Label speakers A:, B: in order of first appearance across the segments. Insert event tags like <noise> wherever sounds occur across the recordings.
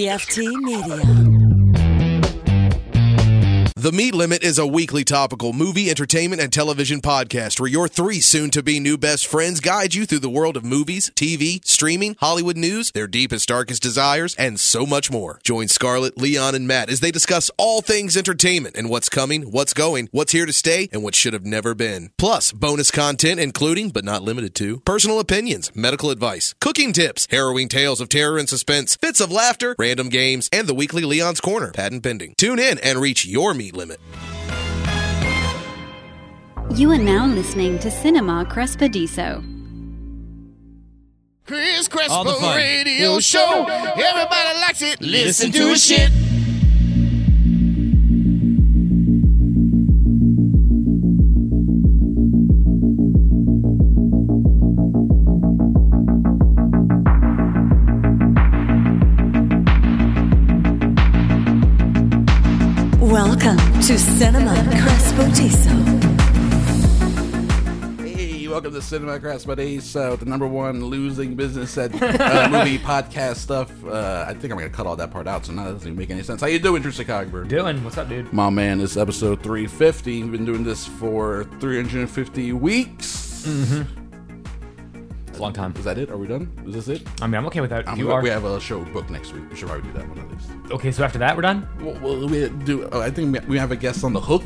A: PFT Media.
B: The Meat Limit is a weekly topical movie, entertainment, and television podcast where your three soon to be new best friends guide you through the world of movies, TV, streaming, Hollywood news, their deepest, darkest desires, and so much more. Join Scarlett, Leon, and Matt as they discuss all things entertainment and what's coming, what's going, what's here to stay, and what should have never been. Plus, bonus content including, but not limited to, personal opinions, medical advice, cooking tips, harrowing tales of terror and suspense, fits of laughter, random games, and the weekly Leon's Corner, patent pending. Tune in and reach your meat limit.
C: You are now listening to Cinema Crespediso.
D: Chris
E: All the
D: Crespo
E: fun.
D: Radio Show. Everybody likes it. Listen, to it.
E: shit.
A: Welcome to Cinema Crespodiso.
D: Hey, welcome to Cinema Crash Buddies, uh, the number one losing business at uh,
E: <laughs>
D: movie podcast stuff. Uh, I think I'm gonna cut all that part out, so now that doesn't even make any sense. How you doing, Tristan Cogburn?
E: Dylan, what's up, dude?
D: My man, this is episode 350. We've been doing this for 350 weeks.
E: Mm. It's a long time.
D: Is that it? Are we done? Is this it?
E: I mean, I'm okay with that.
D: Um,
E: Uh, you
D: we,
E: are
D: we have a show booked next week. We should probably do that one at least.
E: okay. So after that, we're done.
D: Well, well we do. Oh, I think we- we have a guest on the hook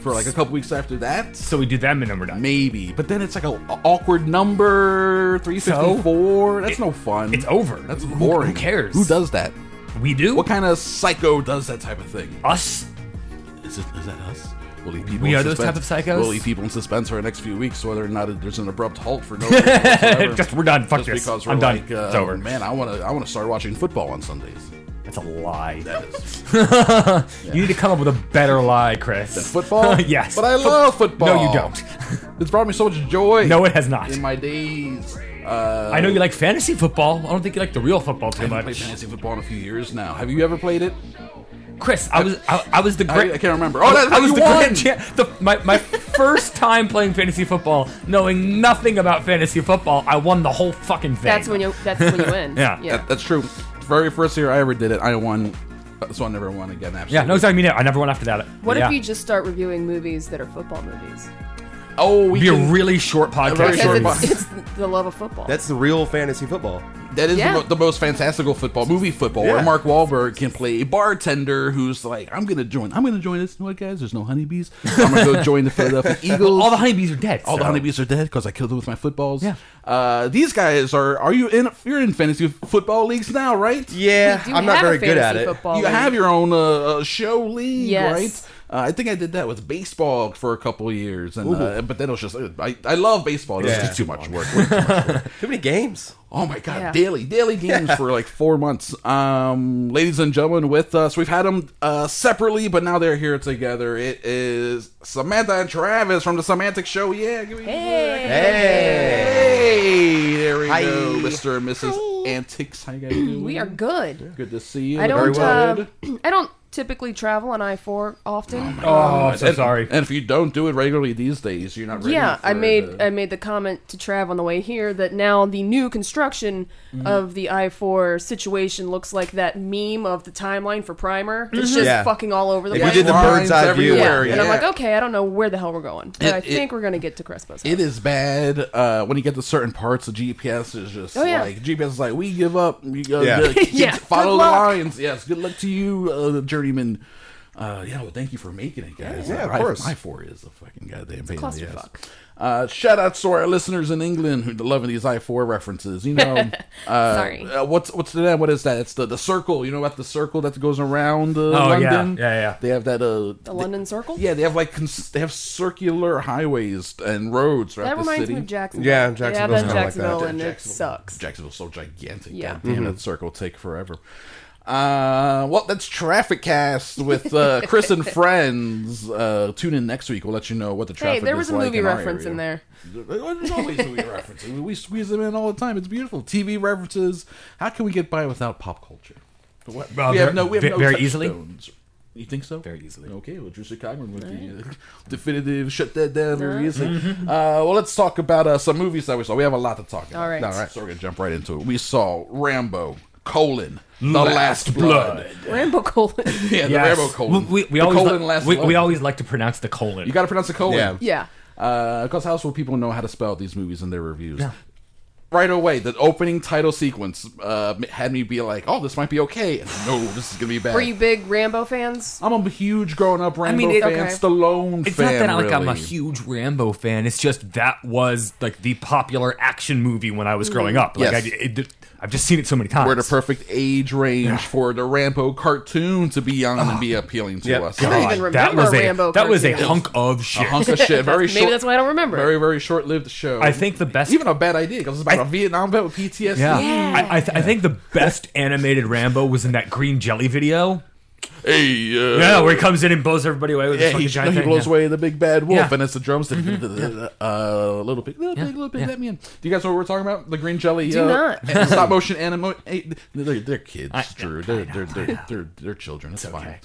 D: for like a couple weeks after that.
E: So we do them, and then we're done.
D: Maybe, but then it's like a, a awkward number three fifty four. That's
E: It-
D: no fun.
E: it's over.
D: Mm. That's
E: Who-
D: boring.
E: who cares?
D: Who does that?
E: We do.
D: What kind of psycho does that type of thing?
E: Us.
D: Is, it, is that us? We'll leave people. in
E: We are those
D: suspense.
E: type of psychos?
D: We'll leave people in suspense for the next few weeks, whether or not there's an abrupt halt
E: <laughs>
D: for no. reason whatsoever.
E: Just- we're done. Fuck
D: Just
E: this.
D: Because we're
E: I'm done.
D: like, uh,
E: It's over.
D: Man, I want to. I want to start watching football on Sundays.
E: That's a lie. <laughs>
D: That is
E: You need to come up with a better lie, Chris. <laughs>
D: football.
E: yes.
D: but I
E: Fo-
D: love football.
E: No,
D: <laughs>
E: you don't.
D: It's brought me so much joy.
E: No, it has not.
D: in my days. Uh,
E: I know you like fantasy football. I don't think you like the real football
D: I
E: too
D: haven't played
E: much.
D: fantasy football in a few years now. Have you ever played it?
E: Chris, I was I, I was the
D: I,
E: great.
D: I can't remember. Oh, that's
E: I
D: how
E: was
D: you
E: the
D: won.
E: grand cha- the, my, my first time playing fantasy football, knowing nothing about fantasy football, I won the whole fucking thing.
F: That's when you. That's when you win.
E: Yeah.
D: That- that's true. The very first year I ever did it, I won. So I never won again. Absolutely.
E: Yeah, no, sorry, I mean it. I never went after that.
F: What
E: Yeah.
F: if you just start reviewing movies that are football movies?
D: Oh, we
E: be a
D: can-
E: really short podcast?
D: very
F: Because
D: short
E: series.
D: one.
F: it's, it's the love of football.
G: That's the real fantasy football.
D: That is
F: Yeah.
D: the, mo- the most fantastical football movie football where
G: Yeah.
D: Mark Wahlberg can play a bartender who's like, I'm gonna join. I'm gonna join this. You know what, guys? There's no honeybees. I'm gonna go join the
E: <laughs>
D: Philadelphia Eagles.
E: All the honeybees are dead.
D: All the
E: so-
D: honeybees are dead because I killed them with my footballs.
E: Yeah.
D: Uh, these guys are. Are you in? You're in fantasy football leagues now, right?
G: Yeah,
F: We do
G: I'm not
F: have a
G: very good at
F: fantasy
G: it.
F: Football
D: You
F: league.
D: have your own uh, uh, show league,
F: Yes.
D: right? Uh, I think I did that with baseball for a couple of years, and uh, but then it was just I, I love baseball. It was
G: Yeah.
D: just too much work. way too much work.
G: Too many games.
D: Oh my god,
F: Yeah.
D: daily
F: <laughs>
D: daily games for like four months. Um, ladies and gentlemen, with us we've had them uh, separately, but now they're here together. It is Samantha and Travis from the Semantic Show. Yeah, give me hey,
G: Hey.
D: there we
G: Hi.
D: go, Mr. and Mrs. Antics. How you guys doing?
F: We are good.
D: good to see you.
F: I
D: Very
F: don't.
D: well.
F: Uh, <clears throat> I don't typically travel on I four often.
E: Oh, I'm so
D: and,
E: sorry.
D: And if you don't do it regularly these days, you're not ready.
F: yeah,
D: for
F: I made
D: the-
F: I made the comment to Trav on the way here that now the new construction of the I four situation looks like that meme of the timeline for Primer. It's just
G: Yeah.
F: fucking all over the
G: Mm-hmm. If you did
F: place.
G: the
D: Lines
G: bird's eye view.
F: yeah.
D: everywhere,
F: and I'm
D: yeah.
F: like, okay, I don't know where the hell we're going, but
D: It-
F: I
D: it-
F: think we're gonna get to Crespo's.
D: It is bad uh, when you get to certain parts. The GPS is just
F: Oh, yeah.
D: like GPS is like we give up. You go,
G: Yeah.
F: <laughs>
D: uh, keep-
F: Yeah.
D: follow
F: Good
D: the
F: luck.
D: lines. Yes, good luck to you, uh, journeyman. Uh, yeah, well, thank you for making it, guys.
G: Yeah, yeah, of
D: I,
G: course.
D: I four is a fucking goddamn pain in the ass.
F: clusterfuck.
D: Uh, shout outs to our listeners in England who are loving these I four references. You
F: <laughs>
D: know, uh,
F: Sorry.
D: uh, what's what's that? What is that? It's the, the circle. You know about the circle that goes around uh,
E: Oh, yeah.
D: London.
E: Yeah, yeah.
D: They have that. Uh,
F: The London Circle?
D: yeah, they have like cons- they have circular highways and roads throughout
F: That
D: the
F: reminds
D: city.
F: me of Jacksonville.
G: Yeah,
F: They have
G: Jacksonville's
F: that in
G: kinda like
F: Jacksonville,
G: that.
F: and it
D: Jacksonville-
F: sucks.
D: Jacksonville's so gigantic.
F: Yeah.
D: Yeah, damn that circle will take forever. Uh, well, that's Traffic Cast with uh, Chris
F: <laughs>
D: and friends. Uh, tune in next week. We'll let you know what the
F: Hey,
D: traffic.
F: there was
D: is
F: a
D: like
F: movie
D: in our
F: reference in
D: area.
F: there.
D: There's always movie references. We squeeze them in all the time. It's beautiful. TV references. How can we get by without pop culture? What?
E: Uh,
D: we
E: ver-
D: have no. We have
E: ve-
D: no
E: very easily?
D: touchstones. You think so?
E: Very easily.
D: Okay, well, Drew Cogman with the uh, <laughs> definitive shut that down very easily.
E: Mm-hmm.
D: Uh, well, let's talk about uh, some movies that we saw. We have a lot to talk about.
F: All right.
D: All right. So we're gonna jump right into it. We saw Rambo. colon, the last blood.
F: Rambo colon. <laughs>
D: Yeah, the
E: Yes.
D: Rambo colon.
E: We, we, we
D: The
E: always
D: colon
E: li-
D: last
E: we,
D: blood.
E: we always like to pronounce the colon.
D: You got to pronounce the colon.
G: Yeah.
F: yeah.
D: Because how else will people know how to spell these movies in their reviews?
E: Yeah.
D: Right away, the opening title sequence uh, had me be like, "Oh, this might be okay." And no, this is gonna be bad.
F: Were you big Rambo fans?
D: I'm a huge grown up Rambo
E: mean, it-
D: fan,
F: Okay.
D: Stallone
E: it's
D: fan.
E: not that I- like I'm a
D: really.
E: huge Rambo fan. It's just that was like the popular action movie when I was growing
F: Mm-hmm.
E: up. Like
D: Yes.
E: I, it, I've just seen it so many times.
D: We're the perfect age range for the Rambo cartoon to be young and be appealing to
E: Yep.
D: us.
E: God,
F: don't even
E: that
F: remember
E: was a
F: Rambo
E: that was a
F: cartoons.
E: hunk of shit.
D: A hunk of shit. Very
F: Maybe
D: short,
F: that's why I don't remember.
D: Very very short lived show.
E: I think the best
D: even a bad idea because it's about a Vietnam vet with PTSD.
E: Yeah. I, I, th- I think the best animated Rambo was in that green jelly video.
D: Hey, uh,
E: Yeah, where he comes in and blows everybody away with his
D: Yeah,
E: fucking
D: he,
E: giant
D: he
E: thing,
D: blows
E: yeah.
D: away the big bad wolf,
E: Yeah. Mm-hmm.
D: and it's the drums. that Uh, little pig, little
E: Yeah.
D: pig, little pig,
E: Yeah.
D: let me in. Do you guys know what we're talking about? The green jelly.
F: Do
D: uh,
F: not.
D: and <laughs> stop motion animo. eh, They're, they're kids,
E: I-
D: Drew.
E: I
D: They're,
E: know,
D: they're,
E: I
D: they're,
E: know.
D: they're they're children. It's fine.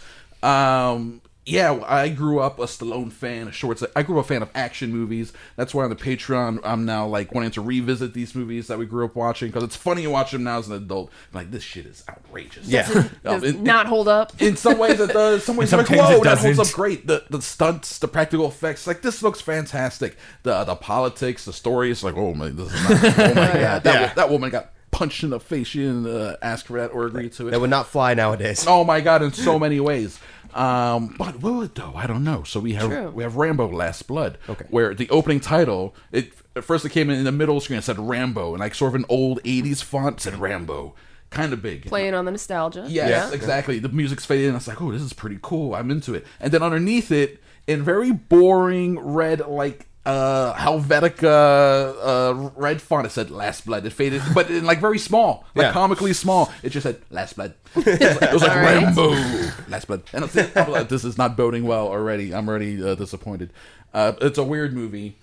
D: Um, yeah, I grew up a Stallone fan of shorts. I grew up a fan of action movies. That's why on the Patreon, I'm now like wanting to revisit these movies that we grew up watching because it's funny to watch them now as an adult. like this shit is outrageous.
G: Yeah.
D: <laughs> Um,
F: Does
D: it- it-
F: not hold up.
D: in some ways it does. Some ways
E: In
D: you're
E: some
D: like,
E: things
D: whoa,
E: it
D: that holds up
E: doesn't.
D: great. The the stunts, the practical effects, like this looks fantastic. The the politics, the story, it's like, oh my, this is
G: <laughs>
D: not, oh my god, that, wo- that woman got punched in the face. She didn't uh, ask for that or agree to it.
G: That would not fly nowadays.
D: oh my god, in so many ways. Um, but will it though? I don't know. So we have
F: True.
D: we have Rambo: Last Blood,
G: Okay.
D: where the opening title it at first it came in, in the middle screen. It said Rambo, and like sort of an old '80s font said Rambo, kind of big.
F: Playing on the nostalgia.
D: Yes, exactly. The music's fading. and It's like, oh, this is pretty cool. I'm into it. And then underneath it, in very boring red, like uh Helvetica uh red font, it said "Last Blood." It faded, but in like very small, like
G: Yeah.
D: comically small. It just said "Last Blood." It was like, it was like
F: All right.
D: Rambo, "Last Blood," and I'm, saying, I'm like, this is not boding well already. I'm already uh, disappointed. Uh, it's a weird movie.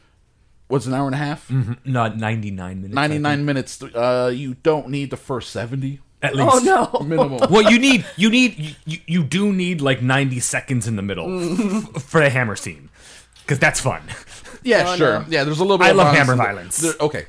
D: What's an hour and a half?
E: Not 99 minutes. I
D: Ninety
E: think.
D: nine minutes. Uh, you don't need the first seventy
E: At least.
F: Oh no.
D: minimal.
E: <laughs> Well, you need you need you- you, you do need like 90 seconds in the middle
D: <laughs>
E: f- for the hammer scene because that's fun.
D: Yeah,
F: Oh,
D: sure.
F: no.
D: Yeah, there's a little bit.
E: I
D: of
E: love
D: violence
E: hammer
D: in the-
E: violence.
D: there- okay,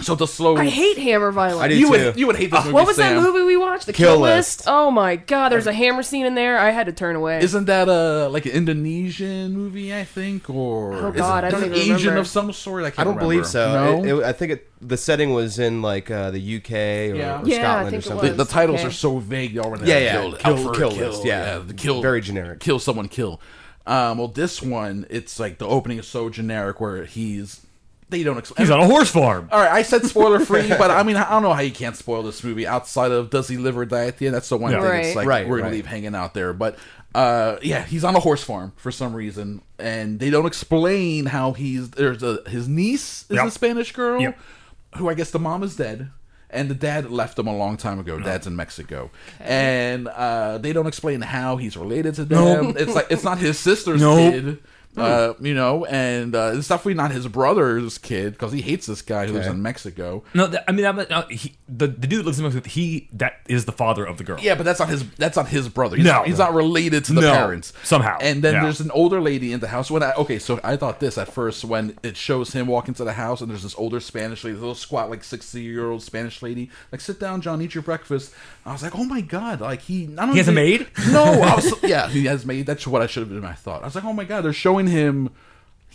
D: so the slow. Uh,
F: I hate hammer violence.
G: I do
D: you would
G: too.
D: you would hate this movie.
F: What was that
D: Sam.
F: movie we watched? The
G: Kill
F: Kill, List.
G: List.
F: Oh my god, there's a hammer scene in there. I had to turn away.
D: Isn't that a like an Indonesian movie? I think or
F: Oh,
D: is
F: God,
D: it,
F: I don't
D: is it
F: even
D: Asian
F: remember.
D: of some sort. I, can't
G: I don't believe
D: remember.
G: so.
D: No,
G: It- it- I think it, the setting was in like uh, the UK or, or
D: Yeah.
F: Yeah, I
G: Scotland or
F: think it
G: something.
D: the,
F: was.
D: the titles
F: Okay.
D: are so vague. Y'all were
G: Yeah, yeah.
D: Kill,
G: Kill-
D: Alfred,
G: kill list, yeah.
D: the kill.
G: Very generic.
D: Kill someone. Kill. Um, well, this one, it's like the opening is so generic where he's they don't explain.
E: He's on a horse farm.
D: All right, I said spoiler free, but I mean, I don't know how you can't spoil this movie outside of does he live or die at the end. That's the one
E: Yeah.
D: thing. It's
F: Right.
D: like
G: Right,
D: we're gonna
G: right.
D: leave hanging out there, but uh, yeah, he's on a horse farm for some reason, and they don't explain how he's there's a his niece is a
E: Yep.
D: Spanish girl,
E: Yep.
D: who I guess the mom is dead. And the dad left them a long time ago. Dad's in Mexico, and uh, they don't explain how he's related to them. It's like it's not his sister's
E: Nope.
D: kid, uh, you know, and uh, it's definitely not his brother's kid because he hates this guy who lives
G: Okay.
D: in Mexico.
E: No, that, I mean that, uh, he, the the dude lives in Mexico. He that is the father of the girl.
D: Yeah, but that's not his. That's not his brother. He's,
E: No.
D: he's not related to the
E: No,
D: parents
E: somehow.
D: And then
E: Yeah.
D: there's an older lady in the house. When I okay, so I thought this at first when it shows him walk into the house and there's this older Spanish lady, this little squat like sixty year old Spanish lady, like sit down, John, eat your breakfast. I was like, oh my god, like he not only
E: has a
D: did-
E: maid?
D: No, I
E: <laughs>
D: was, yeah, he has a maid. That's what I should have been. I thought I was like, oh my god, they're showing him.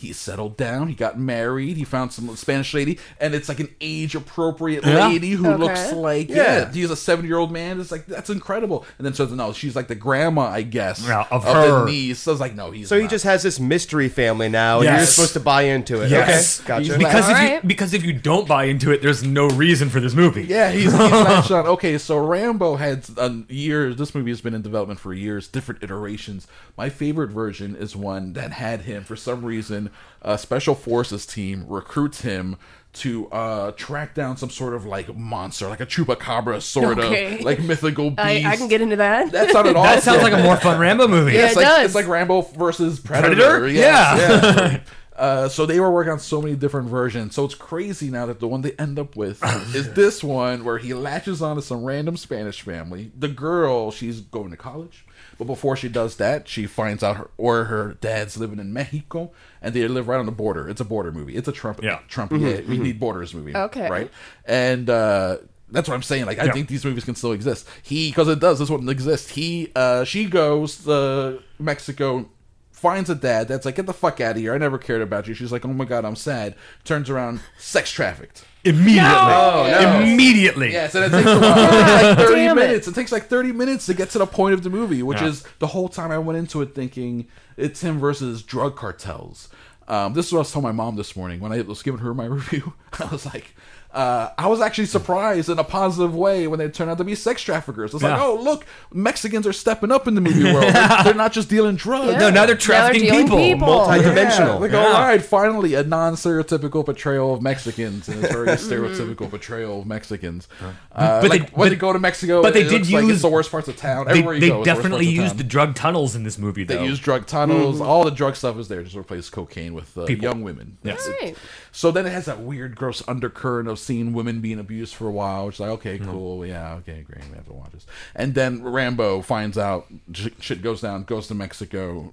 D: He settled down. He got married. He found some Spanish lady, and it's like an age-appropriate
E: Yeah.
D: lady who
F: Okay.
D: looks like yeah,
G: Yeah.
D: he's a seven year old man. It's like that's incredible. And then so no, she's like the grandma, I guess,
E: Yeah, of
D: the
E: her.
D: niece. So I was like, no, he's
G: So he
D: not.
G: just has this mystery family now, and you're
E: Yes.
G: just supposed to buy into it.
E: Yes,
G: Okay, gotcha.
E: Because if you,
F: Alright.
E: because if you don't buy into it, there's no reason for this movie.
D: <laughs> yeah, he's, he's not shot. Okay, so Rambo had uh, years. This movie has been in development for years, different iterations. My favorite version is one that had him for some reason. A special forces team recruits him to uh, track down some sort of like monster, like a chupacabra, sort
F: Okay.
D: of like mythical beast.
F: I, I can get into that.
D: That
F: <laughs>
D: sounded awesome.
E: That sounds like a more fun Rambo movie.
F: Yeah,
D: it's
F: it
D: like,
F: does.
D: It's like Rambo versus Predator.
E: Predator?
D: Yes,
E: <laughs>
D: yeah. Uh, so they were working on so many different versions. So it's crazy now that the one they end up
E: <laughs>
D: with is this one where he latches on to some random Spanish family. The girl, she's going to college, but before she does that, she finds out her or her dad's living in Mexico, and they live right on the border. It's a border movie. It's a Trump
E: Yeah. Mm-hmm,
D: Trump. Yeah, we need borders movie.
F: Okay.
D: right? And uh, That's what I'm saying. Like, I
E: Yeah.
D: think these movies can still exist. He, because it does. This one exists. He, uh, she goes to Mexico, finds a dad that's like, "Get the fuck out of here! I never cared about you." She's like, "Oh my god, I'm sad." Turns around, sex trafficked.
E: Immediately.
D: no.
E: Immediately.
D: Yes, and it takes a while. It takes like thirty
F: Damn it.
D: minutes. It. takes like thirty minutes to get to the point of the movie, which
E: Yeah.
D: is the whole time I went into it thinking it's him versus drug cartels. Um, this is what I was telling my mom this morning when I was giving her my <laughs> review. I was like, uh, I was actually surprised in a positive way when they turned out to be sex traffickers. It's like,
E: Yeah.
D: oh look, Mexicans are stepping up in the movie
E: <laughs>
D: world. They're, they're not just dealing
F: <laughs>
D: drugs.
E: No, now they're
F: trafficking
E: trafficking
F: dealing
E: people.
F: people. people.
G: Multi-dimensional.
D: Yeah, like,
E: Yeah.
D: all right, finally, a non stereotypical portrayal of Mexicans, and it's very stereotypical portrayal of Mexicans. Uh,
E: But
D: but
E: they-
D: like, when
E: but-
D: they go to Mexico,
E: but they
D: it
E: did
D: looks like it's
E: use-
D: the worst parts of town.
E: They,
D: Everywhere you
E: they
D: go, it's the worst
E: definitely
D: parts of
E: used
D: town.
E: the drug tunnels in this movie, though.
D: They use drug tunnels. All the drug stuff is there. Just replace cocaine with uh,
E: People.
D: young women.
E: Yes.
D: That's it.
F: Right.
D: So then it has that weird, gross undercurrent of seeing women being abused for a while, which is like, okay,
E: Mm-hmm.
D: cool, yeah, okay, great, we have to watch this. And then Rambo finds out sh- shit goes down, goes to Mexico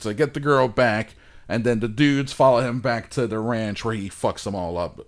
D: to get the girl back, and then the dudes follow him back to the ranch where he fucks them all up.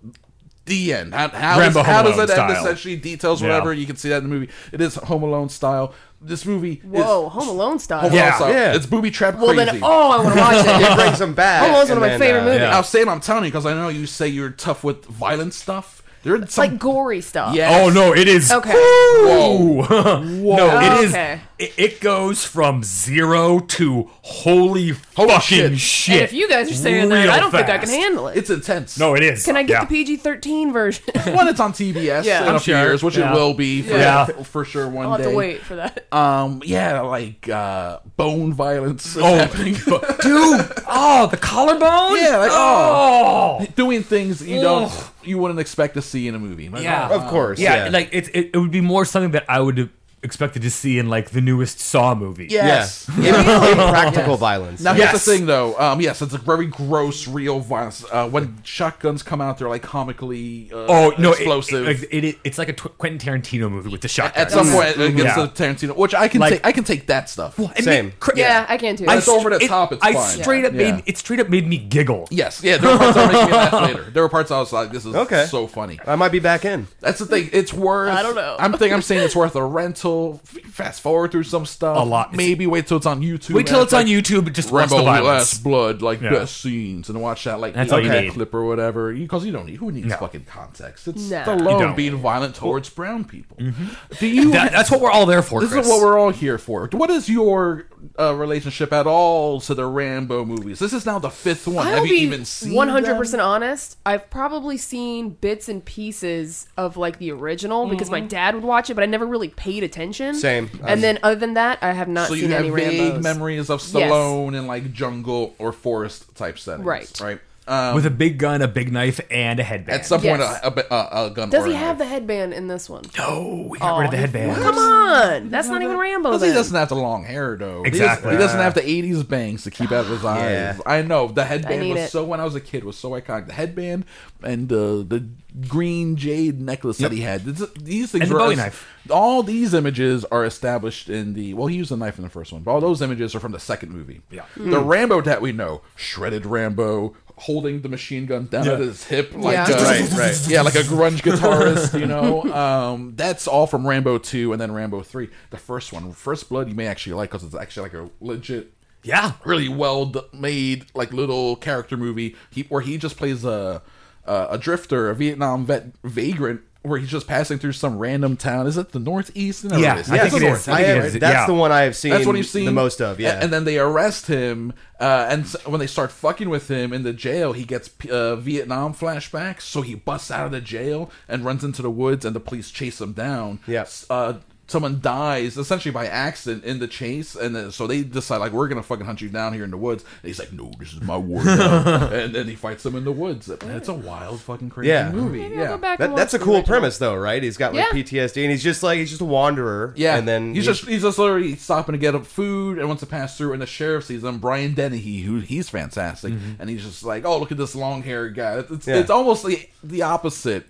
D: The end. How, how,
E: Rambo
D: does, how
E: Home
D: does it
E: Alone
D: end?
E: style.
D: Essentially, details
E: Yeah.
D: whatever you can see that in the movie. It is Home Alone style. This movie.
F: Whoa,
D: is,
F: Home Alone style.
D: Home Alone
E: Yeah.
D: style.
G: Yeah.
D: It's booby trap
F: Well,
D: crazy. uh,
F: then, oh, I want to watch
D: <laughs>
F: it. <laughs>
G: it brings them back.
F: Home Alone's
G: and
F: one of
G: then,
F: my
G: uh,
F: favorite movies.
E: yeah.
D: Now, Sam, I'm telling you because I know you say you're tough with violent stuff. There's
F: It's
D: some
F: like gory stuff.
D: Yes.
E: Oh no, it is.
F: Okay. Oh,
E: Whoa. <laughs> no, it is.
F: Okay.
E: It, it goes from zero to holy fucking shit.
D: shit.
F: And if you guys are saying that,
E: real
F: I don't think I can
E: fast.
F: handle it.
D: It's intense. <laughs>
E: No, it is.
F: Can I get
E: Yeah.
F: the PG thirteen version?
D: when it's on TBS
F: Yeah.
D: in
F: I'm
D: a few
E: sure.
D: years, which
E: Yeah.
D: it will be for,
E: Yeah.
D: for sure one
F: I'll have
D: day.
F: to wait for that.
D: Um, yeah, like uh, bone violence is
E: Oh,
D: <laughs> happening.
E: but- dude! Oh, the collarbone.
D: Yeah, like,
E: oh.
D: Doing things you don't
E: Ugh.
D: you wouldn't expect to see in a movie. Like,
E: Yeah.
D: oh,
G: Of course.
E: Yeah,
G: Yeah.
E: like it's it, it would be more something that I would have expected to see in like the newest Saw movie.
D: yes.
G: Yeah. Impractical violence.
D: Now here's
E: Yes.
D: the thing, though. Um, yes, it's a very gross, real violence. Uh, when shotguns come out, they're like comically uh,
E: Oh no! it-
D: explosive.
E: It, like, it, it, it's like a Tw- Quentin Tarantino movie with the shotgun.
D: At some point, it gets
E: Yeah.
D: to Tarantino, which I can
E: Like-
D: take. I can take that stuff.
E: Well, it
G: Same.
E: made- cr-
F: Yeah, I can too.
E: I
D: it's
E: str-
D: over the
E: it-
D: top, it's
E: I
D: fine.
E: straight up
D: Yeah.
E: made it straight up made me giggle.
D: Yes, yeah. There were parts that were making me laugh
E: <laughs>
D: later. There were parts I was like, "This is
G: Okay.
D: so funny."
G: I might be back in.
D: That's the thing. It's worth.
F: I don't know.
D: I'm think I'm saying it's worth a rental. F- Fast forward through some stuff.
E: A lot.
D: Maybe wait till it's on YouTube.
E: Wait till
D: and
E: it's on YouTube. and Just watch
D: Rambo
E: the
D: Last
E: violence.
D: Blood, like
E: Yeah.
D: best scenes, and watch that like
E: That's all you
D: eight-minute
E: need.
D: clip or whatever. Because you, don't need who needs
E: No.
D: fucking context. It's
F: Nah.
E: You
D: Stallone
E: don't. mm-hmm.
D: being violent towards brown people. Do you?
E: That, that's what we're all there for.
D: This
E: Chris.
D: is what we're all here for. What is your uh, relationship at all to the Rambo movies? This is now the fifth one.
F: I'll
D: Have you
F: be
D: even seen
F: one hundred
D: them?
F: percent honest. I've probably seen bits and pieces of like the original because
D: Mm-hmm.
F: my dad would watch it, but I never really paid attention.
G: Same.
F: And then other than that, I have not
D: So you
F: seen
D: have
F: any
D: vague
F: Rambo's.
D: memories of Stallone and like jungle or forest type settings,
F: Right.
D: Right. Um,
E: with a big gun, a big knife, and a headband.
D: at some point,
F: Yes.
D: a, a, a, a gun.
F: Does
D: or
F: he
D: a
F: have the
D: knife.
F: headband in this one?
E: oh, we got rid of the headband.
F: Come on, that's not even Rambo.
D: Because he
F: then.
D: doesn't have the long hair though. He doesn't-
E: Exactly.
D: He doesn't, have the '80s bangs to keep out of his eyes.
G: Yeah.
D: I know the headband
F: need
D: was
F: it.
D: so when I was a kid was so iconic. The headband and the the green jade necklace that he had. This- These things
E: And the
D: were
E: Bowie
D: es-
E: knife.
D: All these images are established in the well. He used a knife in the first one, but all those images are from the second movie.
E: Yeah.
D: The
F: Hmm.
D: Rambo that we know, shredded Rambo holding the machine gun down at his hip, like
F: Yeah.
D: uh,
G: Right, right.
D: yeah, like a
E: <laughs>
D: grunge guitarist, you know. Um, that's all from Rambo 2 and then Rambo 3. The first one, First Blood, you may actually like because it's actually like a legit,
E: Yeah,
D: really well d- made, like little character movie he, where he just plays a, a, a drifter, a Vietnam vet vagrant, where he's just passing through some random town. Is it the Northeast? No,
E: Yeah,
D: it is.
E: I think
D: it's
E: it
D: the
E: is.
D: North.
E: I think it is,
G: That's
E: yeah.
G: the one I have seen.
D: That's what you've seen
G: the most of. Yeah.
D: A- and then they arrest him, uh, and s- when they start fucking with him in the jail, he gets p- uh, Vietnam flashbacks. So he busts out of the jail and runs into the woods, and the police chase him down.
G: Yeah.
D: S- Uh, someone dies essentially by accident in the chase, and then, so they decide like we're gonna fucking hunt you down here in the woods. And he's like, "No, this is my war,"
G: <laughs>
D: now." and then he fights them in the woods. And it's a wild, fucking crazy
G: Yeah.
D: movie.
F: Maybe I'll
D: yeah.
F: go back and
G: That,
F: watch
G: that's a
F: the
G: cool
F: original.
G: premise, though, right? He's got like
F: Yeah.
G: PTSD, and he's just like he's just a wanderer.
D: Yeah,
G: and then
D: he's just he's just literally stopping to get up food and wants to pass through, and the sheriff sees him. Brian Dennehy, who he's fantastic, and he's just like, "Oh, look at this long haired guy." It's, it's,
G: Mm-hmm. Yeah.
D: it's almost the the opposite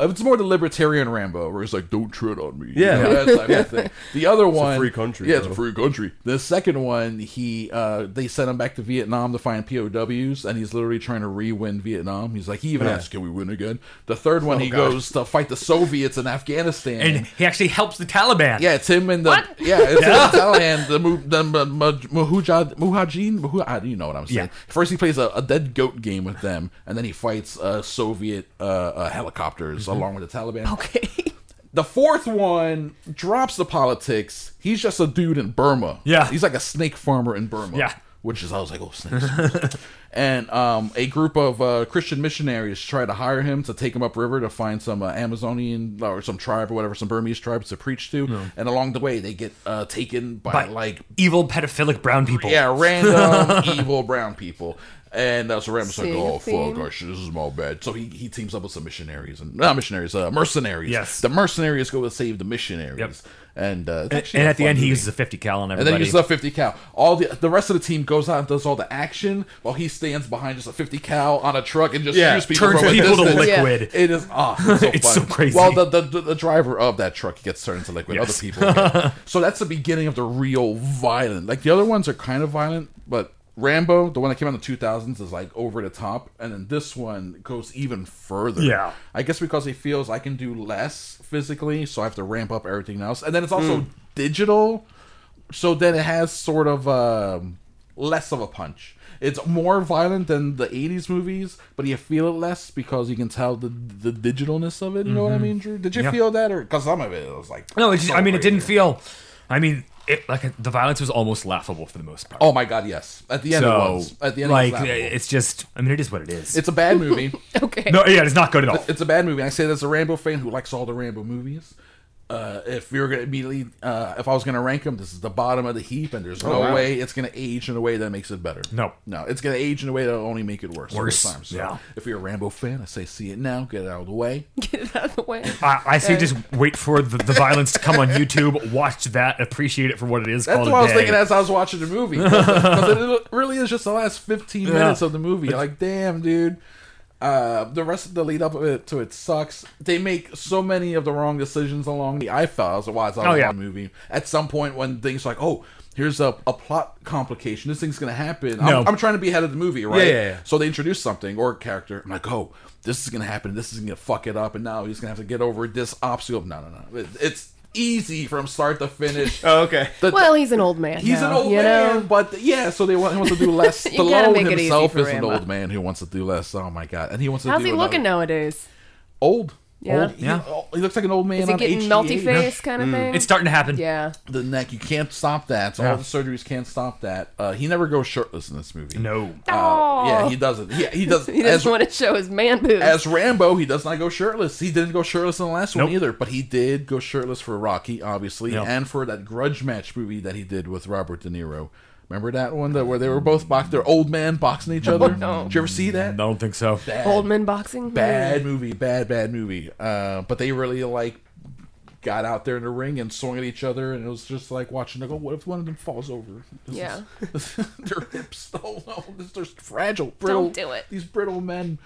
D: Uh, It's more the libertarian Rambo, where he's like, "Don't tread on me."
G: <laughs>
D: You
G: Yeah.
D: know, that type of thing. The other one,
G: free country,
D: Yeah, it's a
G: though.
D: free country. The second one, he uh, they sent him back to Vietnam to find POWs, and he's literally trying to re-win Vietnam. He's like, he even
G: Yeah. Oh,
D: asks, "Can we win again?" The third one, he
G: God.
D: goes to fight the Soviets in Afghanistan.
E: And he actually helps the Taliban.
D: yeah, it's him and the
F: What?
D: yeah, it's him and Taliban, the Mu- the Mu- Mu- Mujahid Mujahideen, Muhu- I- you know what I'm saying.
E: Yeah.
D: First he plays a, a dead goat game with them, and then he fights uh, Soviet uh, uh, helicopters along with the Taliban.
F: Okay. <laughs>
D: The fourth one drops the politics. He's just a dude in Burma.
E: Yeah.
D: He's like a snake farmer in Burma.
E: Yeah.
D: Which is, I was like, oh, snakes. <laughs> and um, a group of uh, Christian missionaries try to hire him to take him upriver to find some uh, Amazonian or some tribe or whatever, some Burmese tribes to preach to. And along the way, they get uh, taken by,
E: By
D: like,
E: evil pedophilic brown people.
D: yeah,
E: <laughs>
D: random evil brown people. And uh, so Rambo's like,
F: Seeing a
D: oh,
F: theme.
D: fuck, our shit, this is my bad. So he, he teams up with some missionaries. and Not missionaries, uh, mercenaries.
E: Yes.
D: The mercenaries go to save the missionaries.
E: Yep.
D: And, uh, it's
E: And,
D: actually
E: and
D: a
E: at the
D: fun
E: end, he
D: movie.
E: uses a 50 cal on
D: And then
E: everybody.
D: he uses a 50 cal. All the the rest of the team goes out and does all the action while he stands behind just a 50 cal on a truck and just
G: Yeah,
D: shoots people
E: turns
D: from a
E: people to
D: distance.
E: liquid.
D: It is awesome. It's so,
E: <laughs> It's so
D: fun.
E: crazy.
D: Well, the, the, the driver of that truck gets turned into liquid.
E: Yes.
D: Other people.
E: <laughs>
D: get. so that's the beginning of the real violent. Like the other ones are kind of violent, but Rambo, the one that came out in the 2000s, is like over the top, and then this one goes even further.
E: Yeah.
D: I guess because he feels I can do less physically, so I have to ramp up everything else, and then it's
E: Hmm.
D: also digital, so then it has sort of um, less of a punch. It's more violent than the '80s movies, but you feel it less because you can tell the the digitalness of it. You know what I mean, Drew? Did you
E: Mm-hmm. Yeah.
D: feel that, or because some of it was like
E: no, it's
D: so
E: just, I mean, it
D: crazy.
E: didn't feel. I mean, it like the violence was almost laughable for the most part.
D: Oh my god, yes. At the end,
E: so,
D: it was. At the end,
E: like,
D: it was laughable.
E: it's just. I mean, it is what it is.
D: it's a bad
E: <laughs>
D: movie.
F: Okay.
E: no, yeah, it's not good at all.
D: it's a bad movie. And I say that as a Rambo fan who likes all the Rambo movies. Uh, if we were gonna immediately, uh, if I was gonna rank them, this is the bottom of the heap, and there's no
G: wow.
D: way it's gonna age in a way that makes it better.
E: Oh, No.
D: no, it's gonna age in a way that'll only make it worse. over
E: Worse,
D: time. So
E: yeah.
D: If you're a Rambo fan, I say see it now, get it out of the way.
F: Get it out of the way.
E: I, I say just wait for the, the violence to come on YouTube, watch that, appreciate it for what it is.
D: That's
E: call it
D: what I
E: a
D: was
E: day.
D: thinking as I was watching the movie.
E: <laughs>
D: Because it really is just the last 15
E: Yeah.
D: minutes of the movie. You're like, damn, dude. Uh, the rest of the lead up of it to it sucks. They make so many of the wrong decisions along the I felt as why I thought
E: Oh,
D: it was
E: yeah.
D: a movie. At some point, when things like, oh, here's a, a plot complication. This thing's gonna happen.
E: No.
D: I'm, I'm trying to be ahead of the movie, right?
G: Yeah, yeah, yeah.
D: So they introduce something or a character. I'm like, oh, this is gonna happen. This is gonna fuck it up, and now he's gonna have to get over this obstacle. No, no, no. It, it's easy from start to
E: <laughs>
D: finish.
G: <laughs> Oh, okay.
D: The-
F: Well, he's an old man.
D: He's
F: now,
D: an old
F: you
D: man,
F: Know?
D: but yeah, so they want he wants to do
F: <laughs>
D: less.
F: You gotta
D: Stallone
F: make it easy
D: himself
F: for
D: is an
F: Rambo.
D: old man who wants to do less. Oh my god, and he wants to.
F: How's
D: do
F: he
D: another-
F: looking nowadays?
D: Old.
F: Yeah.
D: Old. He-
E: Yeah.
D: oh, He, looks like an old man.
F: Is he
D: on
F: getting
D: HGH.
F: melty face kind of
D: Mm.
F: thing?
E: It's starting to happen.
F: yeah.
D: The neck. You can't stop that. So
E: Yeah.
D: all the surgeries can't stop that. Uh, he never goes shirtless in this movie.
E: No.
D: Uh, yeah, he doesn't. Yeah, he doesn't.
F: <laughs> He doesn't
D: as,
F: want to show his man boobs.
D: as Rambo, he does not go shirtless. He didn't go shirtless in the last
E: Nope.
D: one either, but he did go shirtless for Rocky, obviously,
E: Yeah.
D: and for that grudge match movie that he did with Robert De Niro. Remember that one that where they were both box, their old man boxing each other?
F: no.
D: Did you ever see
E: I
D: that?
E: don't think so.
F: old man boxing. Hmm.
D: Bad movie, bad, bad movie. Uh, but they really like got out there in the ring and swung at each other, and it was just like watching. Like, oh, what if one of them falls over? <laughs> This
F: Yeah.
D: is- their hips. <laughs> Oh no, this- they're fragile. Brittle,
F: Don't do it.
D: These brittle men.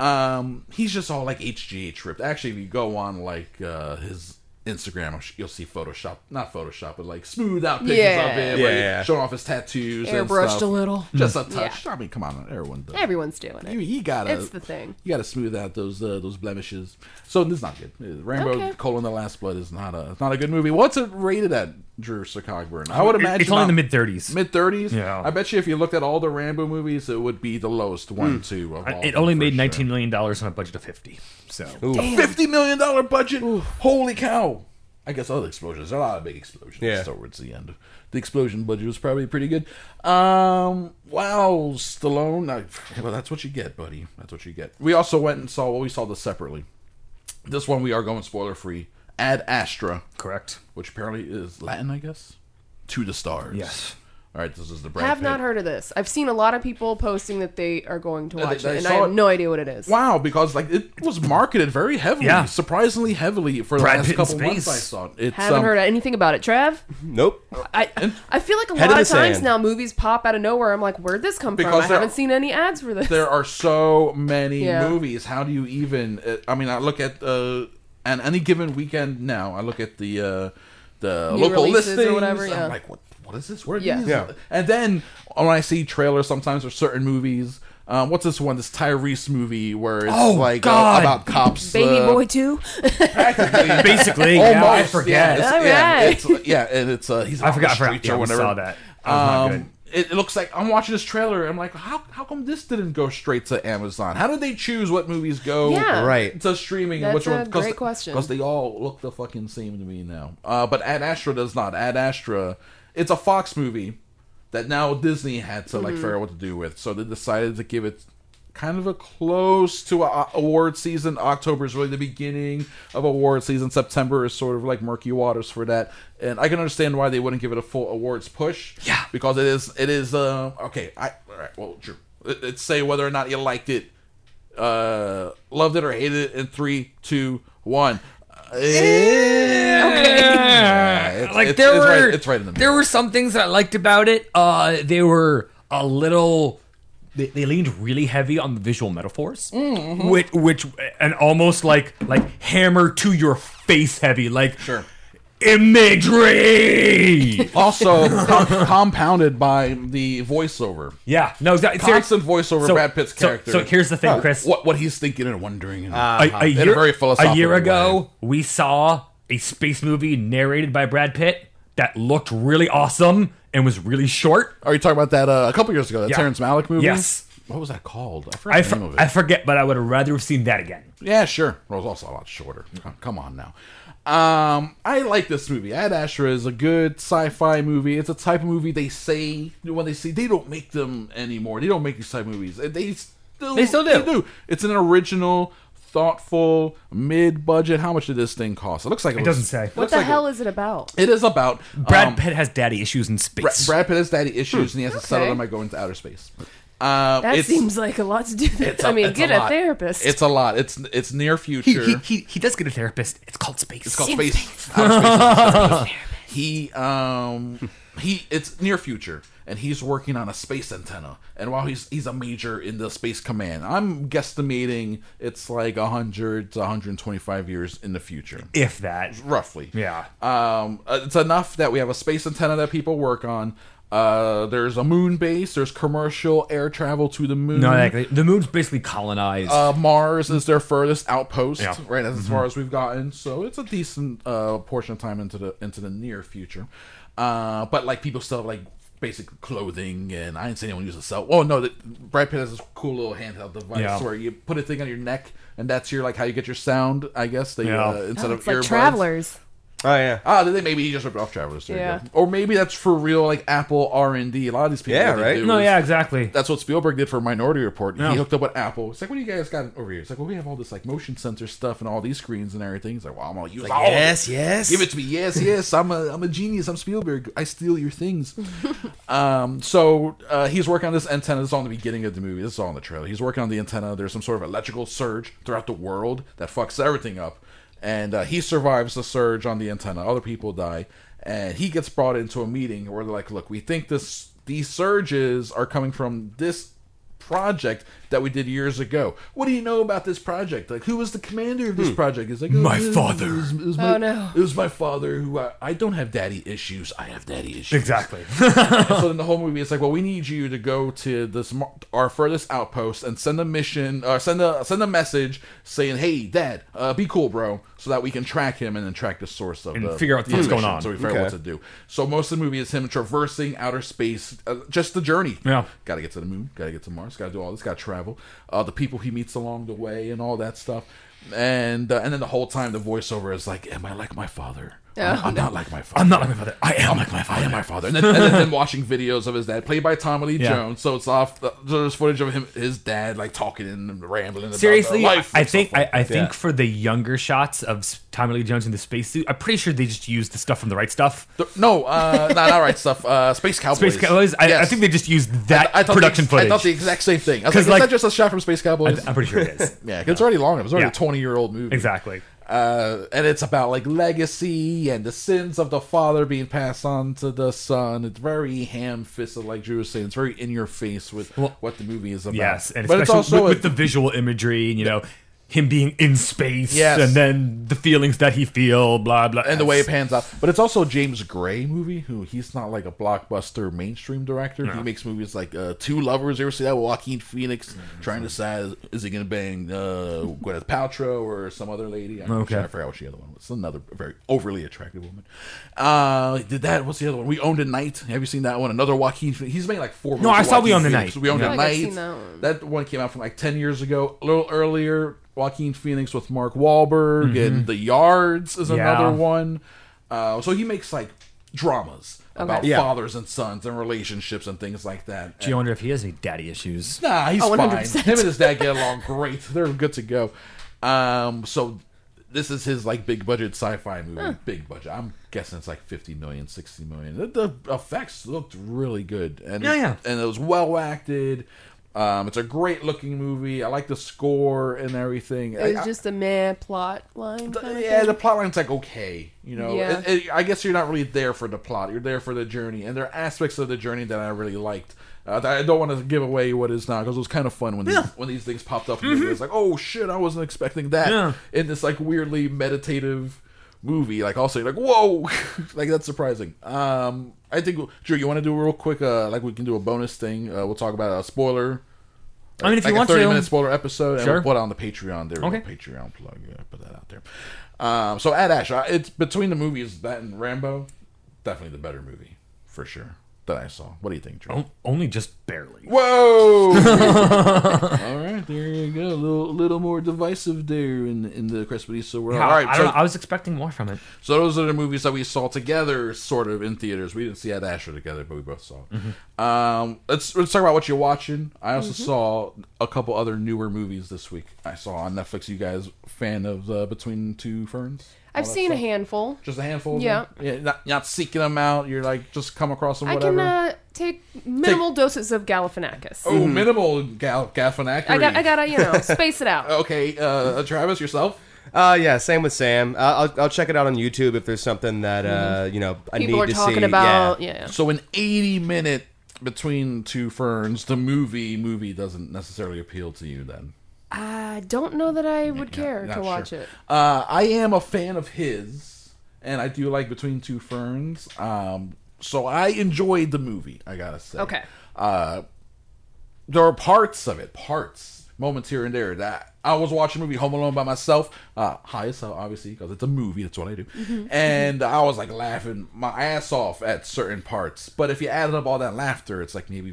D: Um, he's just all like HGH ripped. Actually, if you go on like uh, his Instagram, you'll see Photoshop, not Photoshop, but like smooth out pictures
F: Yeah.
D: of him,
G: Yeah,
D: like,
G: yeah.
D: showing off his tattoos, and
F: Airbrushed
D: stuff.
F: a little.
D: just a touch. I mean, come on, everyone does.
F: Everyone's doing
D: You,
F: it.
D: you gotta.
F: It's the thing.
D: You gotta smooth out those uh, those blemishes. So this is not good. Uh, Rambo:
F: Okay.
D: Colon the Last Blood is not a it's not a good movie. What's it rated at, Drew Sir Cogburn? I would
E: It-
D: imagine
E: it's only in the
D: I'm-
E: mid 30s.
D: mid thirties.
E: Yeah.
D: I bet you if you looked at all the Rambo movies, it would be the lowest one, two. Of all
E: Hmm. It only made 19 million dollars on a budget of 50. So
D: Fifty million dollar budget. Holy cow! I guess other explosions. There are a lot of big explosions
G: Yeah.
D: towards the end. The explosion budget was probably pretty good. Um, wow, Stallone. I, well, that's what you get, buddy. That's what you get. We also went and saw. Well, we saw this separately. This one we are going spoiler free. Ad Astra,
E: correct.
D: which apparently is Latin, I guess. To the stars.
E: Yes.
D: All right, this is the Brad
F: Have
D: Pitt.
F: not heard of this. I've seen a lot of people posting that they are going to
D: they-
F: watch
D: they
F: it, and
D: saw
F: I have
D: it.
F: no idea what it is.
D: Wow, because like it was marketed very heavily,
E: Yeah.
D: surprisingly heavily for the
E: Brad
D: last
E: Pitt in
D: couple months.
E: space.
D: I saw it. It's,
F: Haven't
D: um,
F: heard anything about it, Trav.
G: Nope. Oh,
F: I
D: <laughs>
F: I feel like a
G: Head in
F: lot
G: the
F: of times
G: sand.
F: now movies pop out of nowhere. I'm like, where'd this come
D: Because
F: from? I
D: they're-
F: haven't seen any ads for this.
D: there are so many
F: Yeah.
D: movies. How do you even? Uh, I mean, I look at uh, and any given weekend now. I look at the uh, the
F: New
D: local
F: releases or
D: listings.
F: whatever, yeah.
D: I'm like, what? What is this? Where are
F: Yeah.
D: these?
G: Yeah.
D: And then when I see trailers, sometimes for certain movies. Um, what's this one? This Tyrese movie where it's
E: Oh,
D: like uh,
E: God.
D: about cops.
F: <laughs> Baby
D: uh, <laughs>
E: <laughs>
F: Boy Two.
D: practically. <laughs>
E: Basically,
D: Almost,
E: yeah, I forget.
D: Yeah,
F: All
D: it's, yeah,
F: right.
D: it's- yeah, and it's uh, he's
E: I forgot. I
D: on the
E: forgot.
D: streets
E: Yeah,
D: or
E: we
D: whatever.
E: saw that. That was not good.
D: Um, it, it looks like I'm watching this trailer. I'm like, how how come this didn't go straight to Amazon? How did they choose what movies go
F: Yeah.
G: Right.
D: to streaming and which
F: That's a
D: ones?
F: great question.
D: Because they all look the fucking same to me now. Uh, but Ad Astra does not. Ad Astra, it's a Fox movie that now Disney had to like figure out what to do with. So they decided to give it kind of a close to a, award season. October is really the beginning of award season. September is sort of like murky waters for that. And I can understand why they wouldn't give it a full awards push.
E: Yeah.
D: because it is it is uh, okay. I all right. Well, true. Let- Let's say whether or not you liked it uh, loved it or hated it in three, two, one. Yeah, it's-
E: like
D: it's-
E: there
D: it's
E: were
D: right, it's right in the
E: there
D: middle.
E: were some things that I liked about it. Uh, they were a little. They, they leaned really heavy on the visual metaphors, which which and almost like like hammer to your face heavy, like
D: Sure. <laughs>
E: imagery. <laughs>
D: also com- compounded by the voiceover,
E: yeah, no, that,
D: constant voiceover.
E: So-
D: Brad Pitt's
E: so-
D: character. Oh,
E: So, here's the thing, Chris. Uh,
D: what what he's thinking and wondering. And,
E: a, a
D: in
E: year,
D: a very philosophical
E: a year
D: way.
E: ago, we saw a space movie narrated by Brad Pitt that looked really awesome and was really short.
D: Are you talking about that uh, a couple years ago? That
E: Yeah.
D: Terrence Malick movie?
E: Yes.
D: What was that called? I forgot
E: I,
D: the
E: for-
D: name of it.
E: I forget, but I would have rather have seen that again.
D: Yeah, sure. Well, it's also a lot shorter. Come- Come on now. Um, I like this movie. Ad Astra is a good sci-fi movie. It's a type of movie they say when they say they don't make them anymore. They don't make these type of movies. And They still
E: They still do.
D: It's an original, thoughtful, mid-budget. How much did this thing cost? It looks like it,
E: It
D: was-
E: doesn't say.
D: it
F: What
D: looks
F: the
D: like
F: hell is it about?
D: It is about
E: Brad Hmm.
D: um,
E: Pitt has daddy issues in
D: Bra-
E: space.
D: Brad Pitt has daddy issues, and he has to settle
F: Okay.
D: them by going to outer space. Um,
F: That
D: it's-
F: seems like a lot to do. <laughs> With.
D: a-
F: I mean,
D: it's
F: get
D: a
F: a,
D: lot.
F: therapist.
D: It's a lot. It's it's near
E: he,
D: future.
E: he, he, he does get a therapist. It's called space.
D: It's called space. Outer space. <laughs> he um he it's near future and he's working on a space antenna and while he's he's a major in the space command i'm guesstimating it's like 100 to 125 years in the future
E: if that.
D: roughly
E: Yeah.
D: um it's enough that we have a space antenna that people work on uh there's a moon base there's commercial air travel to the moon
E: No, like, the moon's basically colonized.
D: uh, Mars is their furthest outpost,
E: Yeah. Mm-hmm.
D: right? That's as far as we've gotten. So it's a decent uh, portion of time into the into the near future. Uh, but like people still have like basic clothing, and I didn't see anyone use a cell. Oh no, the, Brad Pitt has this cool little handheld device
E: Yeah.
D: where you put a thing on your neck, and that's your like how you get your sound. I guess they
E: Yeah.
D: uh, instead
F: Oh,
D: of
F: it's like
D: earbuds.
F: travelers.
G: Oh yeah.
D: Ah, then they maybe he just ripped off Travelers. There you
F: Yeah.
D: go. Or maybe that's for real, like Apple R and D. A lot of these people,
G: Yeah,
D: what they
G: right?
D: do
E: no,
D: is-
E: yeah, exactly.
D: that's what Spielberg did for Minority Report.
E: Yeah.
D: He hooked up with Apple. It's like, what do you guys got over here? It's like, well, we have all this like motion sensor stuff and all these screens and everything. He's like, well, I'm gonna use all of it.
G: yes, yes.
D: Give it to me. Yes, yes. I'm a I'm a genius. I'm Spielberg. I steal your things. um, so uh, he's working on this antenna. This is all in the beginning of the movie. This is all in the trailer. He's working on the antenna. There's some sort of electrical surge throughout the world that fucks everything up, and uh, he survives the surge on the antenna. Other people die, and he gets brought into a meeting where they're like, "Look, we think this these surges are coming from this." project that we did years ago what do you know about this project like who was the commander of this project is like oh,
E: My
D: it was-
E: father.
D: it was it was my,
F: Oh, no.
D: It was my father who I, I don't have daddy issues. I have daddy issues.
E: exactly.
D: <laughs> And so then the whole movie is like, well, we need you to go to this mar- our furthest outpost and send a mission, uh, send a send a message saying, hey, dad, uh, be cool, bro, so that we can track him and then track the source of
E: And
D: the-
E: figure out
D: the
E: what's going
D: mission,
E: on.
D: So we figure out what
G: Okay.
D: to do. So most of the movie is him traversing outer space, uh, just the journey.
E: Yeah.
D: Got to get to the moon. Got to get to Mars. Got to do all this. Got to travel. Uh, the people he meets along the way and all that stuff. And uh, and then the whole time the voiceover is like, "Am I like my father? I'm, I'm not like my father.
E: I'm not like my father. I am like my
D: I am my father. And then, and then him watching videos of his dad, played by Tommy Lee
E: Yeah.
D: Jones. So it's off. The, there's footage of him, his dad, like talking and rambling. About
E: Seriously,
D: their life
E: I
D: and
E: think
D: stuff like
E: I, I think for the younger shots of S- Tommy Lee Jones in the spacesuit, I'm pretty sure they just used the stuff from the right stuff.
D: The- no, uh, <laughs> not all right stuff. Uh, Space Cowboys.
E: Space Cowboys. I, I
D: Yes.
E: think they just used that
D: I thought
E: production
D: the,
E: footage.
D: I thought the exact same thing. I was
E: 'Cause,
D: like, is
E: like-
D: that just a shot from Space Cowboys?
E: am pretty sure it is.
D: <laughs> yeah, 'cause it's already long. It was already
E: Yeah.
D: a 20 year old movie.
E: exactly.
D: Uh, and it's about like legacy and the sins of the father being passed on to the son. It's very ham fisted, like Drew was saying. It's very in your face with what the movie is about.
E: Yes, and
D: but it's
E: especially
D: also
E: with,
D: a-
E: with the visual imagery, and you know, him being in space,
D: Yes.
E: and then the feelings that he feel, blah blah,
D: and the way it pans out. But it's also a James Gray movie, who he's not like a blockbuster mainstream director. He makes movies like uh, Two Lovers. You ever see that? Joaquin Phoenix trying to decide is he going to bang uh, Gwyneth Paltrow or some other lady? I'm
E: Okay.
D: I forgot what the other one was. Another very overly attractive woman. Uh, he did that? What's the other one? We Owned a Night. Have you seen that one? Another Joaquin. Phoenix. He's made like four. movies
E: I
D: with
E: saw We
D: Joaquin
E: Own a
D: Phoenix.
E: Night.
D: We Owned
F: I
D: a
F: think I've
D: Night.
F: seen that one.
D: That one came out from like 10 years ago. A little earlier, Joaquin Phoenix with Mark Wahlberg and The Yards is
E: Mm-hmm. Yeah.
D: another one. Uh, so he makes like dramas about
F: Yeah.
D: fathers and sons and relationships and things like that.
E: Do you wonder if he has any daddy issues?
D: Nah, he's
F: Oh,
D: fine.
F: 100%.
D: Him and his dad get along great. <laughs> They're good to go. Um, so this is his like big budget sci-fi movie. Big budget. I'm guessing it's like 50 million, 60 million. The, the effects looked really good. And
E: Yeah, yeah.
D: And it was well acted. Um, it's a great looking movie. I like the score and everything.
F: It
D: I-
F: was
D: I-
F: just a meh plot line. kind of
D: yeah,
F: thing.
D: uh, the plot line's like okay, you know.
F: Yeah.
D: It- it- I guess you're not really there for the plot; you're there for the journey, and there are aspects of the journey that I really liked. Uh, that I don't want to give away what is now because it was kind of fun when these, when these things popped up.
F: Mm-hmm.
D: And It was like, oh shit, I wasn't expecting that
E: Yeah.
D: in this like weirdly meditative movie. Like also, you're like, whoa, <laughs> like that's surprising. Um, I think Drew, you want to do a real quick, uh, like we can do a bonus thing. Uh, we'll talk about a spoiler.
E: I mean, if
D: like
E: you want
D: a
E: to,
D: minute spoiler episode, and
E: Sure.
D: we'll put it on the Patreon. There, we go,
E: Okay.
D: Patreon plug. Yeah, put that out there. Um, so at Ash, I- it's between the movies that and Rambo, definitely the better movie for sure that I saw. What do you think, Drew?
E: O- only just barely.
D: Whoa!
E: <laughs>
D: All right, there you go. A little, little more divisive there in in the Crespediso world.
E: Yeah,
D: All right,
E: I,
D: so,
E: don't know, I was expecting more from it.
D: so those are the movies that we saw together, sort of in theaters. We didn't see Ad Asher together, but we both saw. it. Um, let's let's talk about what you're watching. I also
F: Mm-hmm.
D: saw a couple other newer movies this week. I saw on Netflix. You guys fan of uh, Between Two Ferns?
F: I've seen a handful.
D: Just a handful. Of
F: Yeah.
D: them? yeah. Not, you're not seeking them out. You're like just come across them.
F: I
D: Whatever.
F: can uh, take minimal doses of Galifianakis.
D: oh, minimal gal- gaffinacry.
F: I got, I gotta,
D: <laughs>
F: you know, space it out.
D: Okay, uh, uh, Travis, yourself.
G: Uh, yeah, same with Sam. Uh, I'll, I'll check it out on YouTube if there's something that uh, you know I
F: Mm-hmm. People
G: need
F: are
G: to
F: talking
G: see.
F: about,
G: yeah.
F: yeah.
D: So an 80 minute between two ferns, the movie movie doesn't necessarily appeal to you then.
F: I don't know that I would care
D: Not
F: to watch
D: sure.
F: it.
D: Uh, I am a fan of his, and I do like Between Two Ferns. Um, so I enjoyed the movie. I gotta say.
F: Okay.
D: Uh, there are parts of it, parts, moments here and there that I was watching a movie Home Alone by myself, uh, high as hell, obviously, because it's a movie. That's what I do.
F: Mm-hmm.
D: <laughs> And I was like laughing my ass off at certain parts. But if you added up all that laughter, it's like maybe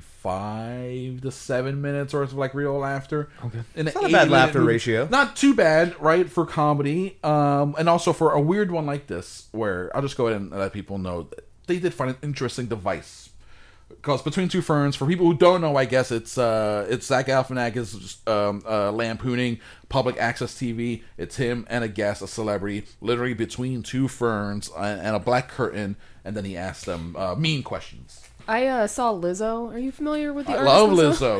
D: five to seven minutes worth of like real laughter. Okay, it's
G: not a bad laughter ratio.
D: Not too bad, right, for comedy, um, and also for a weird one like this, where I'll just go ahead and let people know that they did find an interesting device because between two ferns, for people who don't know, I guess it's uh, it's Zach Galifianakis um, uh, lampooning public access TV. It's him and a guest, a celebrity, literally between two ferns and, and a black curtain, and then he asks them uh, mean questions.
F: I uh, saw Lizzo. Are you familiar with the
D: I
F: artist
D: love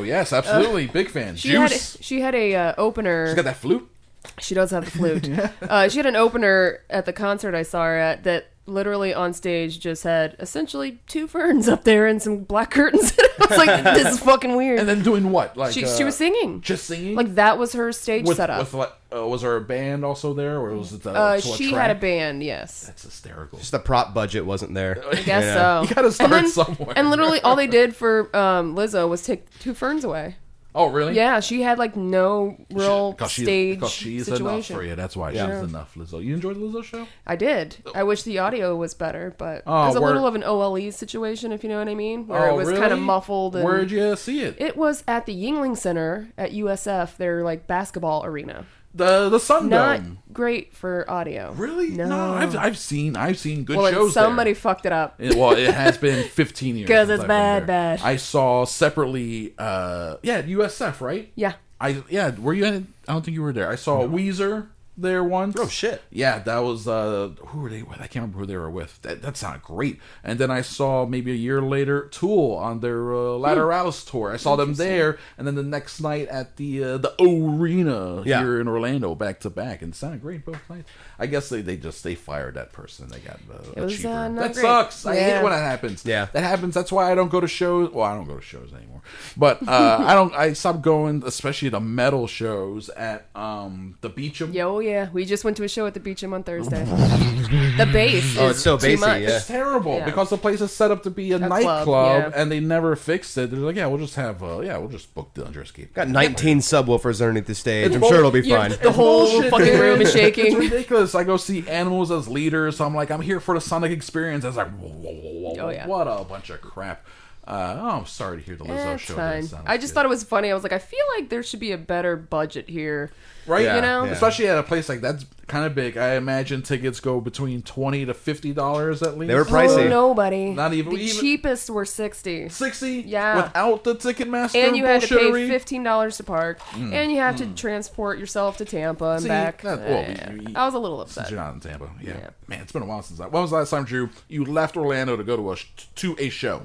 D: Lizzo. Yes, absolutely, big fan.
F: She had
D: Juice.
F: she had a uh, opener.
D: She's got that flute.
F: She does have
D: <laughs>
F: the flute. uh, she had an opener at the concert I saw her at that literally on stage just had essentially two ferns up there and some black curtains. <laughs> I
D: <laughs>
F: was like, this is fucking weird.
D: And then doing what? Like
F: she,
D: uh,
F: she was singing.
D: just singing.
F: Like that was her stage
D: with,
F: setup.
D: with like, uh, was there a band also there, or was it the,
F: uh,
D: to
F: she
D: track?
F: had a band,
D: <laughs>
F: yes.
D: That's hysterical.
G: Just the prop budget wasn't there.
F: I guess so.
D: You gotta
F: And
D: start
F: then-
D: somewhere.
F: And literally all they did for um, Lizzo was take two
D: <laughs>
F: ferns away.
D: Oh, really?
F: Yeah, she had like no real
D: Because she's-
F: stage
D: because she's enough
F: situation.
D: for you. That's why she's enough, Lizzo. You enjoyed the Lizzo show?
F: I did. I wish the audio was better, but
D: Oh,
F: it was a
D: where-
F: little of an OLE situation, if you know what I mean, where it was kind of muffled. And
D: Where'd Oh, you see it?
F: It was at the Yingling Center at USF, their like basketball arena.
D: the the Sun
F: Not
D: Dome.
F: great for audio.
D: Really?
F: No.
D: I've, I've seen I've seen good
F: well, and
D: shows. there.
F: somebody fucked it up.
D: It- well, it has been <laughs> 15 years.
F: 'Cause
D: since I've
F: it's
D: been
F: bad,
D: there.
F: bad.
D: I saw separately. uh Yeah, USF, right?
F: Yeah.
D: I yeah. Were you? At, I don't think you were there. I saw Weezer there once.
G: Oh, shit.
D: Yeah, that was uh who were they with? I can't remember who they were with. That that sounded great. And then I saw maybe a year later Tool on their uh, Ladder
F: Hmm.
D: House tour. I saw them there, and then the next night at the uh, the Arena
G: Yeah.
D: here in Orlando, back to back, and it sounded great both nights. I guess they, they just they fired that person. They got uh,
F: It was,
D: cheaper.
F: uh, not
D: that
F: great.
D: sucks. I hate
F: Yeah.
D: it when that happens.
G: Yeah.
D: that happens. That's why I don't go to shows. Well, I don't go to shows anymore. But
F: <laughs>
D: uh, I don't. I stopped going, especially the metal shows at um the Beecham.
F: <laughs> Yo, yeah. We just went to a show at the Beecham on Thursday. the bass.
G: Oh,
F: is
G: it's so
F: too
G: bassy,
F: much.
G: yeah.
D: It's terrible
F: Yeah.
D: because the place is set up to be a,
F: club,
D: nightclub,
F: yeah.
D: and they never fixed it. They're like, yeah, we'll just have, uh, yeah, we'll just book the Under Escape.
G: Got 19 subwoofers underneath the stage.
D: It's
G: I'm
D: bull-
G: sure it'll be
D: yeah,
G: fine.
D: it's
F: The whole
D: bullshit,
F: fucking
D: dude.
F: room is shaking.
D: It's <laughs> ridiculous. I go see animals as leaders, so I'm like, I'm here for the Sonic experience. I was like, whoa, whoa, whoa, whoa,
F: Oh,
D: whoa,
F: yeah.
D: what a bunch of crap. Uh, oh, I'm sorry to hear the Lizzo
F: Eh, it's
D: show.
F: fine.
D: didn't sound
F: I just
D: good.
F: thought it was funny. I was like, I feel like there should be a better budget here.
D: right?
G: Yeah,
F: you know?
G: yeah.
D: especially at a place like that's kind of big. I imagine tickets go between twenty to fifty dollars at least.
G: were
F: Oh,
G: pricey.
F: nobody.
D: Not even-
F: the
D: even-
F: cheapest were sixty.
D: sixty.
F: Yeah.
D: without the Ticketmaster
F: And you had to pay
D: bullshittery. Mm.
F: fifteen dollars to park, and you have to transport yourself to Tampa and
D: See,
F: back.
D: that- well,
F: Yeah.
D: you- you-
F: I was a little
D: Since
F: upset.
D: you're not in Tampa, yeah.
F: Yeah.
D: man, it's been a while since that. When was the last time, Drew, you left Orlando to go to a sh- to a show?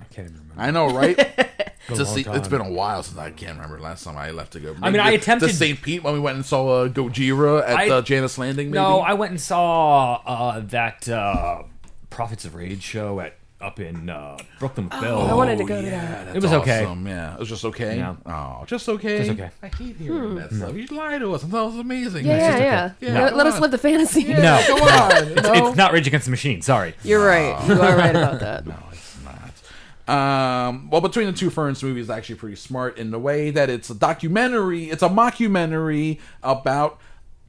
E: I can't even remember.
D: I know, right? To
E: long
D: see-
E: time.
D: it's been a while since I can't remember the last time I left to go.
E: I mean, I
D: to-
E: attempted-
D: to St. Pete when we went and saw uh, Gojira at
E: I-
D: uh, Janice Landing. Maybe?
E: No, I went and saw uh, that uh, Prophets of Rage show at up in uh, Brooklyn
D: Oh,
E: McBell.
F: I wanted to go to that.
D: yeah, that's
E: It was okay.
D: awesome. Yeah, it was just okay.
E: Yeah.
D: Oh, just okay.
E: Just okay.
D: I hate hearing that stuff. You lie to us. and That was amazing.
F: Yeah, yeah,
D: It's just-
F: yeah.
D: Yeah,
F: Let,
D: come
F: let us
D: on.
F: live the fantasy.
E: No,
D: Come
E: <laughs>
D: on.
E: it's,
D: no.
E: it's not Rage Against the Machine. Sorry.
F: You're right. You are right about
E: <laughs>
F: that.
D: No, it's not. Um, well, between the two Ferns movies, is actually pretty smart in the way that it's a documentary. It's a mockumentary about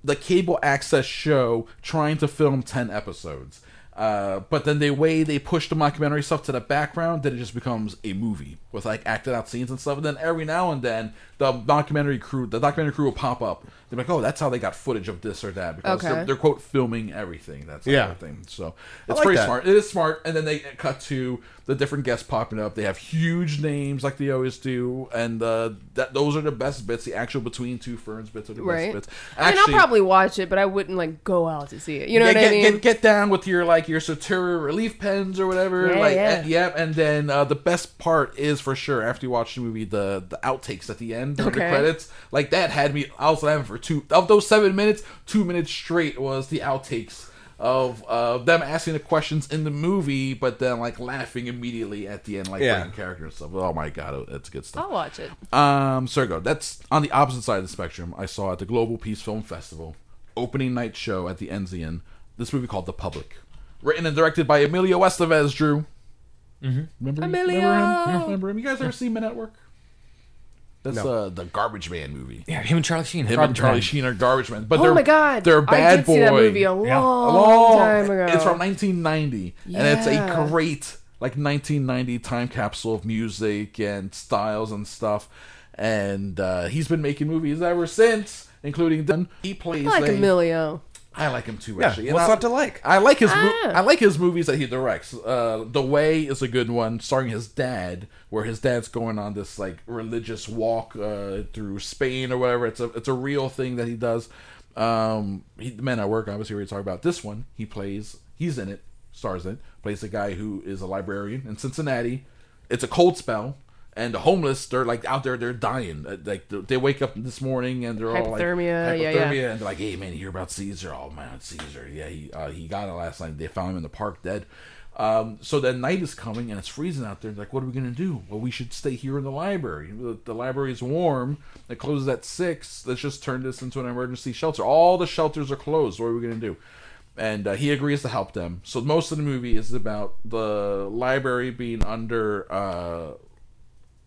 D: the cable access show trying to film ten episodes. Uh, but then the way they push the mockumentary stuff to the background, then it just becomes a movie with like acted out scenes and stuff. And then every now and then, the documentary crew, the documentary crew will pop up. They're like, "Oh, that's how they got footage of this or that," because
F: Okay.
D: they're, they're quote filming everything. That's
G: Yeah.
D: yeah. thing. So it's
G: like
D: pretty
G: that.
D: smart. It is smart. And then they cut to the different guests popping up. They have huge names like they always do, and uh, that those are the best bits. The actual between two ferns bits are the
F: Right.
D: best bits.
F: I mean, I'll probably watch it, but I wouldn't like go out to see it. You know
D: yeah,
F: what
D: get,
F: I mean?
D: get, get down with your like your Soteria relief pens or whatever.
F: Yeah,
D: like,
F: yeah.
D: And, yep. And then uh, the best part is for sure after you watch the movie, the the outtakes at the end, during the
F: Okay.
D: credits, like that had me. I was laughing for two of those seven minutes. Two minutes straight was the outtakes of uh, them asking the questions in the movie, but then like laughing immediately at the end, like
G: Yeah.
D: breaking character and stuff. Oh my god, it- it's good stuff.
F: I'll watch it.
D: Um, Sergo, that's on the opposite side of the spectrum. I saw at the Global Peace Film Festival opening night show at the Enzian this movie called The Public, written and directed by Emilio Estevez. Drew, mm-hmm. remember
F: Emilio!
D: Remember him? Remember him? You guys ever seen Men at Work? That's uh, the Garbage Man movie.
E: Yeah, him and Charlie Sheen.
D: Him and Charlie Sheen are garbage men, but
F: Oh
D: they're
F: my god,
D: they're
F: I
D: bad
F: did
D: boy.
F: see that movie a long,
E: Yeah.
F: time ago.
D: Oh, It's from 1990, and it's
F: Yeah.
D: a great like 1990 time capsule of music and styles and stuff. And uh, he's been making movies ever since, including then he plays.
F: I like
D: a,
F: Emilio.
D: I like him too.
G: Yeah,
D: Actually,
G: what's
D: And I-
G: not to like?
D: I like his. mo-
F: Ah.
D: I like his movies that he directs. Uh, the Way is a good one, starring his dad, where his dad's going on this like religious walk uh, through Spain or whatever. It's a it's a real thing that he does. Um, he, the man at work, obviously, we talk about this one. He plays. He's in it. Stars in it. Plays a guy who is a librarian in Cincinnati. It's a cold spell. And the homeless, they're like out there, they're dying. Uh, Like they wake up this morning and they're all like
F: Hypothermia, yeah, yeah.
D: yeah, and they're like, "Hey, man, you hear about Caesar? Oh man, Caesar! Yeah, he uh, he got it last night. They found him in the park dead." Um, so then night is coming and it's freezing out there. Like, what are we gonna do? Well, we should stay here in the library. The, the library is warm. It closes at six. Let's just turn this into an emergency shelter. All the shelters are closed. What are we gonna do? And uh, he agrees to help them. So most of the movie is about the library being under uh,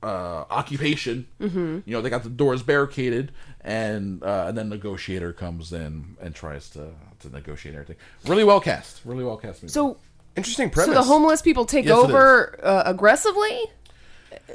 D: uh, occupation. You know, they got the doors barricaded, and uh, and then negotiator comes in and tries to to negotiate everything. Really well cast. Really well cast movie.
F: So,
G: Interesting
F: so
G: premise.
F: the homeless people take
D: Yes, it Uh,
F: over uh, aggressively.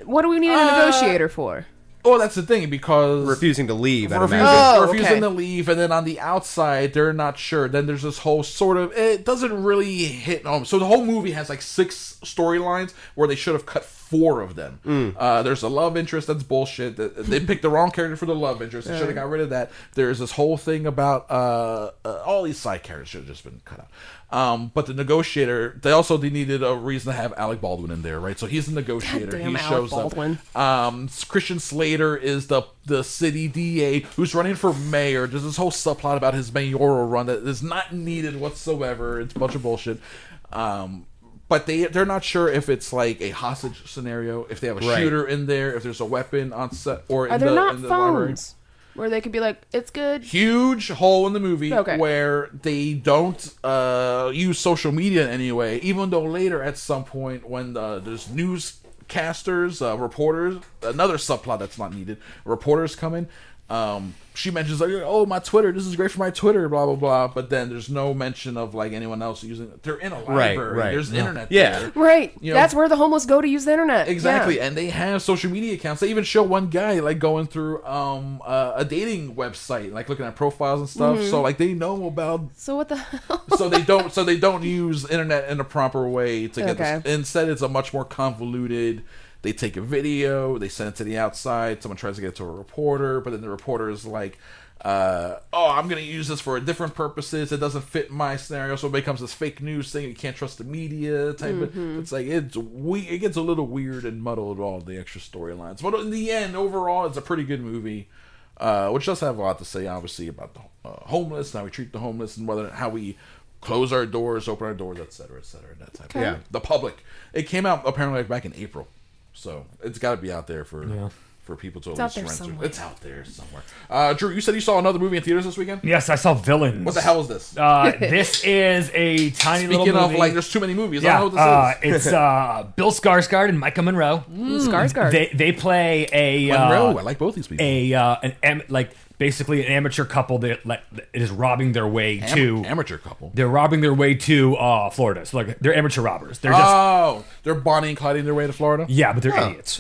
F: What do we need a negotiator for?
D: Well, Oh, that's the thing because
G: refusing to leave. I'd
D: refusing,
G: imagine.
F: Oh,
D: refusing
F: okay.
D: to leave, and then on the outside they're not sure. Then there's this whole sort of it doesn't really hit home. So the whole movie has like six storylines where they should have cut four of them. Uh, there's a love interest that's bullshit. Th- They picked the wrong character for the love interest. They should have got rid of that. There's this whole thing about uh, uh, all these side characters should have just been cut out. Um, but the negotiator, they also they needed a reason to have Alec Baldwin in there, right? So he's the negotiator.
F: damn
D: he
F: Alec
D: shows
F: Baldwin.
D: up. Um, Christian Slater is the the city DA who's running for mayor. There's this whole subplot about his mayoral run that is not needed whatsoever. It's a bunch of bullshit. Um, but they they're not sure if it's like a hostage scenario, if they have a
G: Right.
D: shooter in there, if there's a weapon on set or in
F: Are there
D: the,
F: not
D: in the library.
F: phones where they could be like, it's good?
D: Huge hole in the movie
F: Okay.
D: where they don't uh, use social media in any way. Even though later, at some point, when uh, there's newscasters, uh, reporters, another subplot that's not needed, reporters come in. Um, she mentions like, "Oh, my Twitter. This is great for my Twitter." Blah blah blah. But then there's no mention of like anyone else using. it. They're in a library.
G: right.
D: There's
G: No.
D: internet.
G: Yeah.
D: there.
F: Right.
D: You know-
F: That's where the homeless go to use the internet.
D: Exactly,
F: Yeah.
D: and they have social media accounts. They even show one guy like going through um uh, a dating website, like looking at profiles and stuff. So like they know about.
F: So what the hell? <laughs>
D: So they don't. So they don't use internet in a proper way to get.
F: Okay.
D: This. Instead, it's a much more convoluted. They take a video, they send it to the outside. Someone tries to get it to a reporter, but then the reporter is like. Uh, oh, I'm gonna use this for different purposes. It doesn't fit my scenario, so it becomes this fake news thing. You can't trust the media type. Of, it's like it's we. It gets a little weird and muddled with all the extra storylines. But in the end, overall, it's a pretty good movie, uh, which does have a lot to say, obviously, about the uh, homeless and how we treat the homeless and whether how we close our doors, open our doors, etc., etc. That type.
F: Okay.
D: Of thing. The public. It came out apparently like back in April, so it's got to be out there for for people to at
F: out
D: least
F: there
D: rent
F: somewhere.
D: to. It's out there somewhere. Uh, Drew, you said you saw another movie in theaters this weekend.
E: Yes, I saw Villains.
D: What the hell is this?
E: Uh, this is a tiny little
D: Speaking of
E: movie.
D: like, there's too many movies. I
E: yeah,
D: don't know
E: uh,
D: what this is.
E: it's uh, Bill Skarsgård and Micah Monroe.
F: Mm. Skarsgård.
E: They they play a uh,
D: Monroe. I like both these people.
E: a uh, an am- like basically an amateur couple that like is robbing their way
D: Am-
E: to
D: amateur couple.
E: they're robbing their way to uh, Florida. So like they're amateur robbers. They're just
D: Oh, they're Bonnie and Clyde their way to Florida.
E: yeah, but they're idiots.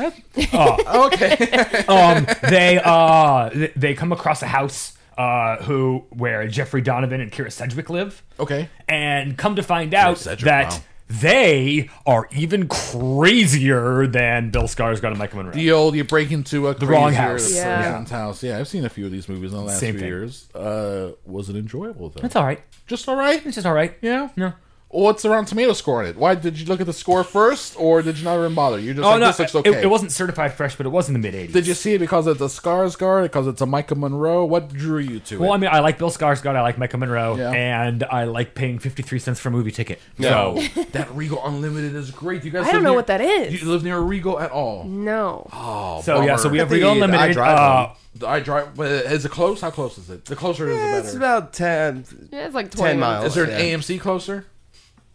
D: Okay.
E: um, they uh, th- they come across a house uh, who where Jeffrey Donovan and Kira Sedgwick live.
D: Okay.
E: and come to find out
D: Sedgwick,
E: that
D: wow.
E: they are even crazier than Bill Skarsgård and Michael Monroe.
D: the old you break into a the
E: wrong house.
F: Yeah.
D: house. Yeah, I've seen a few of these movies in the last
E: Same
D: few
E: thing.
D: years. Uh, was it enjoyable though?
E: It's all right.
D: Just all right.
E: It's just all right.
D: Yeah.
E: No.
D: What's the Rotten Tomato score on it? Why did you look at the score first, or did you not even bother? You just
E: Oh
D: like,
E: no,
D: this looks okay.
E: it, it wasn't certified fresh, but it was in the mid '80s.
D: Did you see it because it's a Skarsgård? Because it's a Micah Monroe? What drew you to
E: Well, I
D: it?
E: mean, I like Bill Skarsgård, I like Michael Monroe,
D: Yeah.
E: and I like paying fifty-three cents for a movie ticket.
G: No.
E: So,
D: <laughs> that Regal Unlimited is great. You guys,
F: I don't
D: live
F: know
D: near-
F: what that is. Mm.
D: Do You live near a Regal at all?
F: no.
D: <gasps>
E: so yeah, so we have
G: Indeed,
E: Regal
G: I
E: Unlimited.
G: drive
E: uh,
G: one.
D: Oh, I drive. uh, Is it close? How close is it? The closer it
F: Oh,
D: is, the
G: It's
D: better.
G: about ten,
F: Yeah, it's like 20
G: 10
F: minutes.
G: miles.
D: Is there an
G: yeah.
D: AMC closer?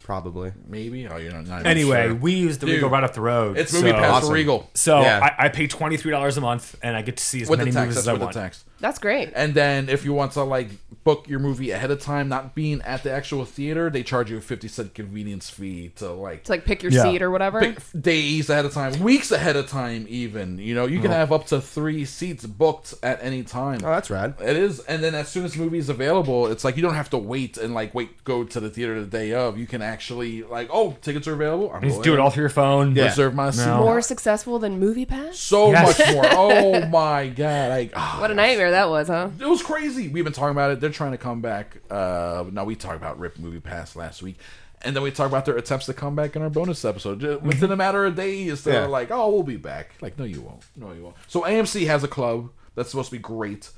G: Probably.
D: Maybe. Oh, you're not. not even
E: anyway,
D: sure.
E: we use the
D: Dude,
E: Regal right off the road.
D: it's movie
E: so,
D: pass
G: awesome.
D: for Regal
E: So
G: Yeah.
E: I, I pay twenty-three dollars a month, and I get to see as
D: with the
E: many
D: tax.
E: movies
D: That's
E: as I
D: with the
E: want.
D: tax.
F: That's great.
D: And then if you want to like book your movie ahead of time, not being at the actual theater, they charge you a fifty cent convenience fee to like
F: It's like pick your
E: Yeah.
F: seat or whatever.
D: pick days ahead of time, weeks ahead of time, even. You know, you
E: Uh-huh.
D: can have up to three seats booked at any time.
G: Oh, that's rad.
D: It is, and then as soon as the movie is available, it's like you don't have to wait and like wait go to the theater the day of. You can actually like, oh, tickets are available. I'm
E: You
D: going
E: just do it all through your phone.
G: Yeah.
D: Reserve my seat.
E: No.
F: More successful than Movie Pass?
D: So
E: Yes.
D: much
E: <laughs>
D: more. Oh my god! Like, ah,
F: What a nightmare that was, huh?
D: it was crazy. We've been talking about it. They're trying to come back. Uh, now we talked about Rip Movie Pass last week, and then we talked about their attempts to come back in our bonus episode. Ju- Within a matter of days, they're
G: Mm-hmm. Yeah.
D: like, "Oh, we'll be back." Like, no, you won't. No, you won't. So AMC has a club that's supposed to be great,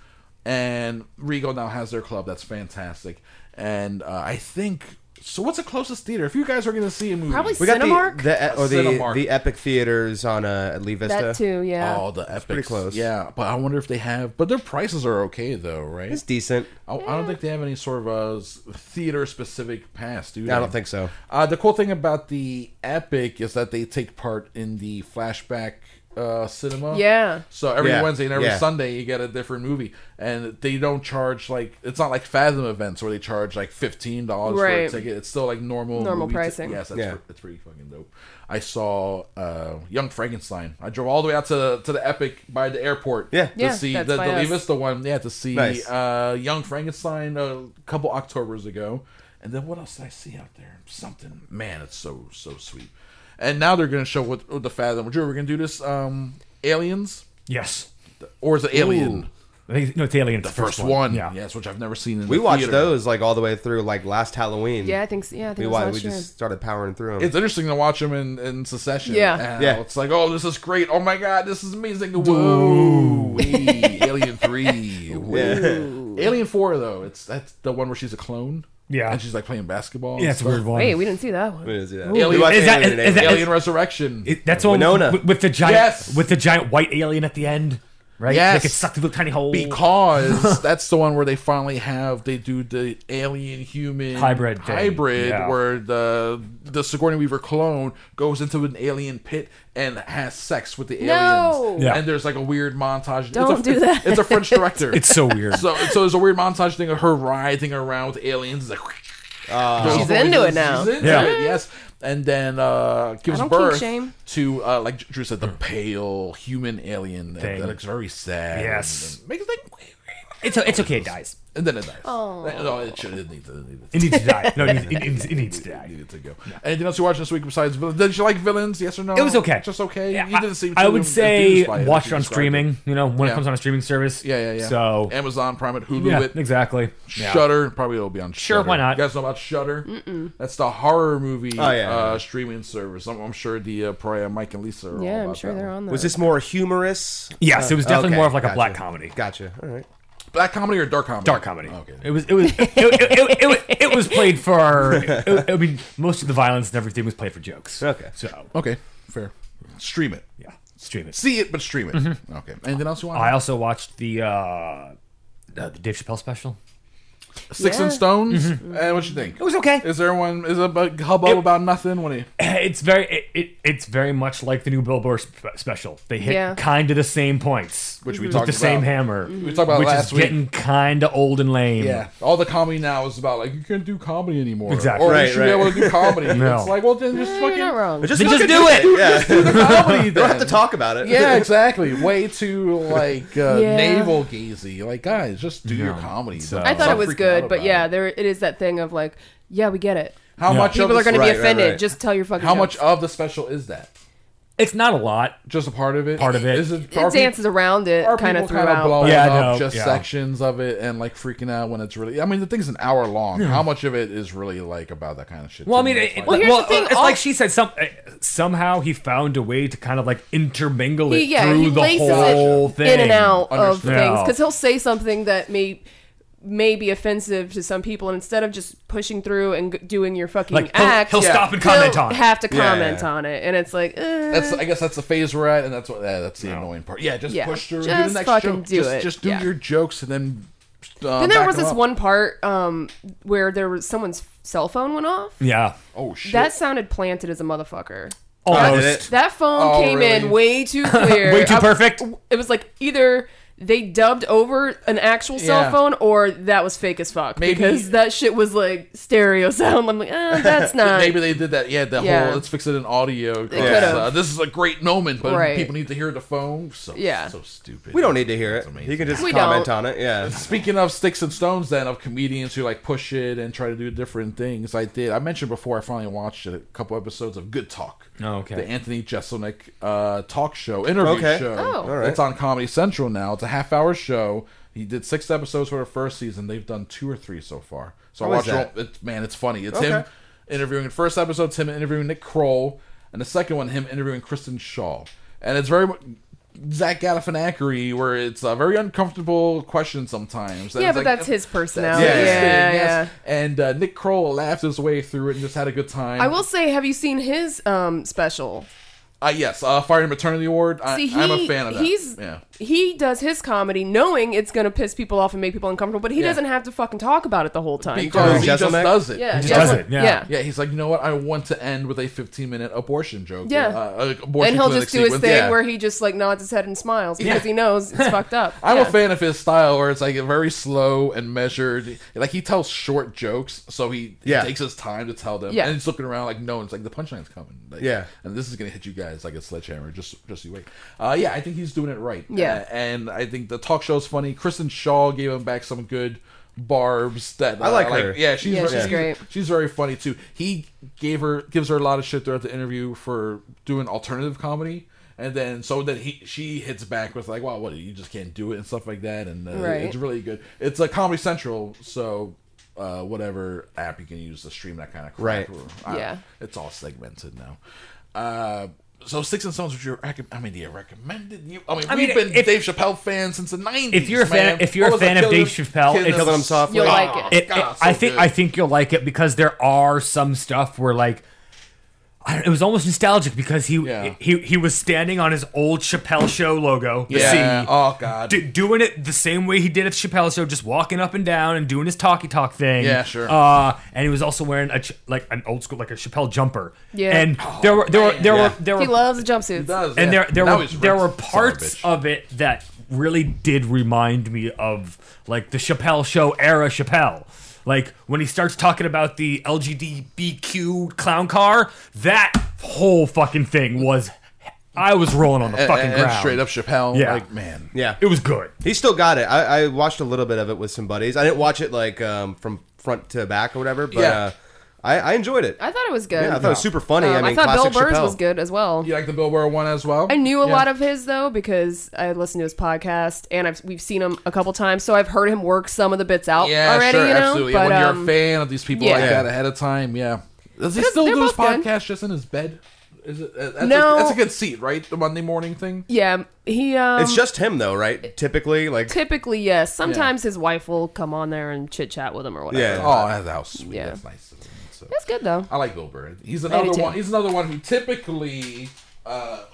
D: and Regal now has their club that's fantastic. And uh, I think so. What's the closest theater if you guys are going to see a movie?
F: Probably
G: We got
F: Cinemark?
G: the, the or the
D: Cinemark.
G: the Epic Theaters on uh, at Lee Vista.
F: that too, yeah.
D: Oh, the epics.
G: pretty close.
D: Yeah, but I wonder if they have. But their prices are okay though, right?
G: It's decent.
D: I, I don't think they have any sort of uh, theater specific pass, do they?
G: I don't think so.
D: Uh, the cool thing about the Epic is that they take part in the flashback uh, cinema.
F: Yeah.
D: So every
G: Yeah.
D: Wednesday and every
G: Yeah.
D: Sunday you get a different movie, and they don't charge like it's not like Fathom events where they charge like fifteen dollars
F: Right.
D: for a ticket. It's still like normal
F: Normal
D: movie ti-
F: pricing.
D: yes, that's
G: Yeah.
D: pre- that's pretty fucking dope. I saw uh, Young Frankenstein. I drove all the way out to to the Epic by the airport.
G: Yeah.
D: to
F: Yeah,
D: see
F: that's
D: the, the
F: by
D: La
F: us.
D: Vista one. Yeah, to see
G: Nice.
D: uh, Young Frankenstein a couple Octobers ago, and then what else did I see out there? Something, man, it's so so sweet. And now they're gonna show what, what the Fathom. Drew, we're gonna do this. Um, aliens
E: Yes.
D: or is it Alien?
E: I think, no, it's Alien. The,
D: First one,
E: Yeah.
D: yes, which I've never seen. in
G: We
D: the
G: watched
D: theater.
G: those like all the way through like last Halloween.
F: Yeah, I think. so- Yeah, I think
G: we
F: it was
G: wa-
F: last
G: we
F: year.
G: just started powering through them.
D: It's interesting to watch them in, in succession.
F: Yeah.
D: And
G: Yeah.
D: It's like, oh, this is great. Oh my god, this is amazing. Whoa, hey, Alien Three. Whoa. Alien Four though, it's that's the one where she's a clone.
E: Yeah.
D: and she's like playing basketball.
E: Yeah,
D: and
E: it's a
D: stuff.
E: weird one.
F: Wait, we didn't see that one.
G: What is it?
D: Alien-
G: We watched
E: Is that-
G: Alien
E: is
G: and
E: that-
G: Alien.
D: Alien Resurrection.
E: It- that's all
G: Winona.
E: with, with the giant
D: Yes.
E: with the giant white alien at the end, right?
D: Yes.
E: They could suck through the tiny hole. <laughs>
D: because that's the one where they finally have they do the alien human
E: Hybrid thing,
D: hybrid
E: yeah.
D: where the the Sigourney Weaver clone goes into an alien pit and has sex with the
F: No!
D: aliens.
E: Yeah.
D: And there's like a weird montage.
F: Don't
D: it's a,
F: do that.
D: It's a
F: <laughs>
D: French director.
E: it's so weird.
D: <laughs> so so there's a weird montage thing of her writhing around with aliens. It's like, Those
F: She's into
D: noises.
F: it now.
D: She's into
E: Ah. Yeah.
D: it, yes. And then uh, gives
F: don't kink
D: birth
F: shame.
D: to, uh, like Drew said, the pale human alien that,
E: Thing.
D: that looks very sad.
E: Yes.
D: And makes like,
E: it's it's okay. It dies.
D: and then it dies. No, it should. It needs, it needs,
E: It needs to die. No, it needs, it, needs, it needs to
D: it
E: die.
D: needed to go. Anything else you watched this week besides villains? Did you like villains? Yes or no?
E: It was okay.
D: Just okay.
E: Yeah,
D: you didn't seem.
E: I, I
D: too
E: would
D: enthused
E: say
D: by it,
E: watch
D: as
E: it
D: you
E: on
D: described it.
E: streaming. You know, when
D: Yeah.
E: it comes on a streaming service.
D: Yeah, yeah, yeah.
E: So
D: Amazon Prime it, Hulu
E: yeah,
D: it,
E: exactly. Yeah.
D: Shutter probably will be on.
E: Sure,
D: Shudder.
E: why not?
D: You guys know about Shutter? Mm-mm. That's the horror movie
G: Oh, yeah,
D: uh,
G: yeah.
D: streaming service. I'm, I'm sure the uh, probably uh, Mike and Lisa. Are all
F: Yeah, I'm
D: about
F: sure
D: that
F: they're
D: one.
F: on that.
G: Was this more humorous?
E: Yes, it was
G: Uh,
E: definitely
G: okay,
E: more of like a black
G: gotcha.
E: comedy.
G: Gotcha. All right.
D: Black comedy or dark comedy?
E: Dark comedy.
D: Okay.
E: It was. It was. It, it, it, it, it, was played for. It, I mean, most of the violence and everything was played for jokes.
G: Okay.
E: So
D: Okay. Fair. Stream it.
E: yeah, Mm-hmm. stream it.
D: See it, but stream it. Okay. Anything else you want?
E: I also watched the uh, uh, the Dave Chappelle special.
D: Six
F: Yeah. Mm-hmm.
D: and Stones. Uh, what you think?
E: It was okay.
D: Is there one? Is there a bu- hubbub
E: It-
D: about nothing? What do you?
E: It's very it, it it's very much like the new Billboard sp- special. They hit
F: Yeah.
E: kind of the same points,
D: Which we
E: with
D: talked
E: the same
D: about.
E: hammer,
D: We talked about
E: which
D: last
E: is
D: week.
E: getting kind of old and lame.
D: Yeah, all the comedy now is about like you can't do comedy anymore.
E: Exactly.
D: Or
G: Right,
D: you should
G: right.
D: be able to do comedy.
E: <laughs> No.
D: It's like, well, then just
F: You're
D: fucking
F: not wrong.
E: Then just do it.
G: Yeah. <laughs>
D: do the comedy.
G: Don't have to
D: then.
G: talk about it. <laughs>
E: <laughs>
D: Yeah, exactly. Way too like uh,
F: Yeah.
D: navel gazy. Like, guys, just do your comedy.
E: So-
D: Don't
F: I thought
D: stop
F: it was
D: freaking
F: good,
D: out
F: but
D: about
F: yeah,
D: it.
F: there it is that thing of like, yeah, we get it.
D: how much
F: People
D: of the,
F: are going to be
G: right, right,
F: offended.
G: right.
F: Just tell your fucking.
D: how much
F: jokes.
D: of the special is that?
E: It's not a lot.
D: Just a part of it.
E: Part of it.
D: Is it,
F: it dances around it,
D: Are
F: kind of
D: people kind of
F: throughout.
D: blowing
E: Yeah, I
D: up
E: know,
D: just
E: yeah.
D: sections of it and like freaking out when it's really? I mean, the thing's an hour long. How much of it is really like about that kind of shit?
E: Well, I
D: too?
E: mean,
D: It's
E: it,
D: like-
E: well,
F: here's the
E: well,
F: thing,
E: it's
F: all-
E: like she said. Some uh, somehow he found a way to kind of like intermingle it
F: He, yeah,
E: through
F: he
E: the
F: laces
E: whole
F: it
E: thing
F: in and out of
E: Understand.
F: things
E: Yeah.
F: because he'll say something that may may be offensive to some people, and instead of just pushing through and g- doing your fucking
E: Like, he'll-
F: act,
E: he'll
F: yeah,
E: stop and comment
F: he'll
E: on it.
F: Have to
G: yeah,
F: comment
G: yeah.
F: on it, and it's like, eh.
D: That's I guess that's the phase we're at, and that's what yeah, that's the annoying part. Yeah, just
F: Yeah.
D: push through, do the
F: Just
D: next
F: fucking
D: joke.
F: do
D: just,
F: it.
D: just do
F: Yeah.
D: your jokes, and then. Uh,
F: Then there
D: back
F: was
D: them
F: this
D: up.
F: one part um, where there was someone's cell phone went off.
E: Yeah,
D: Oh shit!
F: That sounded planted as a motherfucker.
E: almost.
F: That phone
D: Oh,
F: came
D: really?
F: in
D: <laughs>
F: way too clear.
E: Way too
F: I-
E: perfect.
F: It was like either they dubbed over an actual cell
D: Yeah.
F: phone or that was fake as fuck
D: Maybe-
F: because that shit was like stereo <laughs> sound. I'm like, eh, that's not.
D: <laughs> Maybe they did that. Yeah, the
F: Yeah.
D: whole let's fix it in audio. because,
F: could've.
D: uh, this is a great moment, but
F: Right.
D: people need to hear the phone. So
F: Yeah.
D: so stupid.
G: We don't need to hear
D: That's
G: it.
D: amazing.
G: You can just
F: We
G: comment
F: don't.
G: on it. Yeah.
D: Speaking of sticks and stones, then of comedians who like push it and try to do different things, I did. I mentioned before I finally watched a couple episodes of Good Talk.
E: Oh, okay.
D: The Anthony Jeselnik uh, talk show interview
G: Okay.
D: show.
F: Oh. All
G: right.
D: It's on Comedy Central now. It's a half hour show. He did six episodes for the first season. They've done two or three so far. So I
G: How is
D: watched. all-
G: that?
D: It's, man, it's funny. It's
G: Okay.
D: him interviewing. The first episode, it's him interviewing Nick Kroll, and the second one, him interviewing Kristen Shaw. And it's very. mu- Zach Galifianakis, where it's a very uncomfortable question sometimes. And
F: yeah,
D: it's
F: but
D: like- <laughs>
F: that's his personality.
G: his
F: yeah,
D: thing,
F: yeah.
D: yes. And uh, Nick Kroll laughed his way through it and just had a good time.
F: I will say, have you seen his um, special?
D: Uh, yes, uh, Fire and Maternity Award. I,
F: See, he,
D: I'm a fan of that.
F: He's
D: yeah.
F: he does his comedy knowing it's gonna piss people off and make people uncomfortable, but he
D: Yeah.
F: doesn't have to fucking talk about it the whole time.
D: Because he
G: Jezelnik?
D: just does it.
F: yeah,
E: just
F: yeah,
E: does it, yeah.
D: Yeah, he's like, you know what? I want to end with a 15 minute abortion joke.
F: Yeah.
D: Uh,
F: And
D: abortion
F: he'll
D: clinic
F: just do his
D: sequence.
F: thing
D: Yeah.
F: where he just like nods his head and smiles because
E: Yeah.
F: he knows it's fucked up.
D: I'm
F: Yeah.
D: a fan of his style where it's like very slow and measured. Like he tells short jokes, so he
G: Yeah.
D: takes his time to tell them.
F: Yeah.
D: And he's looking around like, no, it's like the punchline's coming. Like,
G: Yeah.
D: And this is gonna hit you guys like a sledgehammer. Just just you wait. Uh, yeah, I think he's doing it right.
F: Yeah.
D: Uh, and I think the talk show's funny. Kristen Shaw gave him back some good barbs that uh,
G: I like her.
D: Yeah, she's,
F: Yeah,
D: very-
F: she's great.
D: She's very funny too. He gave her gives her a lot of shit throughout the interview for doing alternative comedy, and then so then he she hits back with like, "Wow, what you just can't do it" and stuff like that. And uh,
F: Right.
D: it's really good. It's like Comedy Central, so uh, whatever app you can use to stream that kind of crap.
G: Right.
D: I-
F: Yeah.
D: it's all segmented now. Uh, so sticks and stones, would you recommend? I mean, do you recommend it? You, I mean,
E: I
D: we've
E: mean,
D: been
E: if-
D: Dave Chappelle fans since the '90s.
E: If you're a fan-
D: man.
E: if you're a
D: What was
E: fan
D: it,
E: of Dave
D: Killing-
E: Chappelle,
D: Killing
E: it's-
G: Killing Him Softly.
F: You'll
D: Oh,
F: like
E: It-
D: God, so
E: it- I think
D: good.
E: I think you'll like it because there are some stuff where like I don't, it was almost nostalgic because he
D: Yeah.
E: he he was standing on his old Chappelle show logo. the
D: Yeah.
E: C,
D: Oh God.
E: d- doing it the same way he did at Chappelle show, just walking up and down and doing his talkie talk thing.
D: Yeah, sure.
E: Uh, and he was also wearing a ch- like an old school like a Chappelle jumper.
F: Yeah.
E: And there were there were there
G: Yeah.
E: were there
F: He
E: were
F: loves jumpsuits.
D: does,
E: and
D: Oh, yeah.
E: there there
D: Now
E: were
D: he's
E: there were
D: ripped, son of a
E: parts
D: bitch.
E: of it that really did remind me of like the Chappelle Show era Chappelle. Like when he starts talking about the LGBTQ clown car, that whole fucking thing was I was rolling on the
D: And-
E: fucking
D: and
E: ground.
D: straight up Chappelle.
E: Yeah.
D: Like man.
G: Yeah.
E: It was good.
G: He still got it. I, I watched a little bit of it with some buddies. I didn't watch it like um, from front to back or whatever, but
D: Yeah.
G: uh, I, I enjoyed it.
F: I thought it was good.
G: yeah, I thought it was super funny. I
F: Um,
G: mean,
F: I thought Bill
G: classic
F: Burrs
G: Chappelle.
F: was good as well.
D: You like the Bill Burr one as well?
F: I knew a lot of his though because I listened to his podcast and I've we've seen him a couple times, so I've heard him work some of the bits out
D: Yeah,
F: already.
D: sure,
F: you know,
D: absolutely.
F: but
D: and when
F: um,
D: you're a fan of these people like
F: yeah.
D: that ahead of time, yeah. Does he
F: They're-
D: still
F: they're
D: do his
F: both good.
D: podcast just in his bed? Is it? uh, That's
F: No.
D: A, that's a good seat, right? The Monday morning thing.
F: yeah, he um,
G: it's just him though, right? Typically, like
F: typically yes. Sometimes his wife will come on there and chit chat with him or whatever.
G: Yeah.
D: Oh, that's how sweet.
F: Yeah.
D: That's nice. of him, so.
F: that's good though.
D: I like Bill Burr. He's
F: do
D: another
F: too.
D: one. He's another one who typically. Uh,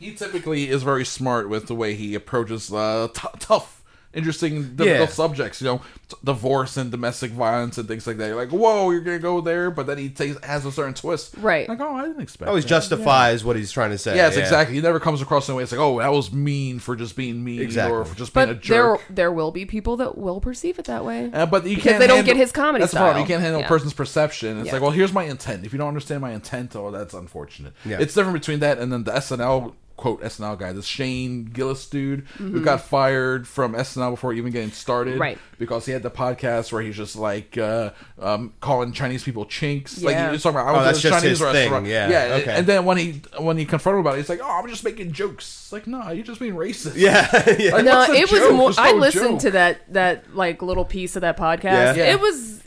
D: he typically is very smart with the way he approaches uh, t- tough, interesting, difficult
G: Yeah.
D: subjects. You know, t- divorce and domestic violence and things like that. You're like, whoa, you're gonna go there, but then he takes has a certain twist.
F: Right.
D: Like, oh, I didn't expect.
G: always
D: that.
G: justifies what he's trying to say.
D: Yes,
G: yeah.
D: exactly. He never comes across in a way it's like, oh, that was mean for just being mean
G: Exactly.
D: or for just being a
F: But there
D: jerk.
F: there will be people that will perceive it that way.
D: Uh, but you
F: Because
D: can't
F: they don't
D: handle-
F: get his comedy
D: That's the problem.
F: style.
D: You can't handle
F: Yeah.
D: a person's perception. It's
F: Yeah.
D: like, well, here's my intent. If you don't understand my intent, oh, that's unfortunate.
G: Yeah.
D: It's different between that and then the SNL quote SNL guy, this Shane Gillis dude who got fired from SNL before even getting started,
F: Mm-hmm. Right.
D: Because he had the podcast where he's just like uh, um, calling Chinese people chinks. Like
F: Yeah.
D: he was talking about, I
G: Oh,
D: was
G: that's
D: at a
G: just his
D: Chinese
G: thing.
D: restaurant.
G: Yeah, okay.
D: And then when he when he confronted him about it, he's like, oh, I'm just making jokes. It's like, no, you're just being racist.
G: Yeah, <laughs> yeah.
D: Like,
F: No,
D: what's the
F: it was
D: joke?
F: more.
D: There's
F: I
D: no
F: listened
D: joke.
F: to that that like little piece of that podcast.
G: Yeah.
D: Yeah.
F: It was.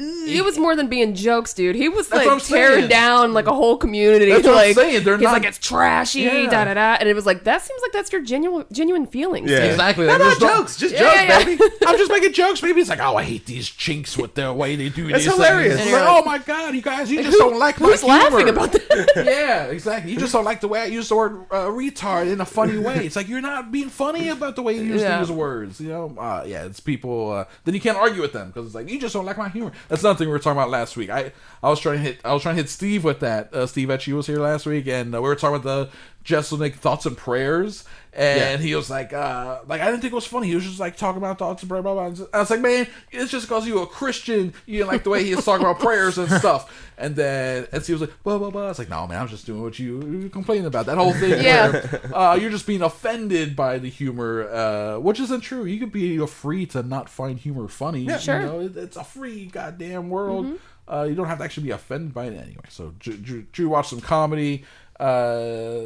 F: It was more than being jokes, dude. He was
D: That's
F: like
D: what I'm saying.
F: tearing down like a whole community.
D: That's what I'm
F: like,
D: saying. They're
F: he's
D: not-
F: like it's trashy,
D: Yeah.
F: da da da, and it was like that seems like that's your genuine genuine feelings.
G: Yeah.
F: dude.
D: Exactly.
G: No,
D: Like,
G: no,
D: there's no-
G: jokes, just
F: Yeah,
G: jokes,
F: yeah, yeah.
G: baby.
D: I'm just making jokes, maybe. It's like, oh, I hate these chinks with their way they
F: <laughs>
D: do
G: That's
D: these
G: hilarious. And
D: things. It's
F: you're
D: like,
F: like,
D: oh my god, you guys, you just don't like my
F: Who's laughing
D: humor. <laughs>
F: about that? <laughs>
D: yeah, exactly. You just don't like the way I use the word uh, retard in a funny way. It's like you're not being funny about the way you use
F: Yeah.
D: these words. You know, uh, yeah, it's people. Uh, then you can't argue with them because it's like you just don't like my humor. That's another thing we were talking about last week. I I was trying to hit I was trying to hit Steve with that. Uh, Steve Etchy was here last week, and uh, we were talking about the Jeselnik thoughts and prayers. And he was like, uh, like I didn't think it was funny. He was just like talking about thoughts and prayer, blah blah. blah. I was like, man, it's just because you a Christian, you didn't like the way he was talking about prayers and stuff. And then and she was like, blah blah blah. I was like, no man, I was just doing what you you complaining about. That whole thing.
F: Yeah.
D: where, <laughs> uh, you're just being offended by the humor, uh, which isn't true. You could be you're free to not find humor funny. Yeah,
F: Sure. Mm-hmm.
D: You know, it- it's a free goddamn world. Uh, you don't have to actually be offended by it anyway. So, Drew, Drew, Drew watched some comedy. Uh,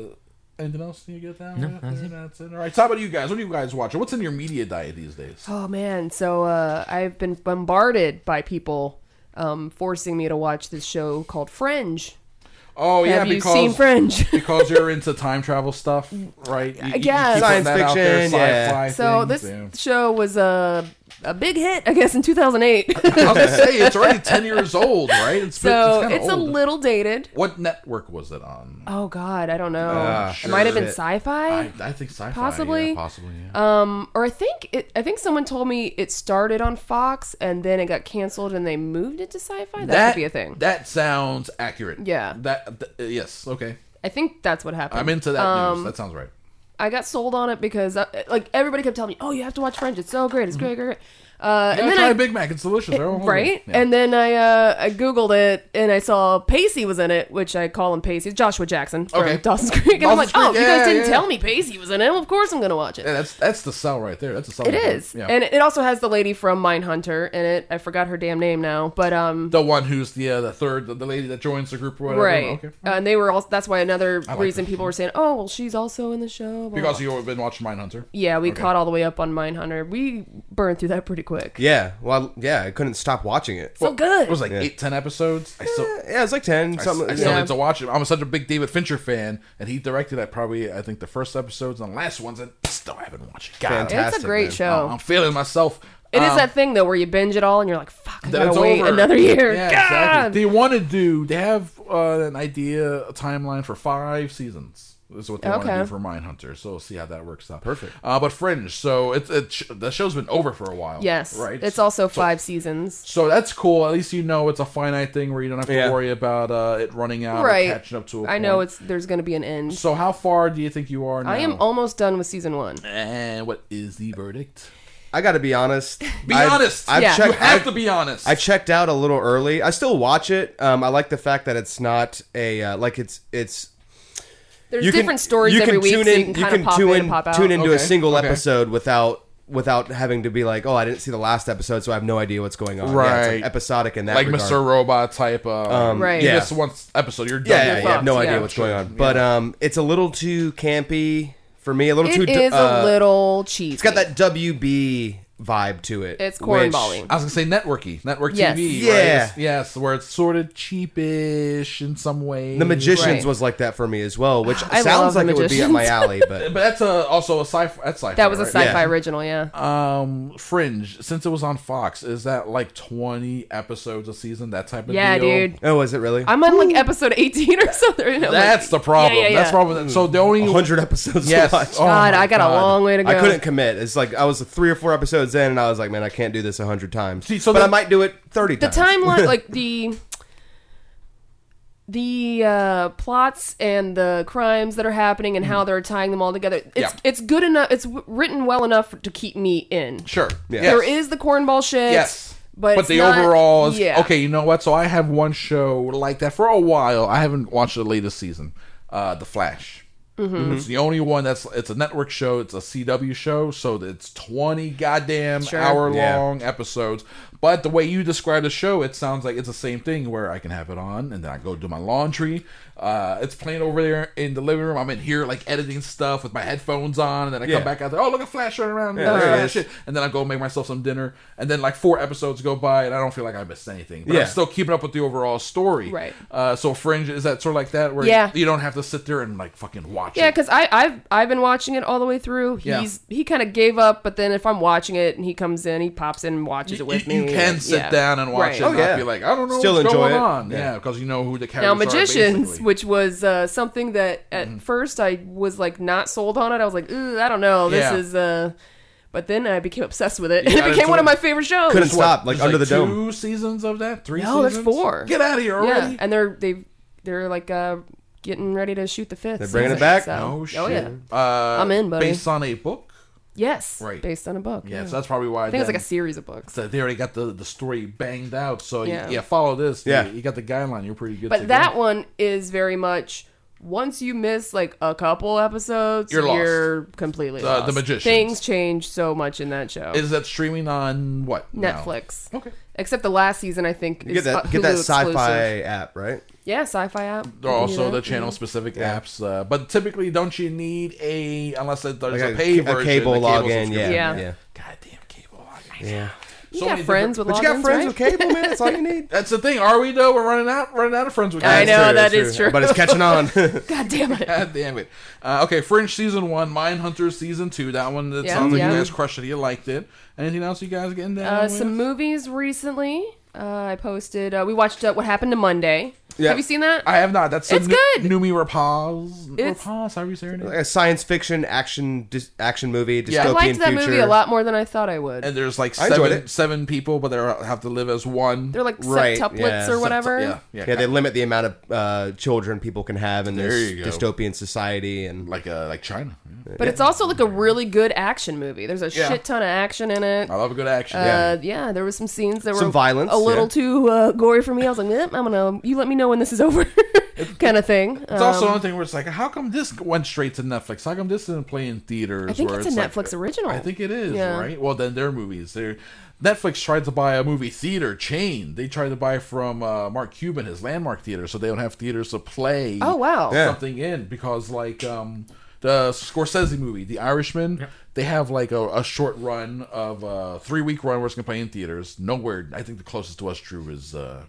D: anything else you get down with? That's it. All right. So, how about you guys? What are you guys watching? What's in your media diet these days?
F: Oh man, so uh, I've been bombarded by people um, forcing me to watch this show called Fringe.
D: Oh, yeah,
F: Have you
D: because
F: seen
D: <laughs>
F: Fringe?
D: because you're into time travel stuff, right? You, you keep
F: guess.
D: putting that out
G: Science
D: there,
G: fiction, yeah.
D: sci-fi
F: So
D: things,
F: this
D: yeah.
F: show was uh, a big hit, I guess,
D: <laughs>
F: in 2008.
D: I was gonna say it's already ten years old, right? It's been-
F: so
D: kinda
F: it's a
D: old.
F: little dated.
D: What network was it on?
F: Oh God, I don't know.
D: sure.
F: it might have been
G: Shit.
F: sci-fi,
D: Ah, I, I think sci-fi.
F: Possibly.
D: Yeah, possibly. Yeah.
F: um, or I think it, I think someone told me it started on Fox and then it got canceled and they moved it to sci-fi. That, could be a thing.
D: That sounds accurate.
F: Yeah.
D: That. th- uh, yes. Okay.
F: I think that's what happened.
D: I'm into that
F: Um,
D: news. That sounds right.
F: I got sold on it because uh like everybody kept telling me, "Oh, you have to watch Fringe. It's so great. It's great, great." great." Uh,
D: Yeah,
F: and then
D: try
F: I
D: a Big Mac. It's delicious. They're all over it.
F: right,
D: Yeah.
F: and then I uh, I googled it and I saw Pacey was in it, which I call him Pacey, Joshua Jackson from
D: Okay.
F: Dawson's Creek, and I'm like,
D: Dawson's
F: "Oh,
D: Creek,
F: you
D: yeah,
F: guys didn't
D: yeah.
F: tell me Pacey was in it. Well, of course I'm gonna watch it."
D: Yeah, that's that's the sell right there. That's a sell.
F: It
D: right there.
F: is,
D: Yeah.
F: and it also has the lady from Mindhunter in it. I forgot her damn name now, but um,
D: the one who's the uh, the third, the, the lady that joins the group or whatever.
F: right,
D: Okay.
F: Uh, and they were also. That's why another
D: like
F: reason
D: her.
F: people were saying, "Oh, well, she's also in the show." blah, blah,
D: Because
F: blah."
D: you've been watching Mindhunter.
F: yeah, we
D: Okay.
F: caught all the way up on Mindhunter. We burned through that pretty quick.
G: Yeah. Well, yeah, I couldn't stop watching it.
F: so good.
D: It was like
G: Yeah.
D: eight, ten episodes. I still.
G: yeah, it was like ten.
D: I,
G: something.
D: I still
F: Yeah.
D: need to watch it. I'm such a big David Fincher fan, and he directed I probably I think the first episodes and the last ones, and still haven't watched it. God,
G: Fantastic.
F: it's a great
G: man.
F: show.
D: I'm, I'm failing myself.
F: It is
D: Um,
F: that thing though where you binge it all and you're like, "Fuck, I
D: That's
F: gotta wait
D: over.
F: another year."
D: Yeah,
F: God!
D: exactly. They want to do. They have uh, an idea, a timeline for five seasons. Is what they want
F: Okay.
D: to do for Mindhunter. So we'll see how that works out. Perfect. Uh, but Fringe. So it's it, sh- the show's been over for a while.
F: Yes,
D: Right.
F: It's also five seasons.
D: So that's cool. At least you know it's a finite thing where you don't have to
G: Yeah.
D: worry about uh, it running out
F: right.
D: or catching up to. A
F: I know
D: point.
F: it's there's gonna be an end.
D: So how far do you think you are now?
F: I am almost done with season one.
D: And what is the verdict?
G: I got to be honest.
D: Be
G: I've-
D: honest.
G: I've
F: Yeah.
D: You
G: checked.
D: have
G: I've-
D: to be honest.
G: I checked out a little early. I still watch it. Um, I like the fact that it's not a uh, like it's it's
F: There's different stories every week, so you can kind of pop in, and pop out.
G: tune into a
D: Okay,
G: single
D: okay.
G: episode without without having to be like, oh, I didn't see the last episode, so I have no idea what's going on. Yeah, it's like
D: Right.
G: episodic in that
D: like
G: regard. Um,
D: Mr. Robot type. Uh,
F: Right.
D: You
G: yeah.
D: miss one episode. You're done.
G: Yeah, yeah,
D: You're
G: yeah, I have no
F: fucked,
G: idea
F: yeah.
G: what's
D: Sure,
G: going on, but um, it's a little too campy for me. A little too.
F: It
G: d-
F: is
G: uh,
F: a little cheap.
G: It's got that WB vibe to it.
F: It's
G: which-
F: cornballing.
D: I was gonna say networky, network
F: Yes.
D: TV. right?
G: Yeah.
D: It's- yes, where it's sort of cheapish in some way.
G: The Magicians
F: Right.
G: was like that for me as well, which
F: I love
G: sounds
F: The
G: like it would be up
F: Magicians.
G: my alley,
D: but <laughs>
G: but
D: that's a, also a sci-fi. That's sci-fi.
F: That was a
D: right?
F: sci-fi
G: Yeah.
F: original, yeah.
D: Um, Fringe. Since it was on Fox, is that like twenty episodes a season? That type of
F: yeah,
D: deal?
F: dude.
G: oh, is it really?
F: I'm on like episode 18 or <laughs> something. and I'm like-
D: That's the problem.
F: Yeah, yeah,
D: That's
F: yeah.
D: the problem. So the only
G: hundred episodes. to
D: Yes.
G: watch.
D: Oh
F: God,
D: my
F: I got
D: God.
F: a long way to go.
G: I couldn't commit. It's like I was three or four episodes in, and I was like, man, I can't do this a hundred times.
D: See, so
G: but
D: the-
G: I might do it thirty
F: The
G: times.
D: <laughs>
F: timeline, like the the uh, plots and the crimes that are happening and how they're tying them all together. It's
D: Mm-hmm. Yeah.
F: it's good enough. It's w- written well enough to keep me in.
D: Sure.
G: Yeah.
D: Yes.
F: There is the cornball shit.
D: Yes.
F: but it's
D: the
F: not-
D: overall is
F: yeah.
D: okay. You know what? So I have one show like that for a while. I haven't watched the latest season, uh, The Flash.
F: Mm-hmm.
D: It's the only one that's it's a network show. It's a CW show, so it's twenty goddamn hour long episodes. But the way you describe the show, it sounds like it's the same thing where I can have it on and then I go do my laundry. Uh, it's playing over there in the living room. I'm in here like editing stuff with my headphones on, and then I
G: Yeah.
D: come back out there. Oh, look at Flash running around.
G: Yeah, there it
D: Flash
G: is.
D: shit and then I go make myself some dinner, and then like four episodes go by, and I don't feel like I missed anything. But
G: Yeah.
D: I'm still keeping up with the overall story.
F: Right.
D: Uh, so Fringe is that sort of like that where
F: Yeah.
D: you don't have to sit there and like fucking watch
F: Yeah,
D: it.
F: because I I've I've been watching it all the way through. He's
D: Yeah.
F: he kind of gave up, but then if I'm watching it and he comes in, he pops in and watches
D: You,
F: it with
D: you- you
F: me.
D: can sit
F: Yeah.
D: down and watch
F: Right.
D: it.
F: Oh,
D: and not
G: yeah.
D: Be like, I don't know
G: Still
D: what's
G: enjoy
D: going
G: it.
D: on.
G: Yeah.
D: Yeah, because you know who the characters
F: Now,
D: are.
F: Magicians,
D: basically. Mm-hmm.
F: which was uh, something that at first I was like not sold on it. I was like, Ooh, I don't know, this
D: Yeah.
F: is. Uh... But then I became obsessed with <laughs> it,
D: You
F: and it
D: got
F: became
D: into
F: one of
D: it.
F: my favorite shows.
G: Couldn't stop. Like
D: There's,
G: under the
D: two
G: dome.
D: seasons of that. Three.
F: No, there's
D: seasons?
F: four.
D: Get out of here already.
F: Yeah, and they're they they're like uh, getting ready to shoot the fifth.
G: They're bringing it
F: season,
G: back?
F: so-
D: no shit.
F: Oh yeah.
D: Uh,
F: I'm in, buddy.
D: Based on a book.
F: Yes.
D: Right.
F: Based on a book.
D: Yeah,
F: yeah.
D: so that's probably why.
F: I think it's like
D: then-
F: a series of books.
D: So they already got the, the story banged out. So yeah,
F: Yeah.
D: yeah follow this.
G: Yeah.
D: You, you got the guideline. You're pretty good. to
F: But that
D: go.
F: one is very much once you miss like a couple episodes,
D: You're lost.
F: completely
D: Uh,
F: lost.
D: The Magicians.
F: Things change so much in that show.
D: is that streaming on what now?
F: Netflix.
D: Okay.
F: Except the last season, I think.
G: You get
F: is
G: that
F: uh,
G: get that
F: Hulu
G: sci-fi
F: exclusive.
G: app, right?
F: Yeah, sci-fi app.
D: There are also
F: Yeah.
D: the channel specific apps, uh, but typically, don't you need a unless there's
G: Like
D: a pay
G: a
D: version,
G: cable
D: a
G: login.
D: subscription.
G: Yeah,
F: Yeah.
G: yeah.
D: Goddamn cable login.
G: Yeah.
F: You
D: so
F: got
D: many
F: friends
D: different-
G: But
F: with
G: you got
F: logins,
G: friends
F: right?
G: with cable, man. That's all you
F: <laughs>
G: need.
D: That's the thing. Are we though? We're running out, running out of friends with.
F: I
D: cable.
F: know,
G: That's
F: that
G: that's
F: is true.
G: But it's catching
F: <laughs>
G: on.
F: God damn it.
D: God damn it. Uh, okay, Fringe season one, Mindhunter season two. That one that
F: Yeah,
D: sounds like you
F: yeah.
D: guys crushed it. You liked it. Anything else you guys getting down?
F: Uh,
D: with?
F: some movies recently. Uh, I posted. Uh, we watched uh, What Happened to Monday.
G: Yeah.
F: Have you seen that?
D: I have not. That's
F: It's
D: Nu-
F: good.
D: Numi Rapaz.
F: It's-
D: Rapaz. How are you saying it?
G: like a science fiction action dis- action movie dystopian
D: Yeah.
F: I
D: I
F: liked that
G: future.
F: movie a lot more than I thought I would.
D: And there's like
G: I enjoyed
D: seven
G: it.
D: seven people, but they have to live as one.
F: They're like
G: Right,
F: septuplets
G: yeah,
F: or
G: sept-
F: whatever.
D: yeah,
G: Yeah,
D: yeah.
G: they limit the amount of uh, children people can have in
D: There
G: this
D: you go.
G: dystopian society, and
D: like uh, like China.
F: But it's also like a really good action movie. There's a
D: Yeah.
F: shit ton of action in it.
D: I love a good action.
F: Uh, yeah, there was some scenes that
G: Some
F: were
G: violence,
F: a little
G: yeah.
F: too uh, gory for me. I was like, eh, I'm gonna, you let me know when this is over, <laughs> kind of thing.
D: It's also
F: Um,
D: another thing where it's like, how come this went straight to Netflix? How come this didn't play in theaters?
F: I think
D: where
F: it's a
D: like-
F: Netflix original.
D: I think it is,
F: Yeah.
D: right? Well, then their movies. They're, Netflix tried to buy a movie theater chain. They tried to buy from uh, Mark Cuban his Landmark Theater, so they don't have theaters to play.
F: Oh, wow. Yeah.
D: something in because like um, the Scorsese movie, The Irishman. They have like a, a short run of a three week run where it's gonna play in theaters. Nowhere, I think the closest to us, Drew, is uh,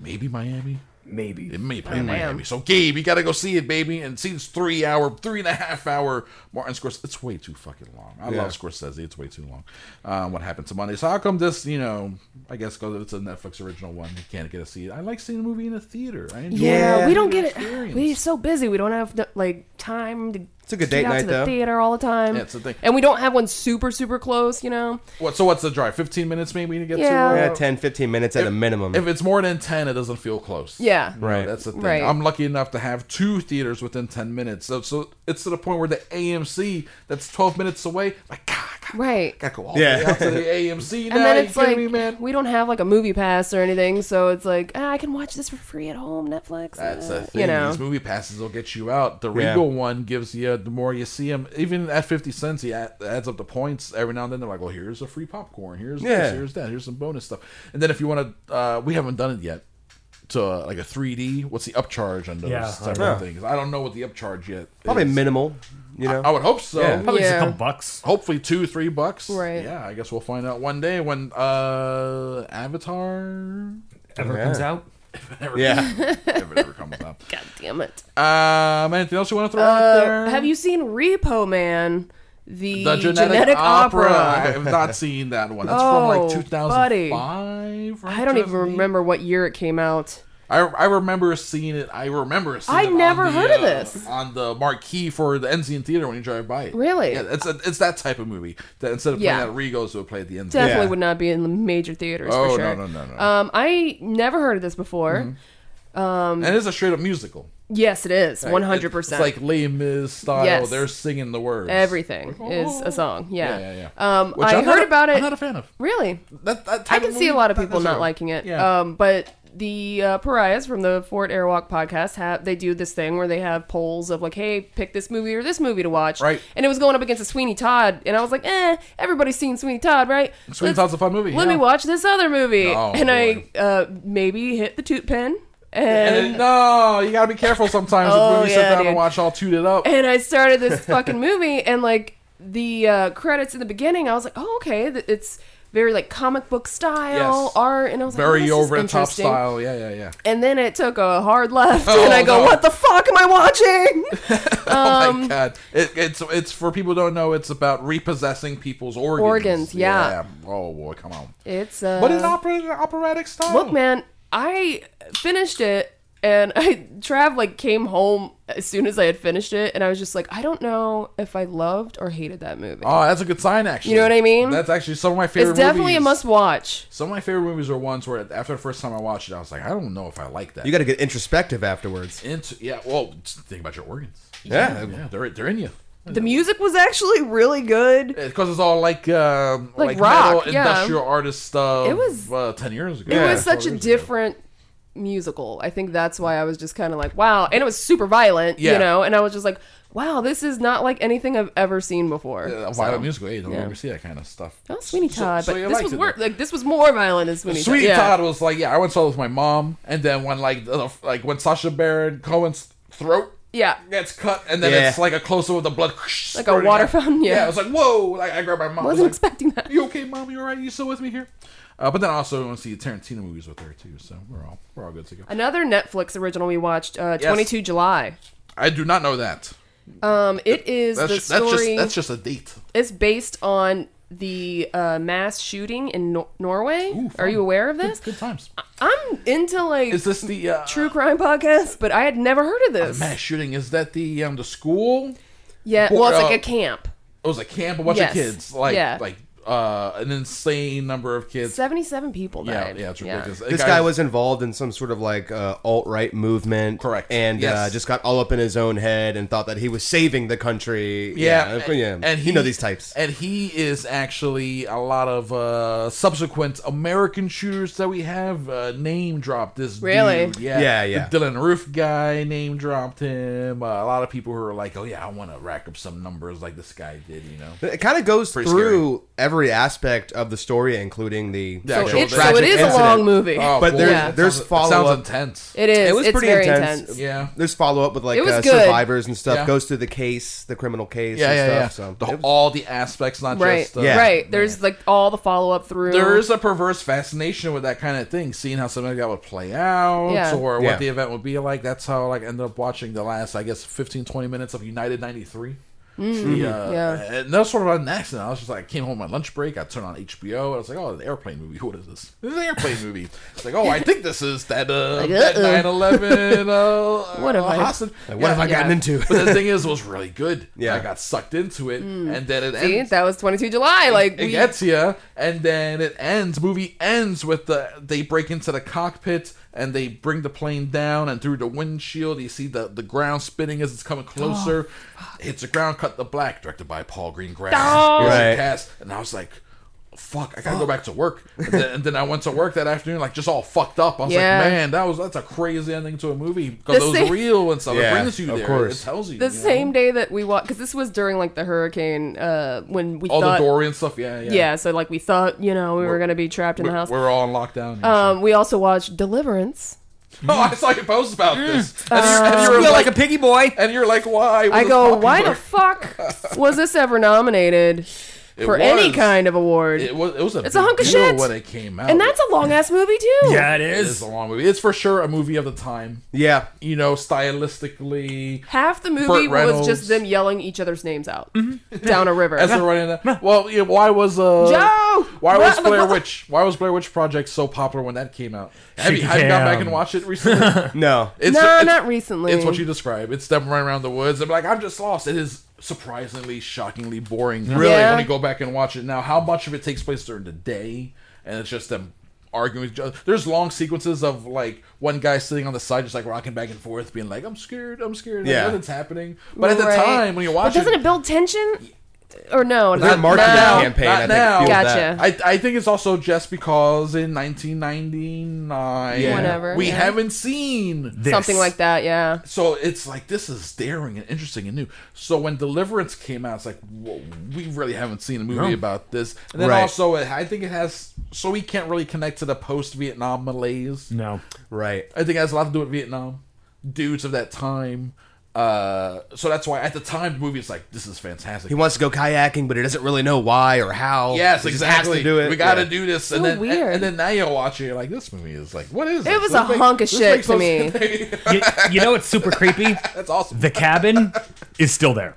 D: maybe Miami.
E: Maybe.
D: It may play in Miami. So Gabe, you gotta go see it, baby, and see this three hour, three and a half hour Martin Scorsese. It's way too fucking long. I
G: Yeah.
D: love Scorsese. It's way too long. Um, what happened to Monday? So how come this? You know, I guess because it's a Netflix original one, you can't get to see it. I like seeing a movie in a theater. I enjoy
F: yeah,
G: Yeah.
F: we don't get
D: Experience.
F: it. We're so busy. We don't have like time to.
G: It's a good
F: get
G: date
F: out
G: night,
F: to the
G: though.
F: theater all the time.
D: Yeah, it's a thing.
F: And we don't have one super super close. You know,
D: What? So what's the drive? Fifteen minutes maybe to get
F: Yeah.
D: to. it?
G: yeah, 10, 15 minutes at a minimum.
D: If it's more than ten, it doesn't feel close.
F: Yeah.
D: You know,
G: Right.
D: that's the thing.
F: Right.
D: I'm lucky enough to have two theaters within ten minutes. So, so it's to the point where the AMC that's twelve minutes away. Like God, God,
F: right?
D: gotta go all
G: Yeah.
D: the way out to the AMC now.
F: <laughs> And then
D: you
F: it's
D: kidding
F: like
D: me, man?
F: we don't have like a movie pass or anything, so it's like ah, I can watch this for free at home, Netflix.
D: That's
F: uh,
D: the thing.
F: You know,
D: These movie passes will get you out. The
G: Yeah.
D: Regal one gives you the more you see them. Even at fifty cents, he add- adds up the points every now and then. They're like, "Well, here's a free popcorn. Here's
G: Yeah.
D: this. Here's that. Here's some bonus stuff." And then if you want to, uh, we haven't done it yet. To uh, like a three D. What's the upcharge on those
E: Yeah.
D: several
G: Yeah.
D: things? I don't know what the upcharge yet.
G: Probably
D: is.
G: minimal, you know.
D: I would hope so.
G: Yeah.
E: Probably just a
F: Yeah.
E: couple bucks.
D: Hopefully two, three bucks.
F: Right.
D: Yeah, I guess we'll find out one day when uh Avatar
E: Ever comes out.
G: yeah,
D: if it ever comes out.
F: God damn it.
D: Um, anything else you want to throw out there?
F: Uh, have you seen Repo Man? The,
D: the genetic, opera. I have not seen that one. That's from
F: Oh,
D: like 2005.
F: I don't even
D: 2008.
F: remember what year it came out.
D: I, I remember seeing it. I remember seeing
F: I
D: it on
F: never
D: the,
F: heard of
D: uh,
F: this.
D: on the marquee for the Enzian Theater when you drive by it.
F: Really?
D: Yeah, it's a, it's that type of movie that instead of playing
F: Yeah.
D: at Regos, it would play at the Enzian.
F: Definitely
G: Yeah.
F: would not be in the major theaters
D: Oh, no,
F: for sure.
D: no, no, Mm-hmm. no.
F: Um, I never heard of this before.
D: And it's a straight up musical.
F: Yes, it is.
D: Like,
F: One hundred percent.
D: It's like Les Mis style.
F: Yes.
D: They're singing the words.
F: everything is a song.
D: Yeah,
F: Yeah.
D: yeah, yeah.
F: Um,
D: Which
F: I
D: I'm not
F: heard
D: a-
F: about it.
D: I'm not a fan of.
F: really,
D: That, that type
F: I can see a
D: movie,
F: lot of
D: that
F: people
D: doesn't-
F: not liking it.
D: Yeah.
F: Um, but the uh, pariahs from the Fort Airwalk podcast have they do this thing where they have polls of like, hey, pick this movie or this movie to watch.
D: Right.
F: And it was going up against a Sweeney Todd, and I was like, eh, everybody's seen Sweeney Todd, right?
D: Sweeney
F: Let's-
D: Todd's a fun movie,
F: Let
D: yeah.
F: me watch this other movie,
D: Oh,
F: and
D: boy.
F: I uh, maybe hit the toot pen.
D: And
F: And
D: then- no, you gotta be careful sometimes.
F: Oh,
D: if movies sit
F: yeah,
D: down
F: dude.
D: and watch all tooted up.
F: and I started this fucking movie, and like the uh, credits in the beginning, I was like, oh, okay, th- it's very like comic book style
D: Yes.
F: art, and I was like, oh,
D: Very
F: this is
D: over the top
F: interesting.
D: style. Yeah, yeah, <laughs> yeah.
F: And then it took a hard left,
D: Oh,
F: and I go,
D: no.
F: what the fuck am I watching?
D: <laughs> oh
F: Um,
D: my god! It, it's it's for people who don't know. It's about repossessing people's organs.
F: Organs, yeah.
D: Oh boy, come on.
F: it's uh,
D: But in opera, operatic style.
F: look, man, I finished it. And <laughs> I Trav like came home as soon as I had finished it, and I was just like, I don't know if I loved or hated that movie.
D: Oh, that's a good sign, actually.
F: You know what I mean?
D: That's actually some of my favorite.
F: it's definitely a
D: movies.
F: must watch.
D: Some of my favorite movies are ones where after the first time I watched it, I was like, I don't know if I like
G: <laughs>
D: that.
G: you got to get introspective afterwards.
D: into yeah. Well, just think about your organs.
G: Yeah,
D: Yeah, they're they're in you.
F: The music was actually really good.
D: Because it's all like um, like,
F: Like rock,
D: metal
F: yeah.
D: industrial artist stuff.
F: It was-
D: uh, ten years ago.
F: It was
D: Yeah.
F: such a
D: 12 years ago.
F: different musical. I think that's why I was just kind of like, wow. And it was super violent,
D: Yeah.
F: you know? And I was just like, wow, this is not like anything I've ever seen before.
D: Uh,
F: So-
D: violent musical. Yeah, you don't
F: yeah.
D: ever see that kind of stuff.
F: Oh, Sweeney
D: So-
F: Todd,
D: so
F: but
D: you
F: this
D: liked
F: was
D: it,
F: wor-
D: though.
F: like this was more violent than Sweeney,
D: Sweet
F: Todd.
D: Todd was like, yeah, I went saw it with my mom, and then when like the, like when Sasha Baron Cohen's throat
F: Yeah.
D: gets cut, and then
G: Yeah.
D: it's like a close up of the blood, <laughs>
F: Like a water
D: out.
F: fountain, yeah.
D: yeah, I was like, whoa! Like I grabbed my mom. I was
F: Wasn't
D: like,
F: expecting that.
D: You okay, mom? You alright? You still with me here? Uh, but then also, I want to see Tarantino movies with her too, so we're all we're all good to go.
F: Another Netflix original we watched, uh,
D: Yes.
F: 22 July.
D: I do not know that.
F: Um, it is
D: That's
F: the
D: just,
F: story.
D: that's just that's just a date.
F: It's based on the uh, mass shooting in Nor- Norway. Are you aware of this?
D: Good, good times.
F: I'm into like
D: Is this the uh,
F: true crime podcasts, but I had never heard of this.
D: mass shooting? Is that the um the school?
F: yeah,
D: Poor-
F: well, it's
D: uh,
F: like a camp.
D: It was a camp, a bunch
F: Yes.
D: of kids, like
F: Yeah.
D: like uh an insane number of kids.
F: Seventy-seven people
D: yeah,
F: died.
D: yeah, it's ridiculous.
G: This guy was involved in some sort of like uh, alt right movement,
D: Correct.
G: And uh,
D: Yes.
G: just got all up in his own head and thought that he was saving the country.
D: Yeah,
G: yeah, yeah. you know these types.
D: And he is actually a lot of uh, subsequent American shooters that we have uh, name dropped. This
F: Really?
D: dude. yeah,
G: Yeah, yeah.
D: The Dylan Roof guy name dropped him. Uh, a lot of people who are like, oh yeah, I want to rack up some numbers like this guy did. You know,
G: It kind of goes
D: Pretty
G: through every aspect of the story, including the
D: The
F: So,
D: actual
F: it, so
G: tragic
F: it is a
G: incident.
F: long movie.
D: Oh,
G: But
D: boy,
G: there-
D: that
G: there's
D: sounds- that
G: follow-up.
D: Sounds intense.
F: it is.
G: It was
F: it's
G: pretty
F: very
G: intense.
F: intense.
D: yeah.
G: There's follow up with like
F: It was
G: uh,
F: good.
G: survivors and stuff.
D: Yeah.
G: Goes through the case, the criminal case,
D: Yeah,
G: and
D: yeah, yeah.
G: stuff.
D: The-
G: So it was-
D: all the aspects, not
F: Right.
D: just uh,
G: Yeah.
F: Right. There's like all the follow-up through.
D: there is a perverse fascination with that kind of thing, seeing how something like that would play out
F: Yeah.
D: or what
G: Yeah.
D: the event would be like. That's how I like, ended up watching the last, I guess, 15, 20 minutes of United 93. The, uh,
F: Mm-hmm. Yeah.
D: And that was sort of an accident. I was just like, I came home on my lunch break. I turned on HBO. And I was like, oh, an airplane movie. <laughs> What is this? This is an airplane movie. It's like, oh, I think this is that
F: <laughs>
D: uh, that
F: uh-uh.
D: 9 11. Uh,
F: <laughs> What
D: uh,
F: have I-
D: hostage.
G: Like, what have I gotten into?
D: but
G: <laughs>
D: the thing is, it was really good.
G: Yeah.
D: I got sucked into it. And then it
F: Mm. See,
D: ends
F: that was 22 July. Like
D: it
F: we,
D: gets you, and then it ends. Movie ends with the they break into the cockpit and they bring the plane down, and through the windshield you see the the ground spinning as it's coming closer. Hits the ground, cut the black. Directed by Paul Greengrass.
F: Oh.
D: Here's the
G: Right.
D: cast, and I was like. Fuck! I gotta go back to work, and then, and then I went to work that afternoon, like just all fucked up. I was
F: Yeah.
D: like, "Man, that was that's a crazy ending to a movie because
F: The
D: it was
F: same-
D: real and stuff.
G: Yeah,
D: it brings you
G: of
D: there.
G: course.
D: It tells you
F: the
D: you know?
F: same day that we watched, because this was during like the hurricane uh, when we
D: all
F: thought,
D: the Dorian stuff. Yeah, yeah.
F: yeah. So like we thought, you know, we were gonna be trapped in the
D: We're,
F: house.
D: we're all in lockdown. here, so-
F: Um, we also watched Deliverance.
D: Oh,
F: Mm.
D: I saw you post about this. And you're, and
E: Feel
D: you're like,
E: like a piggy boy.
D: and you're like, why? was
F: Uh, I
D: this
F: go, why
D: popular?"
F: the
D: <laughs>
F: fuck was this ever nominated
D: It
F: for any
D: was.
F: kind of award?
D: It was. It was a.
F: It's a
D: big
F: hunk of
D: deal
F: shit.
D: when it came out.
F: and that's a long ass movie too.
E: Yeah, it
D: It is
E: is.
D: a long movie. It's for sure a movie of the time.
G: yeah,
D: You know, stylistically,
F: Half the movie was
D: Reynolds.
F: just them yelling each other's names out
E: Mm-hmm.
F: down a river.
D: as they're running. That, well, yeah, why was uh?
F: Joe!
D: Why was
F: Blah, blah,
D: Blair
F: blah.
D: Witch? Why was Blair Witch Project so popular when that came out? Have you,
E: Shaky
D: have you gone back
E: cam.
D: and watched it recently?
G: no.
D: It's,
F: No,
D: it's-
F: not recently.
D: It's what you describe. It's them running around the woods. I'm like, I'm just lost. It is surprisingly, shockingly boring. Really,
F: Yeah.
D: when you go back and watch it now, how much of it takes place during the day, and it's just them arguing with each other. There's long sequences of like one guy sitting on the side, just like rocking back and forth, being like, "I'm scared, I'm scared."
G: Yeah.
D: Yeah, nothing's happening. But at the
F: Right.
D: time when you watch
F: but doesn't it,
D: it
F: build tension? Or no?
G: Their
F: not-
G: marketing
F: no.
G: campaign,
D: not
G: I think,
D: now.
G: fueled
F: Gotcha.
G: that.
D: I, I think it's also just because in 1999,
G: Yeah.
F: Whatever,
D: we
F: yeah.
D: haven't seen
E: This.
F: Something like that, yeah.
D: so it's like this is daring and interesting and new. So when Deliverance came out, it's like whoa, we really haven't seen a movie about this. And then
G: Right.
D: also, it, I think it has so we can't really connect to the post-Vietnam malaise.
E: No.
G: Right.
D: I think it has a lot to do with Vietnam dudes of that time. Uh, so that's why at the time the movie is like this is fantastic.
G: He wants to go kayaking, but he doesn't really know why or how.
D: Yes,
G: He just has
D: exactly.
G: to do it.
D: We got to
G: Yeah.
D: do this, and
F: So
D: then
F: weird.
D: and then now you watch it, you're like, this movie is like, what is
F: It
D: this?
F: was
D: This
F: a
D: make-
F: hunk of
D: this
F: shit
D: makes no
F: to me.
D: sense. <laughs>
E: you, you know what's super creepy?
D: that's awesome.
E: The cabin is still there.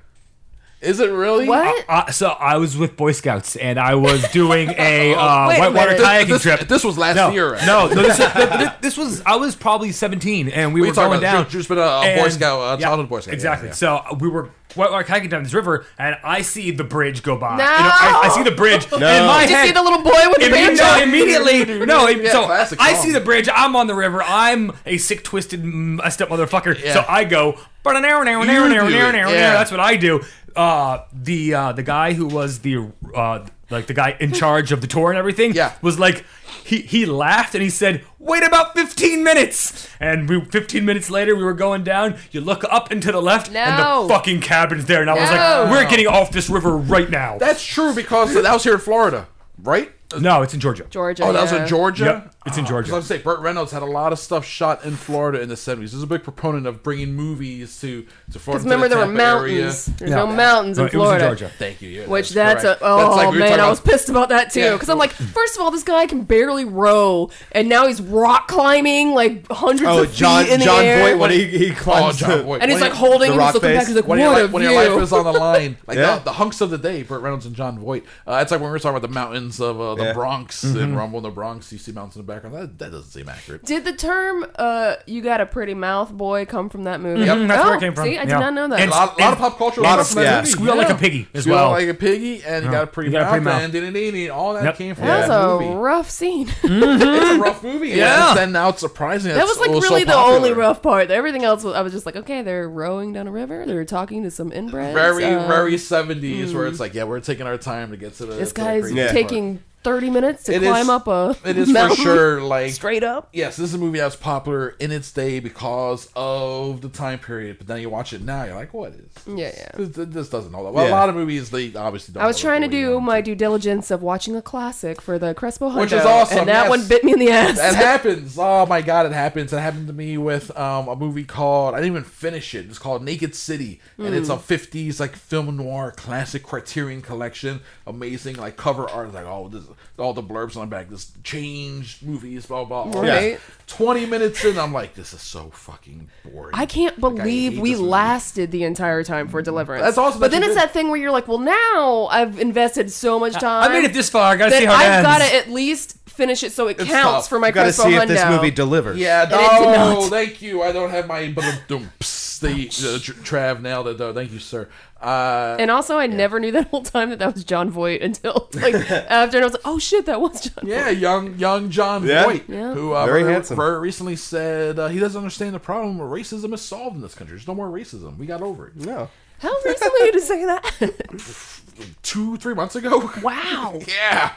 D: Is it really?
F: What?
E: Uh, so I was with Boy Scouts and I was doing a uh,
F: Wait a
E: whitewater
F: minute.
E: kayaking
D: This-
E: trip.
D: this was last
E: no,
D: year, right?
E: No, no this, th- th- this was I was probably 17 and we,
D: We
E: were
D: talking
E: going
D: about
E: down.
D: Ju- Juice been a- a Boy
E: and-
D: Scout, uh, childhood Boy Scout, yeah,
E: Exactly.
D: yeah.
E: So we were whitewater kayaking down this river and I see the bridge go by.
F: No!
E: You know, I, I see the bridge. No. And in my
F: Did you
E: head,
F: see the little boy with the
E: Imme-
F: banjo?
E: no, immediately. No, it-
D: Yeah,
E: so
D: classic
E: I
D: song.
E: see the bridge. I'm on the river. I'm a sick, twisted, messed up motherfucker.
D: Yeah.
E: So I go. But an hour, an hour, an hour, an hour, an
D: do
E: hour,
D: it,
E: an hour.
D: yeah.
E: That's what I do. Uh, the uh, the guy who was the uh, like the guy in charge of the tour and everything
D: Yeah.
E: was like he he laughed and he said wait about 15 minutes and we 15 minutes later we were going down you look up and to the left
F: No.
E: and the fucking cabin's there and I was
F: No.
E: like we're getting off this river right now
D: That's true because that was here in Florida, right?
E: No, it's in Georgia.
F: Georgia.
D: Oh, that was
F: yeah.
D: in Georgia.
E: Yep, it's in
D: Ah,
E: Georgia.
D: 'cause I was gonna say Burt Reynolds had a lot of stuff shot in Florida in the seventies. He's a big proponent of bringing movies to to Florida. to
F: Because remember,
D: the
F: there were
D: Tampa area.
F: mountains. There's no mountains
E: No,
F: in
E: it was in
F: Florida.
E: Georgia.
D: Thank you. yeah,
F: Which
D: that's
F: that's,
D: correct.
F: a oh
D: That's like we were
F: man,
D: talking
F: I was
D: about-
F: pissed about that too
D: Yeah.
F: because I'm like, first of all, this guy can barely row, and now he's rock climbing like hundreds
G: Oh,
F: of feet
G: John
F: in the
G: John
F: air,
G: Voight when he, he
D: Oh,
G: climbs.
D: John
G: the-
D: Voight.
F: and he's
D: When
F: like
D: you-
F: holding,
G: the
F: and
G: rock
F: he's looking
G: face.
F: back, he's like,
D: when,
F: what
D: your, li-
F: a
D: when
F: view.
D: your life is on the line,
E: <laughs>
D: like
G: Yeah.
D: the, the hunks of the day, Burt Reynolds and John Voight. Uh, it's like when we were talking about the mountains of uh, the
G: Yeah.
D: Bronx
E: Mm-hmm.
D: and Rumble in the Bronx. You see mountains in the background. That, that doesn't seem accurate.
F: Did the term "uh, you got a pretty mouth, boy" come from that movie?
D: Yep.
E: That's
F: oh,
E: where it came from.
F: See, I did
E: Yeah.
F: not know that.
D: A
E: And-
D: lot, lot of pop culture.
G: Lot of-
D: stuff from that
G: yeah.
D: movie,
E: Squeal like a piggy as
D: Squeal
E: well.
D: like a piggy, and you got a pretty
E: You got a
D: mouth,
E: pretty mouth.
D: and didn't all that
E: Yep.
D: came from
F: that was
D: that
F: a
D: movie.
F: rough scene. <laughs>
D: it's a rough movie.
E: Yeah.
D: Yeah. And now it's surprising.
F: Mm. That was like
D: so
F: really the
D: popular.
F: only rough part. Everything else, was, I was just like, okay, they're rowing down a river. They're talking to some inbreds.
D: Very,
F: um,
D: very 70s where it's like, yeah, we're taking our time to get to the.
F: Mm. This
D: to the
F: guy's
D: crazy
G: Yeah.
D: part.
F: taking thirty minutes to
D: It is-
F: climb up a
D: <laughs> It is for
F: mountain <laughs>
D: sure like.
F: straight up.
D: Yes, this is a movie that was popular in its day because of the time period. But then you watch it now, you're like, what is?
F: Yeah, yeah.
D: This, this- this doesn't hold up. Well,
G: Yeah.
D: a lot of movies they obviously don't.
F: I was
D: hold up
F: trying
D: the
F: to
D: way you
F: do
D: want
F: my
D: them
F: due diligence of watching a classic for the Crespo Hundo,
D: Which is awesome,
F: and that
D: yes.
F: one bit me in the ass.
D: to. That happens. Oh my god, it happens. It happened to me with um, a movie called I didn't even finish it. It's called Naked City, and it's a
F: Hmm.
D: '50s like film noir classic Criterion collection. Amazing, like cover art. Like oh, this all the blurbs on the back. This changed movies, blah blah. blah.
F: Right.
D: Twenty minutes in, I'm like, this is so fucking boring.
F: I can't
D: Like, I
F: believe
D: hate
F: we
D: this movie.
F: lasted the entire time for Deliverance.
D: That's awesome that
F: But then
D: you
F: it's
D: did.
F: that thing where you're like, well, now I've invested so much time.
E: I made it this far. I gotta
F: that
E: see how it
F: I've
E: ends.
F: gotta at least finish it so it
D: It's
F: counts
D: tough.
F: for my
G: You gotta
F: Crespo
G: see if this
F: Hundo.
G: movie delivers.
D: Yeah,
F: And it did
D: no,
F: not.
D: thank you. I don't have my um, ba-dum-dum, pss, the, the tr- uh, Trav nailed it though. Thank you, sir. Uh,
F: And also, I never knew that <laughs> whole time that that was John Voight until like after, and I was like, "Oh shit, that was John."
D: yeah, young young John
G: Yeah.
D: Voight,
F: Yeah.
D: who uh,
G: Very
D: very,
G: handsome.
D: very recently said uh, he doesn't understand the problem. where Racism is solved in this country. There's no more racism. We got over it
G: No.
F: How recently did you say that? <laughs>
D: two, three months ago. <laughs>
F: wow.
D: yeah,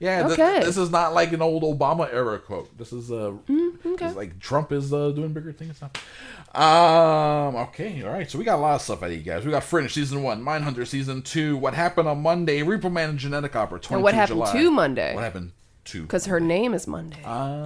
D: yeah. th-
F: Okay.
D: this is not like an old Obama era quote. This is uh,
F: Mm, okay.
D: it's like Trump is uh, doing bigger things now. Um. Okay. All right. So we got a lot of stuff out of you guys. We got Fringe season one, Mindhunter season two, What Happened on Monday, Repo Man and Genetic Opera. 22
F: what happened
D: July.
F: to Monday?
D: What happened to?
F: Because her name is Monday.
D: Ah.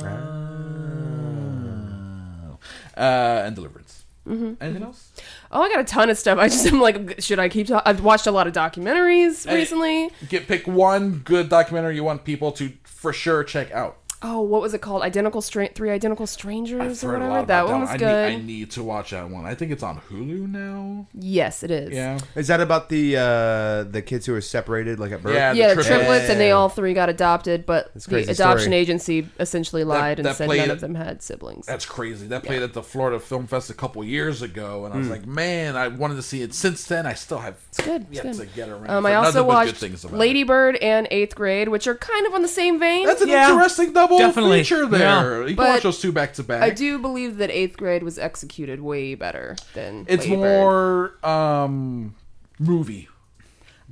D: uh, and Deliverance.
F: Mm-hmm.
D: Anything else?
F: oh, I got a ton of stuff. I just am like, should I keep? talking? I've watched a lot of documentaries
D: Hey.
F: recently.
D: Get pick one good documentary you want people to for sure check out.
F: Oh, what was it called? Identical Stra- Three Identical Strangers or
D: Heard a
F: whatever.
D: lot
F: That
D: about
F: one was
D: I need-
F: good.
D: I need to watch that one. I think it's on Hulu now.
F: yes, it is.
D: Yeah.
G: Is that about the uh, the kids who are separated, like at birth?
D: Yeah,
F: Yeah, the
D: triplets.
F: triplets, and they all three got adopted, but
G: That's a
F: the
G: crazy
F: adoption
G: story.
F: agency essentially lied
D: that
F: and said
D: played-
F: none of them had siblings.
D: That's crazy. That played at the Florida Film Fest a couple years ago, and I was like, man, I wanted to see it. Since then, I still have
F: It's good. It's
D: yet
F: good.
D: to get around.
F: Um,
D: to
F: I
D: it.
F: also
D: Nothing but good
F: watched
D: things about
F: Lady
D: it.
F: Bird and Eighth Grade, which are kind of on the same vein.
D: That's an
E: Yeah.
D: interesting double
E: Definitely.
D: feature there. You can
F: But
D: watch those two back to back.
F: I do believe that Eighth Grade was executed way better than
D: It's
F: Lady Bird.
D: more um movie.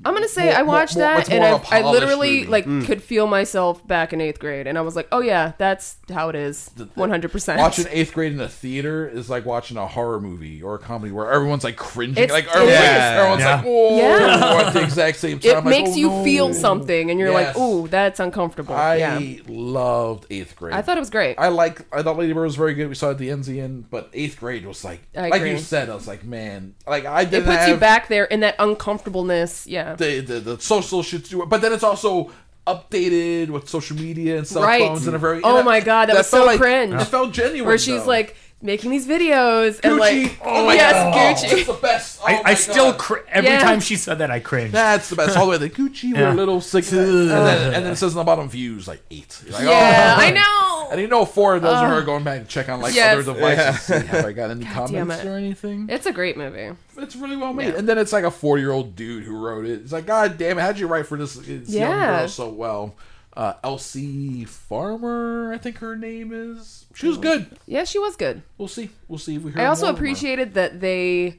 F: I'm gonna say
D: more-
F: I watched
D: more- more-
F: that
D: it's
F: and
D: more of
F: I,
D: a
F: I
D: polished
F: literally
D: movie. Mm.
F: like could feel myself back in eighth grade, and I was like, oh yeah, that's how it is, 100. percent
D: Watching eighth grade in a theater is like watching a horror movie or a comedy where everyone's like cringing,
F: It's-
D: like everyone's,
G: Yeah.
D: everyone's
E: Yeah.
D: like, "Whoa!"
F: Yeah.
D: at the exact same time.
F: It
D: like,
F: makes
D: "Oh,
F: you
D: no."
F: feel something, and you're
D: Yes.
F: like, ooh, that's uncomfortable.
D: I
F: yeah,
D: loved eighth grade.
F: I thought it was great.
D: I like. I thought Lady Bird was very good. We saw it at the NZN, but eighth grade was like,
F: I
D: like
F: agree.
D: you said, I was like, man, like I
F: it
D: didn't
F: puts
D: have
F: you back there in that uncomfortableness. Yeah,
D: the, the the social shit. to- But then it's also updated with social media and cell
F: Right.
D: phones and a very.
F: Oh
D: and
F: my God, that was
D: felt
F: so
D: like-
F: cringe.
D: It felt genuine.
F: where she's
D: though.
F: like making these videos and
D: Gucci.
F: like,
D: oh my
F: yes,
D: God.
F: Gucci.
D: That's the best. Oh
E: I,
D: my
E: I still
D: God.
E: cr- every
F: Yeah.
E: time she said that I cringed.
D: That's the best. All the way to Gucci with a
E: Yeah.
D: little six, and, then, and then it says on the bottom views like eight. You're like,
F: yeah,
D: oh.
F: I know.
D: And you know, four of those are her going back to check on like
F: Yes.
D: other devices. See, Have I got
F: <laughs>
D: any
F: damn
D: comments
F: it.
D: or anything?
F: It's a great movie.
D: It's really well made. And then it's like a four year old dude who wrote it. It's like, God damn it, how'd you write for this, this young
F: Yeah.
D: girl so well? Uh, Elsie Farmer, I think her name is. She was good.
F: Yeah, she was good.
D: We'll see. We'll see if we hear
F: I also
D: more from her.
F: appreciated that they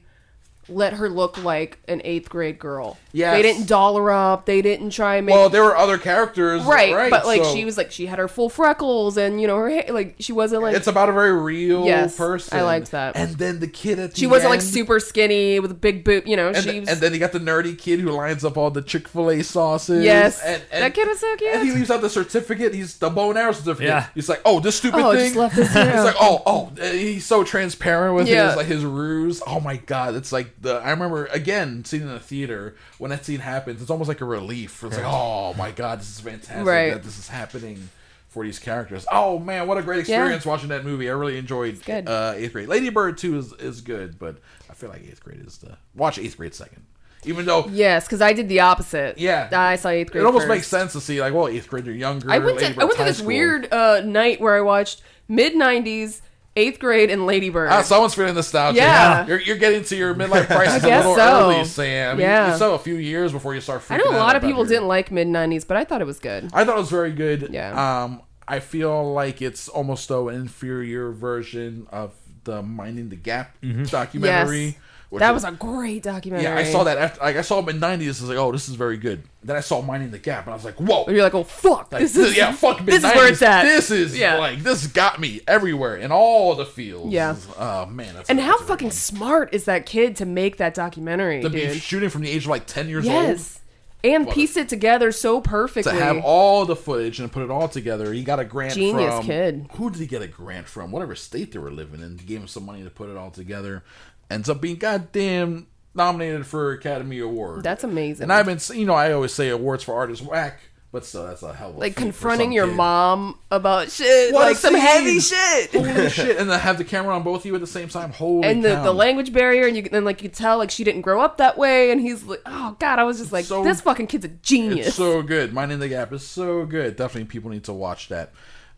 F: let her look like an eighth grade girl.
D: Yes.
F: They didn't doll her up. They didn't try and make
D: Well, there were other characters,
F: right,
D: right?
F: but like
D: so
F: she was like she had her full freckles and you know her hair like she wasn't like
D: It's about a very real
F: Yes,
D: person.
F: I liked that.
D: And then the kid at the
F: she wasn't like
D: end-
F: super skinny with a big boob. You know
D: And,
F: she was,
D: and then you got the nerdy kid who lines up all the Chick Fil A sauces.
F: Yes.
D: and, and-
F: That kid is so cute.
D: And he leaves out the certificate. He's the bow and arrow certificate.
E: Yeah.
D: He's like, oh, this stupid
F: Oh, I
D: thing.
F: just left
D: <laughs>
F: this
D: He's
F: here.
D: like, oh, oh, uh, he's so transparent with
F: Yeah.
D: his like his ruse. Oh my god, it's like the. I remember again seeing it in the theater when that scene happens. It's almost like a relief. It's like, oh my god, this is fantastic
F: Right.
D: that this is happening. For these characters, oh man, what a great
F: Yeah.
D: experience watching that movie! I really enjoyed
F: good.
D: Uh, eighth grade. Lady Bird two is, is good, but I feel like eighth grade is the watch eighth grade second, even though
F: yes because I did the opposite.
D: yeah,
F: I saw eighth grade.
D: It almost
F: first.
D: makes sense to see like, well, eighth grade, you're younger.
F: I went to
D: Lady
F: I went
D: Bird's
F: to
D: high
F: this
D: school.
F: weird uh, night where I watched mid '90s, eighth grade, and Lady Bird.
D: Ah, someone's feeling nostalgic.
F: Yeah.
D: you're, you're getting to your
F: <laughs>
D: midlife crisis a
F: guess
D: little
F: so.
D: early, Sam. You- you,
F: Yeah.
D: still have a few years before you start. Freaking
F: I know a
D: out
F: lot of
D: about
F: people
D: your-
F: didn't like mid '90s, but I thought it was good.
D: I thought it was very good.
F: Yeah.
D: Um, I feel like it's almost though an inferior version of the Minding the Gap documentary.
F: Yes,
D: which
F: that
D: is-
F: was a great documentary.
D: Yeah, I saw that after. Like, I saw it in nineties. I was like, oh, this is very good. Then I saw Minding the Gap, and I was like, whoa.
F: And You're like, oh fuck,
D: Like,
F: this
D: <laughs>
F: is
D: yeah, fuck
F: this is where it's
D: mid-nineties.
F: at.
D: This is
F: Yeah.
D: like this got me everywhere in all the fields.
F: Yeah.
D: Oh man. That's
F: and how
D: that's a
F: fucking
D: great
F: smart is that kid to make that documentary,
D: one. to be
F: dude?
D: shooting from the age of like ten years
F: Yes, and piece it together so
D: old
F: perfectly.
D: to have all the footage and put it all together. He got a grant.
F: Genius
D: from,
F: kid.
D: Who did he get a grant from? Whatever state they were living in, gave him some money to put it all together. Ends up being goddamn nominated for Academy Award.
F: That's amazing.
D: And I've been, s- you know, I always say awards for art is whack, but still, that's a hell of a
F: like
D: feat for
F: confronting
D: some
F: your
D: kid.
F: mom about shit,
D: What a
F: like some
D: scene!
F: heavy shit. <laughs>
D: Holy shit! And then have the camera on both of you at the same time. Holy
F: and the,
D: cow.
F: the language barrier, and you and like you could tell like she didn't grow up that way, and he's like, oh god, I was just like,
D: so-
F: this fucking kid's a genius.
D: It's so good. Mine in the Gap is so good. Definitely people need to watch that.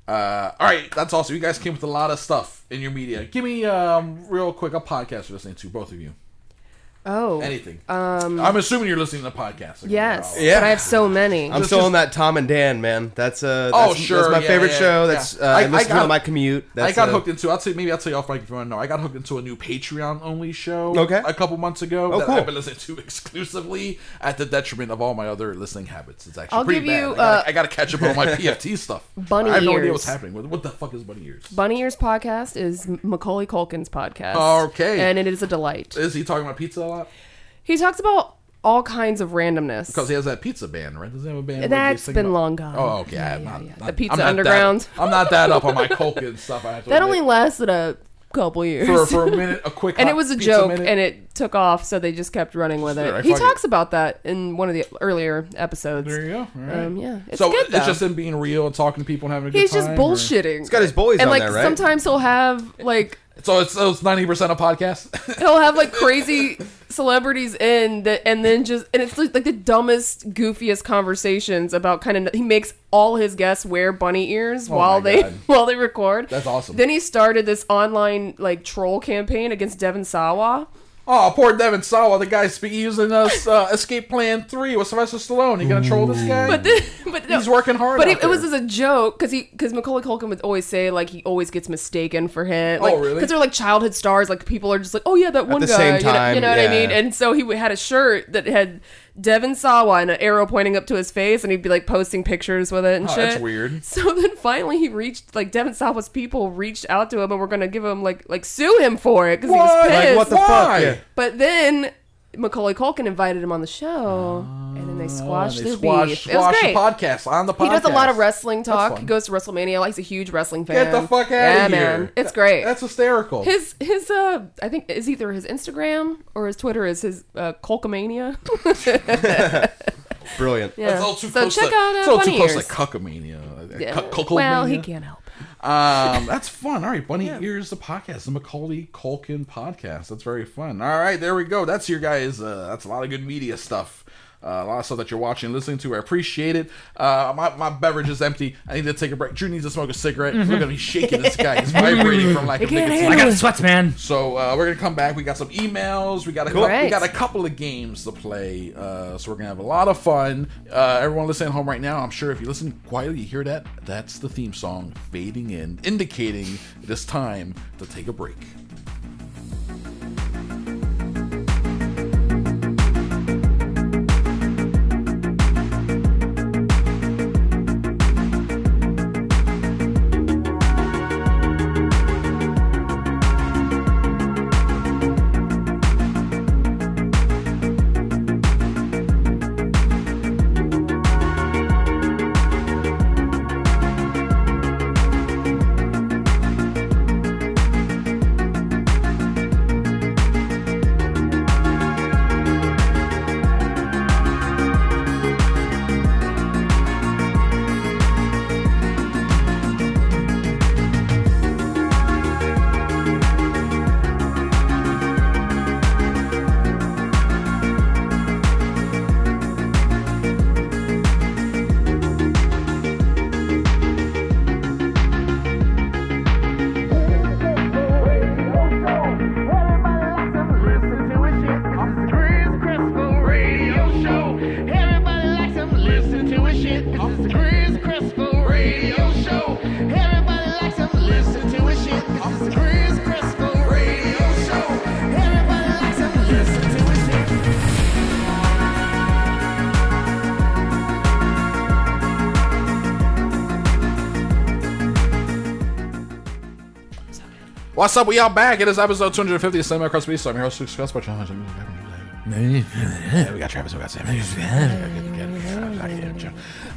D: Uh, all right, that's awesome. You guys came with a lot of stuff in your media. Give me um, real quick a podcast you're listening to, both of you.
F: oh
D: Anything. Um, I'm assuming you're listening to podcasts.
F: yes,
D: Oh,
G: Yeah.
F: but I have so many.
G: I'm
D: Just-
G: still
D: just-
G: on that Tom and Dan, man. That's uh,
D: Oh,
G: that's,
D: sure,
G: That's my
D: yeah,
G: favorite
D: yeah,
G: show.
D: yeah.
G: That's uh,
D: I-
G: I,
D: I
G: listen to
D: got-
G: it on my commute. That's,
D: I got
G: uh,
D: hooked into. I'll tell you, maybe I'll tell you off mic if you want to know. I got hooked into a new Patreon only show.
G: Okay.
D: A couple months ago.
G: Oh,
D: that
G: cool.
D: I've been listening to <laughs> exclusively at the detriment of all my other listening habits. It's actually
F: I'll
D: pretty
F: give
D: bad.
F: you,
D: I, gotta,
F: uh,
D: I gotta catch up on all
G: <laughs>
D: my PFT stuff.
F: Bunny
D: I have no idea
F: ears.
D: what's happening. What, what the fuck is bunny ears?
F: Bunny Ears podcast is Macaulay Culkin's podcast.
D: Okay.
F: and it is a delight.
D: Is he talking about pizza a lot?
F: He talks about all kinds of randomness.
D: Because he has that pizza band, right? Does he have a band? where
F: That's
D: they sing
F: been
D: about-
F: long gone.
D: Oh, okay. I'm not,
F: yeah.
D: I'm-
F: The
D: I'm
F: Pizza
D: not that-
F: Underground.
D: I'm not that up on
F: <laughs>
D: my Coke and stuff. I have to
F: that
D: admit.
F: only lasted a couple years.
D: for, for
F: <laughs>
D: a minute, a quick.
F: and
D: hot
F: it was a
D: pizza
F: joke,
D: minute.
F: and it took off, so they just kept running with
D: Sure, I
F: it. He
D: fuck
F: talks
D: it.
F: about that in one of the earlier episodes.
D: There you go. All right.
F: Um, yeah, it's
D: so
F: good though.
D: it's just him being real and talking to people and having a good
F: He's
D: time.
F: just
D: or-
F: bullshitting. He's
G: got his boys on
F: and like
G: there, right?
F: sometimes he'll have like
D: So it's so it's ninety percent of <laughs> podcasts.
F: he'll have like crazy celebrities in that, and then just and it's like, like the dumbest, goofiest conversations about kind of. He makes all his guests wear bunny ears while
D: Oh my
F: they
D: God.
F: <laughs> while they record.
D: That's awesome.
F: Then he started this online like troll campaign against Devin Sawa.
D: oh, poor Devin Sawa, the guy spe- using us uh, Escape Plan Three with Sylvester Stallone. You gonna troll this guy?
F: But then, <laughs> but no,
D: He's working hard
F: But
D: out
F: it, it was
D: there.
F: as a joke because he because Macaulay Culkin would always say like he always gets mistaken for him. Like,
D: Oh, really?
F: Because they're like childhood stars. Like people are just like, oh yeah, that one
G: the
F: guy.
G: same
F: you know- you
G: time,
F: know, what I
G: yeah.
F: mean? And so he w- had a shirt that had Devin Sawa and an arrow pointing up to his face, and he'd be like posting pictures with it and
D: Oh,
F: shit.
D: that's weird.
F: <laughs> So then finally he reached like Devin Sawa's people reached out to him and were gonna give him like like sue him for it because he was
D: What?
F: pissed.
G: Like, what the
D: Why?
G: fuck? Yeah.
F: But then Macaulay Culkin invited him on the show, and then they squashed
D: Oh, they
F: the
D: squash,
F: beef. it
D: squash the
F: was great.
D: podcast on the podcast.
F: he does a lot of wrestling
D: That's
F: talk.
D: fun.
F: He goes to WrestleMania. Like, He's a huge wrestling
D: Get
F: fan.
D: the fuck out
F: yeah,
D: of here!
F: man. It's great.
D: That's hysterical.
F: his his uh, I think is either his Instagram or his Twitter is his uh, Culkamania.
D: <laughs>
G: brilliant.
F: Yeah.
D: That's all too
F: so
D: close
F: check
D: to,
F: out uh,
D: it's all too
F: Bunny
D: close
F: Ears.
D: to cuckamania.
F: Yeah.
D: Cuck- cuckoldmania.
F: well, he can't help. it.
D: Um, that's fun. All right, Bunny Ears the podcast, the Macaulay Culkin podcast. That's very fun. All right, there we go. That's your guys. Uh, that's a lot of good media stuff. Uh, a lot of stuff that you're watching, and listening to. I appreciate it. Uh, my, my beverage is empty. I need to take a break. Drew needs to smoke a cigarette. Look at me shaking. This guy
F: <laughs>
D: He's vibrating from lack of
F: Mm-hmm.
D: nicotine.
F: can't
E: I
F: handle
E: got sweats, man.
D: So uh, we're gonna come back. We got some emails. We got a couple, we
F: Great.
D: got a couple of games to play. Uh, so we're gonna have a lot of fun. Uh, everyone listening at home right now, I'm sure if you listen quietly, you hear that. That's the theme song fading in, indicating it is time to take a break. What's up? We are back. It is episode 250 of Cinema Across the Beast. I'm your host, Luke Scott. We got Travis. We got Sam.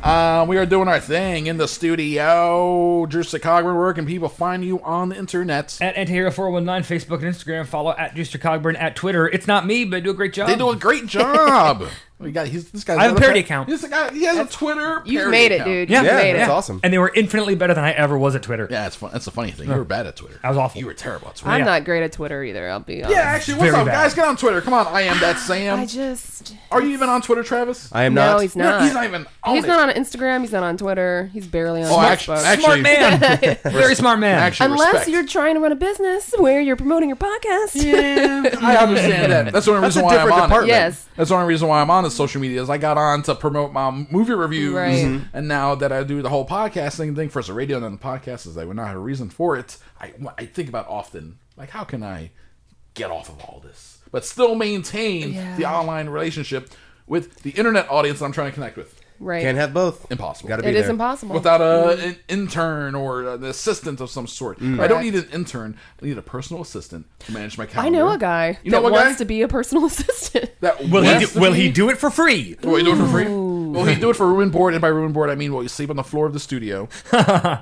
D: Um, we are doing our thing in the studio. Drew Cogburn, where can people find you on the internet?
E: At Antihero419, Facebook and Instagram. Follow at Juicer Cogburn at Twitter. It's not me, but I do a great job.
D: They do a <laughs> great job. we Oh. got he's this guy.
E: I have a parody account.
D: He's a guy. He has a Twitter.
F: You've
D: parody
F: made it,
D: account.
F: dude.
E: Yeah,
F: You've
G: Yeah,
F: made
G: that's
F: it.
G: awesome.
E: and they were infinitely better than I ever was at Twitter.
D: Yeah, it's fun. That's the funny thing. You were bad at Twitter.
E: I was awful.
D: You were terrible at Twitter.
F: I'm
E: Yeah.
F: not great at Twitter either. I'll be honest.
D: yeah, actually, what's
E: Very
D: up,
E: bad.
D: guys? Get on Twitter. Come on, I am that Sam.
F: I just.
D: Are you even on Twitter, Travis?
G: I am
F: no,
G: not.
F: he's <laughs>
D: No,
F: not.
D: he's not even on
F: He's
D: it.
F: not on Instagram. He's not on Twitter. He's barely on
D: Oh,
F: Facebook.
D: actually-
E: Smart
D: actually-
E: man.
D: <laughs>
E: Very smart man.
D: Actually,
F: Unless
D: respect.
F: you're trying to run a business where you're promoting your podcast.
D: Yeah, I understand that. That's the only
G: That's
D: reason
G: a
D: why I'm
G: different
D: on.
G: department.
D: It.
F: Yes.
D: That's the only reason why I'm on the social media is I got on to promote my movie reviews,
F: Right. Mhm.
D: and now that I do the whole podcasting thing, first the radio and then the podcast, is I would not have a reason for it. I, I think about often, like how can I get off of all this, but still maintain
F: Yeah.
D: the online relationship with the internet audience that I'm trying to connect with.
F: Right.
G: Can't have both.
D: Impossible.
G: Got to be
F: it is
G: there.
F: impossible.
D: Without a, an intern or an assistant of some sort, I don't
F: Mm-hmm. Mm. Correct.
D: need an intern. I need a personal assistant to manage my
F: I
D: calendar.
F: know a guy
D: You know
F: that
D: a guy?
F: wants to be a personal <laughs> assistant.
D: That
E: Will he,
D: wants
E: do,
D: to
E: will
D: be-
E: he do it for free?
D: Will he do it for free? Will he do it for room and board? And by room and board, I mean will you sleep on the floor of the
F: <laughs>
D: studio,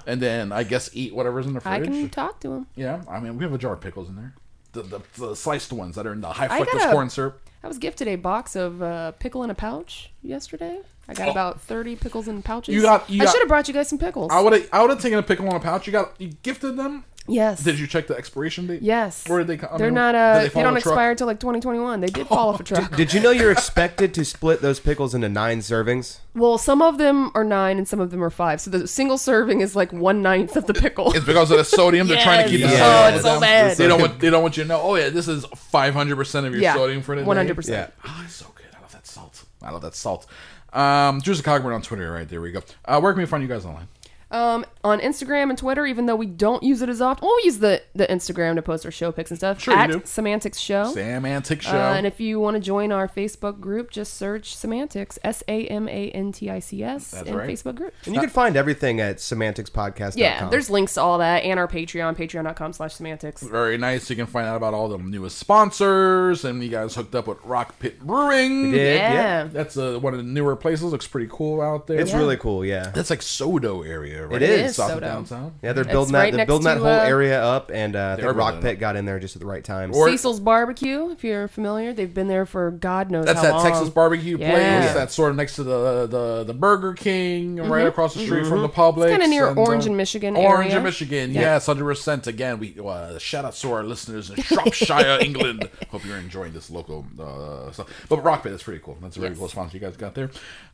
D: and then I guess eat whatever's in the
F: I
D: fridge.
F: can talk to him.
D: yeah, I mean we have a jar of pickles in there, the, the, the sliced ones that are in the high
F: I
D: fructose
F: gotta-
D: corn syrup.
F: I was gifted a box of uh, pickle in a pouch yesterday. I got about thirty pickles in pouches.
D: Oh. You got- you
F: I
D: got-
F: should have brought you guys some pickles.
D: I would have I would have taken a pickle in a pouch. You got you gifted them.
F: yes.
D: Did you check the expiration date?
F: Yes.
D: Where did they come?
F: They're not. Uh, they, don't expire till like 2021.
D: <laughs>
F: They did
D: Oh,
F: fall off a truck.
G: Did you know you're expected to split those pickles into nine servings?
F: Well, some of them are nine and some of them are five. So the single serving is like one
D: <laughs>
F: ninth of the pickle.
D: It's because of the sodium. They're trying to keep
F: Yes.
D: the
G: Yeah.
D: sodium
F: Oh, it's so
D: down.
F: bad.
D: They don't want they don't want you to know. Oh yeah, this is five hundred percent of your
F: yeah,
D: sodium for today.
F: one hundred percent.
D: Ah, it's so good. I love that salt. I love that salt. Um, Drew's Cogburn on Twitter, right? There we go. Uh, where can we find you guys online?
F: Um, on Instagram and Twitter, even though we don't use it as often, we'll use the the Instagram to post our show pics and stuff.
D: Sure you
F: at
D: do.
F: Semantics Show.
D: Sam Antic Show.
F: Oh. Uh, and if you want to join our Facebook group, just search Semantics, S A M A N T I C S,
D: That's
F: in
D: right.
F: Facebook group.
G: And you can find everything at semanticspodcast.com.
F: Yeah, there's links to all that and our Patreon, patreon.com slash semantics.
D: Very nice. You can find out about all the newest sponsors, and you guys hooked up with Rock Pit Brewing.
G: did. Yeah.
F: Yeah.
D: That's uh, one of the newer places. Looks pretty cool out there.
G: It's really cool. Yeah.
D: that's like Sodo area, right?
G: It is. It
F: is
D: south of
F: Sodo.
D: downtown.
G: Yeah, they're building that.
F: right
G: They're
F: next
G: building that
F: to,
G: whole
F: uh,
G: area up, and uh, I
D: are
G: think Rock
D: building it
G: Pit got in there just at the right time.
D: Or-
F: Cecil's Barbecue, if you're familiar, they've been there for God knows
D: That's
F: how
D: that
F: long.
D: Texas barbecue
F: Yeah.
D: place. That's sort of next to the the, the Burger King, right across the street
E: Mm-hmm.
D: from the Publix.
F: Mm-hmm. kinda near
D: uh,
F: Orange and Michigan
D: Orange
F: area.
D: and Michigan, yes, hundred percent. Again, we uh, shout out to our listeners in Shropshire,
F: <laughs>
D: England. Hope you're enjoying this local uh, stuff. But Rock Band is pretty cool. That's a very cool sponsor you guys got there.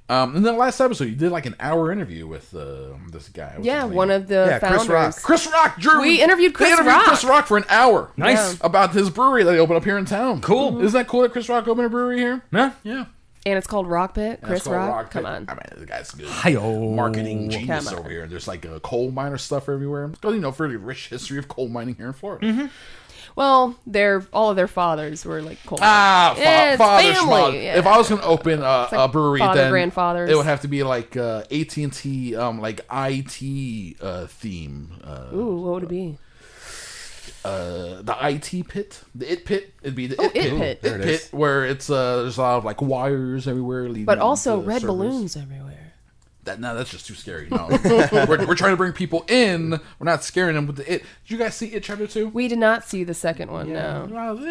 D: Um, and then last episode, you did like an hour interview with uh, this guy. What's
F: Yeah,
D: his name?
F: one of the
G: Yeah, Chris
F: founders.
G: Rock.
D: Chris Rock. Drew.
F: We interviewed
D: They
F: Chris Rock.
D: Chris Rock for an hour.
E: Nice. Yeah.
D: about his brewery that they opened up here in town.
E: Cool.
D: Isn't that cool that Chris Rock opened a brewery here?
E: Huh?
D: Yeah.
F: And it's called Rock Pit.
D: That's
F: Chris
D: called
F: Rock.
D: Rock
F: Come
D: Pit.
F: on.
D: I mean, the guy's good.
E: Hi-yo.
D: Marketing genius
F: Come on.
D: over here. There's like a coal miner stuff everywhere. Because you know, fairly rich history of coal mining here in Florida.
F: Mm-hmm. Well, their all of their fathers were like cold.
D: Ah, fa-
F: Yeah, it's
D: father
F: family,
D: schmod.
F: yeah.
D: If I was gonna open a, a
F: like
D: brewery,
F: father,
D: then
F: grandfathers.
D: it would have to be like uh, AT and T, um, like IT uh, theme. Uh,
F: Ooh, what would it be?
D: uh, the IT pit, the it pit. It'd be the
F: Oh,
D: it,
F: it
D: pit,
F: pit.
D: It
G: There it
D: pit,
G: is.
D: where it's uh, there's a lot of like wires everywhere. leading
F: But also
D: to
F: red
D: servers.
F: balloons everywhere.
D: That no, that's just too scary. No, <laughs> we're, we're trying to bring people in. We're not scaring them with the it. Did you guys see it chapter two?
F: We did not see the second one, no.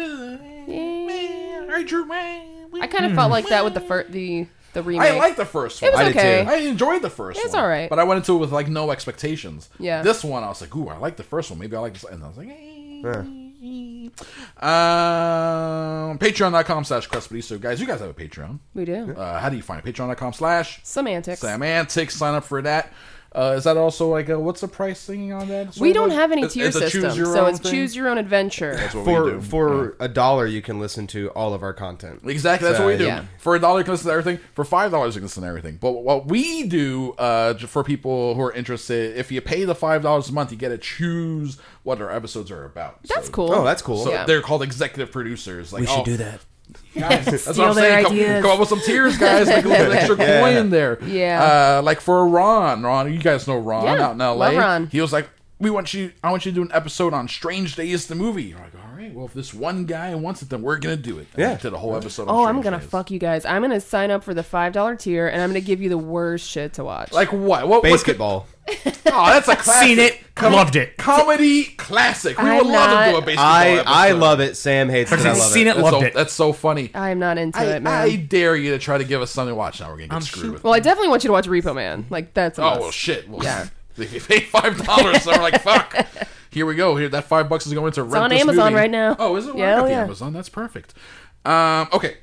D: "Eh, Hey, Drew, man.
F: I kind of felt like that with the fir- the the remake.
D: I like the first one.
F: It was
D: I,
G: did
F: okay.
G: too.
D: I enjoyed the first
F: It's
D: one.
F: all right.
D: But I went into it with like no expectations.
F: Yeah.
D: This one, I was like, ooh, I like the first one. Maybe I like this. And I was like, eh. Um, patreon.com slash crespity. So, guys, you guys have a Patreon.
F: We do.
D: Uh, how do you find it? Patreon.com slash
F: Semantics.
D: Samantic. Sign up for that. Uh, is that also like a, what's the pricing on that? Sort
F: We
D: of
F: don't
D: like-
F: have any
D: it's-
F: tier
D: it's a choose
F: system,
D: your
F: so
D: own
F: it's
D: thing?
F: choose your own adventure.
D: That's what we
G: for
D: do.
G: for a dollar, you can listen to all of our content.
D: Exactly, that's
G: So,
D: what we do.
F: yeah.
D: For a dollar, you can listen to everything. For five dollars, you can listen to everything. But what we do uh, j- for people who are interested, if you pay the five dollars a month, you get to choose what our episodes are about.
F: That's
D: So-
F: cool.
G: Oh, that's cool.
D: So
F: Yeah.
D: they're called executive producers. Like,
B: We should
D: oh,
B: do that.
F: <laughs>
D: Guys, that's what
F: Steal
D: I'm
F: their
D: saying. Come,
F: ideas.
D: come up with some tears, guys. Like a little bit extra
G: Yeah.
D: coin there.
F: Yeah.
D: Uh, like for Ron, Ron, you guys know Ron
F: Yeah.
D: out in L.A.
F: Love Ron.
D: He was like, we want you. I want you to do an episode on Strange Days, the movie. You're like, all right. Well, if this one guy wants it, then we're gonna do it. And
G: Yeah.
D: we did a whole episode. On
F: Oh, I'm
D: Strange
F: gonna
D: Days.
F: fuck you guys. I'm gonna sign up for the five dollar tier, and I'm gonna give you the worst shit to watch.
D: Like what? What? What's good? <laughs>
G: Basketball.
D: Oh, that's a classic.
E: Seen it, loved it.
D: Comedy classic. We
F: I'm
D: would love to do a
F: not-
D: basketball.
G: I I
D: episode.
G: love it. Sam hates it. I
E: I've
G: love
E: seen
G: it.
E: it,
D: That's
E: loved
D: so,
E: it.
D: That's so funny.
F: I am not into
D: I,
F: it, man.
D: I dare you to try to give us something to watch. Now we're gonna get screwed with.
F: well, I definitely want you to watch Repo Man. Like that's a
D: Oh
F: must.
D: well, shit. Well,
F: Yeah.
D: <laughs> They pay five dollars, so we're like,
F: <laughs>
D: fuck. Here we go. Here, that five bucks is going to rent
F: on
D: this
F: Amazon
D: movie.
F: right now.
D: Oh, is it? Well,
F: Yeah,
D: I got
F: oh,
D: the
F: yeah.
D: Amazon. That's perfect. Um, okay.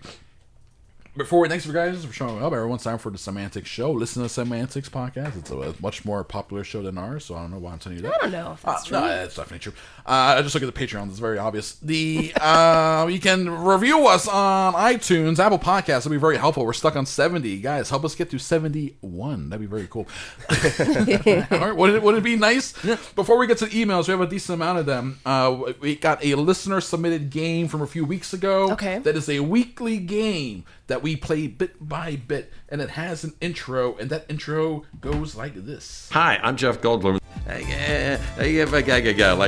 D: Before we thanks for guys for showing up, everyone's time for the Semantics Show. Listen to Semantics podcast. It's a much more popular show than ours, so I don't know why I'm telling you that. I
F: don't know if that's
D: Uh, No,
F: true.
D: that's definitely true. Uh, just look at the Patreon; it's very obvious. The uh, you can review us on iTunes, Apple Podcasts. That'd be very helpful. We're stuck on seventy, guys. Help us get to seventy-one. That'd be very
F: <laughs>
D: cool. <laughs> All right, would it, would it be nice? Before we get to the emails, we have a decent amount of them. Uh, we got a listener submitted game from a few weeks ago.
F: Okay.
D: That is a weekly game that we play bit by bit, and it has an intro, and that intro goes like this.
H: Hi, I'm Jeff Goldblum. Like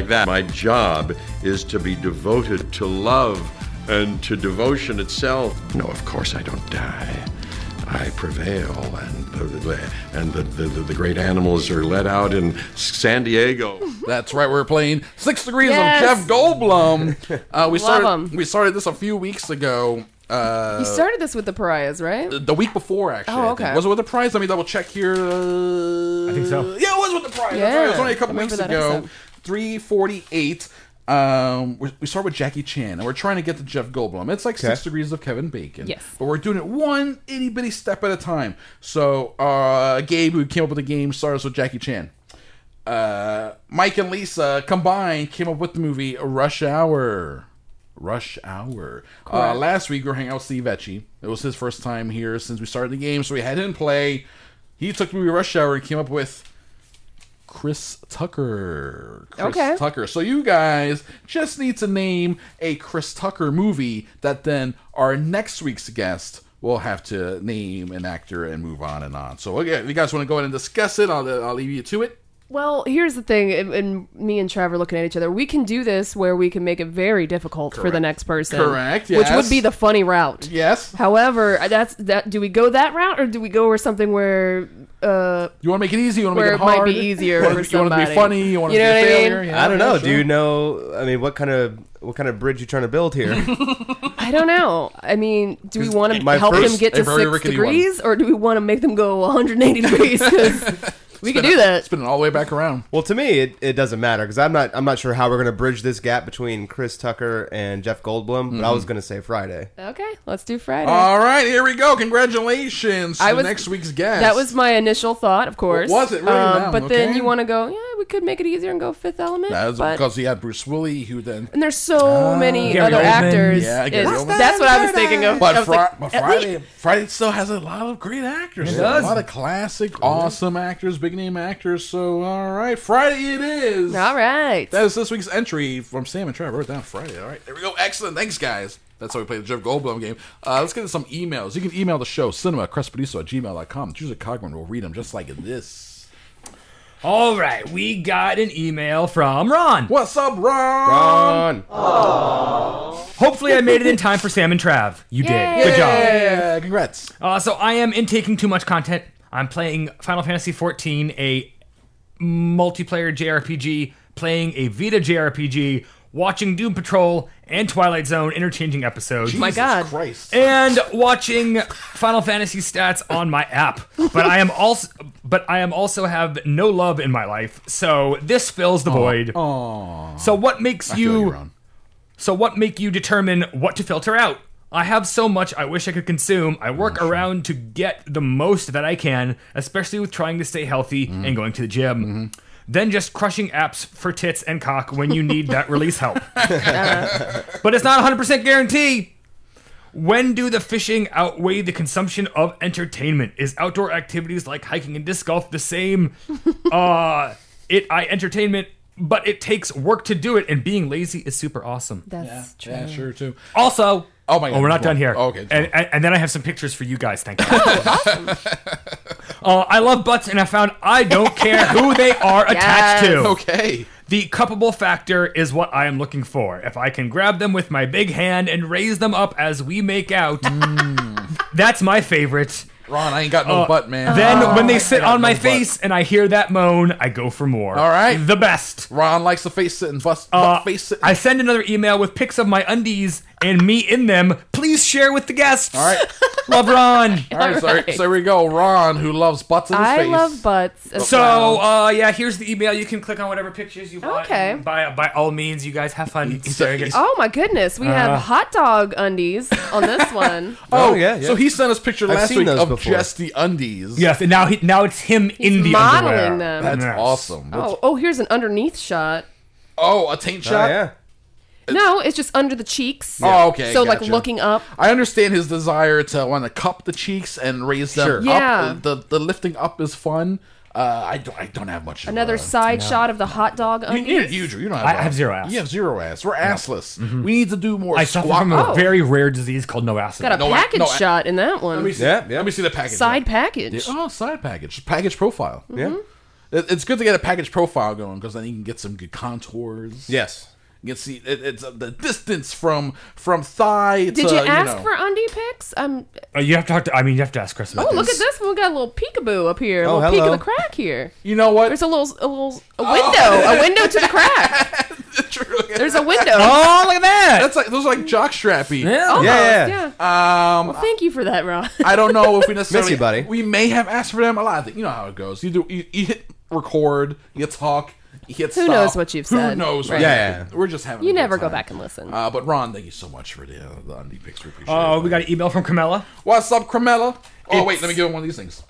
H: that. My job is to be devoted to love and to devotion itself. No, of course I don't die. I prevail, and the, and the, the, the great animals are let out in San Diego. <laughs>
D: That's right. We're playing Six Degrees
F: Yes.
D: of Jeff Goldblum. Uh, we started.
F: 'em.
D: We started this a few weeks ago. Uh,
F: you started this with the pariahs, right?
D: the week before, actually.
F: Oh,
D: I think.
F: okay.
D: Was it with the prize? Let me double check here. I
E: think so.
D: Yeah, it was with the prize. That's right. It was
F: Yeah.
D: only a couple
F: I remember
D: weeks
F: that
D: ago.
F: episode.
D: Three forty-eight. Um, we we start with Jackie Chan, and we're trying to get to Jeff Goldblum. It's like six
G: Okay.
D: degrees of Kevin Bacon.
F: Yes.
D: but we're doing it one itty bitty step at a time. So, uh, Gabe, who came up with the game, starts with Jackie Chan. Uh, Mike and Lisa combined came up with the movie Rush Hour. Rush Hour. Uh, last week we were hanging out with Steve Etchy. It was his first time here since we started the game, so we had him play. He took the movie Rush Hour and came up with Chris Tucker. Chris
F: Okay.
D: Tucker. So you guys just need to name a Chris Tucker movie that then our next week's guest will have to name an actor and move on and on. So okay, if you guys want to go ahead and discuss it, I'll, I'll leave you to it.
F: Well, here's the thing, and, and me and Trevor looking at each other. We can do this where we can make it very difficult for the next person.
D: Correct,
F: Which
D: yes.
F: would be the funny route.
D: Yes.
F: However, that's that. Do we go that route, or do we go where something where uh,
D: You want to make it easy? You want to
F: where
D: make it
F: it might
D: hard?
F: be easier
D: you
F: for
D: want, You want to
F: somebody?
D: be funny? You want to be
F: You know
D: a
F: what I mean?
D: failure? Yeah,
G: I don't know.
D: yeah,
G: Do you
D: sure.
G: know? I mean, what kind of what kind of bridge you trying to build here?
D: <laughs>
F: I don't know. I mean, do we want to
D: my
F: help
D: first-
F: them get
D: a
F: to
D: very
F: six
D: rickety one.
F: degrees, or do we want to make them go
D: <laughs>
F: 180 degrees? 'Cause we could
D: Spin
F: do
D: it-
F: that.
D: Spin it all the way back around.
G: well, to me, it, it doesn't matter because I'm not I'm not sure how we're going to bridge this gap between Chris Tucker and Jeff Goldblum. But I
D: Mm-hmm.
G: was going to say Friday.
F: Okay, let's do Friday.
D: All right, here we go. Congratulations to next week's guest.
F: That was my initial thought, of course. Um,
D: was it? Really? Wow,
F: but then
D: okay.
F: you want to go? Yeah, we could make it easier and go Fifth Element.
D: That was
F: but-
D: because he had Bruce Willie, who then.
F: and there's so many
E: Gary
F: other
E: Oldman.
F: actors.
D: Ah. Yeah, Gary
F: It's-
D: Oldman.
F: that's what I was thinking of. I
D: But,
F: was
D: Fri-
F: like,
D: but
F: at
D: Friday,
F: least-
D: Friday still has a lot of great actors.
E: It
D: though.
E: does.
D: A lot of classic, awesome actors, big name actors. So, all right, Friday it is.
F: All right.
D: That is this week's entry from Sam and Trevor. I wrote it down Friday. All right, there we go. Excellent. Thanks, guys. That's how we play the Jeff Goldblum game. Uh, let's get into some emails. You can email the show, cinemacrespediso at gmail.com. Choose a cogman. We'll read them just like this.
E: All right, we got an email from Ron.
D: What's up, Ron?
G: On.
E: Hopefully, I made it in time for Sam and Trav. You
F: Yay.
E: did. Good job.
D: Yeah, congrats.
F: Oh.
E: Uh, so I am intaking too much content. I'm playing Final Fantasy XIV, a multiplayer JRPG, playing a Vita JRPG, watching Doom Patrol and Twilight Zone interchanging episodes.
F: Oh my God.
D: Christ.
E: and watching Final Fantasy stats on my app. But I am also but I am also have no love in my life. So this fills the void. So what makes
D: feel you,
E: you
D: Ron.
E: so what make you determine what to filter out? I have so much I wish I could consume. I work around to get the most that I can, especially with trying to stay healthy and going to the gym. Then just crushing apps for tits and cock when you need that release help. but it's not 100% guarantee. When do the fishing outweigh the consumption of entertainment? Is outdoor activities like hiking and disc golf the same? uh, it I entertainment, but it takes work to do it, and being lazy is super awesome.
F: That's true.
D: Yeah, sure, too.
E: Also,
D: Oh my God,
E: we're not
D: there's
E: done
D: more. Oh,
E: here.
D: Okay, there's
E: <laughs> and, and, and then I have some pictures for you guys. Thank you. Uh, I love butts, and I found I don't care who they are attached
F: Yes.
E: to.
D: Okay.
E: The cuppable factor is what I am looking for. If I can grab them with my big hand and raise them up as we make out, that's my favorite.
D: Ron, I ain't got no
E: Uh,
D: Hmm. Oh, butt, man.
E: Then
F: Oh,
E: when they
D: I
E: sit
D: got
E: on
D: no
E: my
D: butt.
E: face and I hear that moan, I go for more.
D: All right.
E: The best.
D: Ron likes the face sitting, bust,
E: Uh,
D: butt face sitting.
E: I send another email with pics of my undies and me in them. Please share with the guests.
D: All
F: <laughs>
D: right.
E: <laughs> Love Ron.
D: All right, so, so here we go. Ron, who loves butts in his
F: I
D: face.
F: love butts. as
E: So
F: well.
E: uh, yeah, here's the email. You can click on whatever pictures you want.
F: Okay.
E: and By by all means, you guys have fun staring at
F: Oh my goodness, we
D: Ah.
F: have hot dog undies
D: <laughs>
F: on this one.
D: Oh,
G: Oh, yeah,
D: yeah,
G: yeah.
D: So he sent us picture
G: I've
D: last
G: seen
D: week
G: those
D: of
G: before.
D: just the undies.
E: Yes, and now he, now it's him in the
F: modeling
E: underwear.
F: them.
D: That's
E: Yes.
D: awesome.
F: Oh, oh, here's an underneath shot.
D: Oh, a taint
G: Oh,
D: shot?
G: yeah.
F: No, it's just under the cheeks.
D: Oh, okay,
F: So like
D: gotcha. Uh,
F: looking up.
D: I understand his desire to want to cup the cheeks and raise them
G: Sure.
D: up.
F: Yeah.
D: The, the lifting up is fun. Uh, I, don't, I don't have much. of,
F: Another
D: uh,
F: side shot of the hot dog
D: You,
F: undies.
D: you, you, Drew, you don't have.
E: I
D: ass.
E: have zero ass. Mm-hmm.
D: You have zero ass. We're assless. We need to do more.
E: I
D: squat.
E: suffer from a
F: Oh.
E: very rare disease called no acid.
F: Got a
D: No, I-
F: package
D: no, I-
F: shot in that one.
D: Let me see.
G: Yeah, yeah.
D: Let me see the package.
F: Side package. Hmm.
D: Oh, side package. Package profile.
G: Yeah.
D: It, it's good to get a package profile going because then you can get some good contours.
G: Yes.
D: You can see it, it's uh, the distance from from thigh.
F: Did
D: to,
F: you ask
D: know-
F: for undie pics? I'm.
E: Uh, you have to talk to. I mean, you have to ask Chris about
F: Oh, look
E: this.
F: at this one. We got a little peekaboo up here. A
G: Oh,
F: little peek of
G: hello.
F: the crack here.
D: You know what? <laughs>
F: There's a little, a little, a
E: Oh.
F: window,
E: <laughs>
F: a window to the crack. There's a window.
E: Oh, look at that.
D: That's like those are like jock strappy.
E: yeah.
F: Almost,
G: Yeah, yeah.
D: Um,
F: Thank you for
E: <laughs>
F: that, Ron.
D: I don't know
F: <laughs>
D: if we necessarily.
G: you, buddy.
D: We may have asked for them a lot. You know how it goes. You do. You, you hit record. You talk. You hit.
F: Who
D: stop.
F: knows what you've
D: Who
F: said,
D: knows?
F: right?
G: Yeah, yeah.
D: We're just having. a
F: You
D: good
F: never go
D: time.
F: back and listen.
D: Uh, but Ron, thank you so much for the, uh, the undie picture. Appreciate
E: Oh,
D: it.
E: we got an email from Carmela.
D: What's up, Cremella? Oh
E: It's-
D: wait, let me give him one of these things.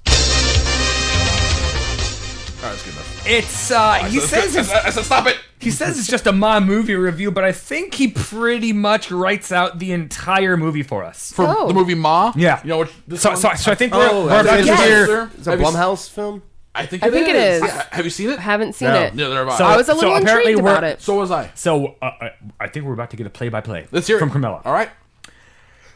D: All right, that's good enough.
E: It's uh, he
D: That's
E: says
D: good.
E: it's,
D: I, I said stop it.
E: he says it's just a ma movie review, but I think he pretty much writes out the entire movie for us.
D: From
F: Oh.
D: the movie Ma.
E: Yeah.
D: You know what? This
E: So
D: one-
E: so, so I think we're,
G: Oh,
E: we're
G: that's
E: about to
G: Yes.
E: hear.
D: Sir,
G: It's a
D: have you-
G: Blumhouse film?
D: I think
F: I think it is.
D: Yeah, Have you seen it?
F: I haven't seen
G: No.
F: it.
D: Neither have I.
E: So-
F: I was a little
E: apparently
F: intrigued
E: we're-
F: about it.
D: so was I.
E: So uh, I- I think we're about to get a play by play.
D: Let's hear it
E: from Carmela.
D: All right.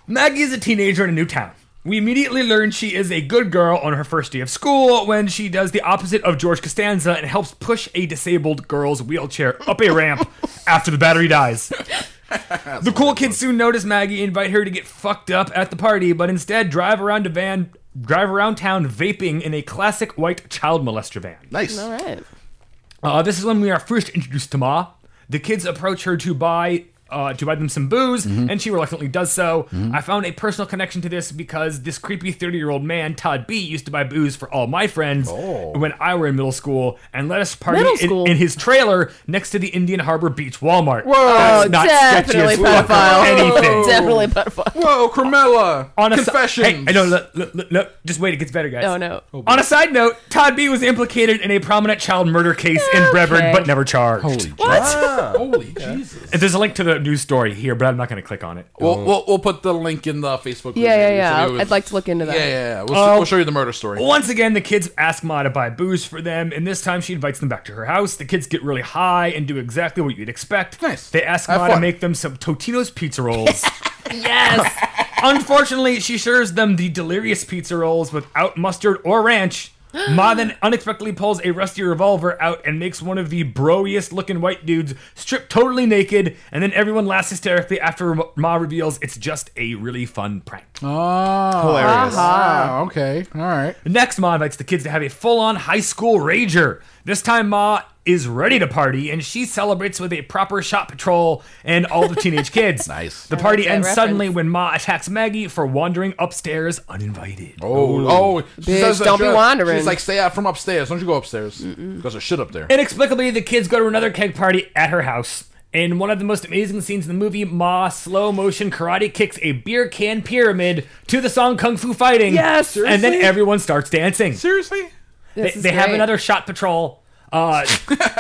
E: Maggie is a teenager in a new town. We immediately learn she is a good girl on her first day of school when she does the opposite of George Costanza and helps push a disabled girl's wheelchair up a ramp after the battery dies. the cool kids soon notice Maggie and invite her to get fucked up at the party, but instead drive around a van, drive around town vaping in a classic white child molester van.
D: Nice.
F: All right.
E: Uh, this is when we are first introduced to Ma. The kids approach her to buy uh, to buy them some booze,
F: Mm-hmm.
E: and she reluctantly does so. I found a personal connection to this because this creepy thirty year old man Todd B used to buy booze for all my friends when I were in middle school, and let us party
F: Oh. Middle
E: in,
F: school?
E: in his trailer next to the Indian Harbor Beach Walmart. Whoa,
F: Oh, definitely pedophile.
E: Anything.
F: Definitely pedophile.
D: Whoa, Carmella.
E: On a si-
D: confession.
E: hey, I know. Look, look, look, look, just wait, it gets better, guys.
F: Oh, no. Oh,
E: On a side note, Todd B was implicated in a prominent child murder case in
F: Okay.
E: Brevard, but never charged.
D: Holy Jesus.
E: There's a link to the news story here, but I'm not going to click on it.
D: We'll, we'll, we'll put the link in the Facebook.
F: Yeah,
D: page.
F: yeah, yeah.
D: So it was-
F: I'd like to look into that.
D: Yeah, yeah, yeah. We'll,
E: Oh.
D: s- we'll show you the murder story.
E: Once again, the kids ask Ma to buy booze for them, and this time she invites them back to her house. The kids get really high and do exactly what you'd expect.
D: Nice.
E: They ask
D: Have
E: Ma to
D: fun.
E: make them some Totino's
D: <laughs>
E: pizza rolls. yes. <laughs> Unfortunately, she serves them the delirious pizza rolls without mustard
D: <gasps>
E: or ranch. Ma then unexpectedly pulls a rusty revolver out and makes one of the broiest looking white dudes strip totally naked, and then everyone laughs hysterically after Ma reveals it's just a really fun prank.
G: Hilarious.
D: Oh. Ah, okay. All right.
E: Next, Ma invites the kids to have a full on high school rager. This time, Ma is ready to party and she celebrates with a proper shot patrol and all the teenage
D: <laughs>
E: kids.
D: Nice.
E: The party
F: that
E: ends
F: reference.
E: suddenly when Ma attacks Maggie for wandering upstairs uninvited.
D: Oh, oh. She
F: Bitch,
D: says that
F: don't be
D: shit.
F: wandering.
D: She's like, stay out from upstairs. Don't you go upstairs. Because there's shit up there.
E: Inexplicably, the kids go to another keg party at her house. In one of the most amazing scenes in the movie, Ma slow motion karate kicks a beer can pyramid to the song Kung Fu Fighting.
F: Yes!
E: And then everyone starts dancing.
D: Seriously?
E: They,
F: This is
E: they have
F: great.
E: another shot patrol
F: <laughs>
E: uh,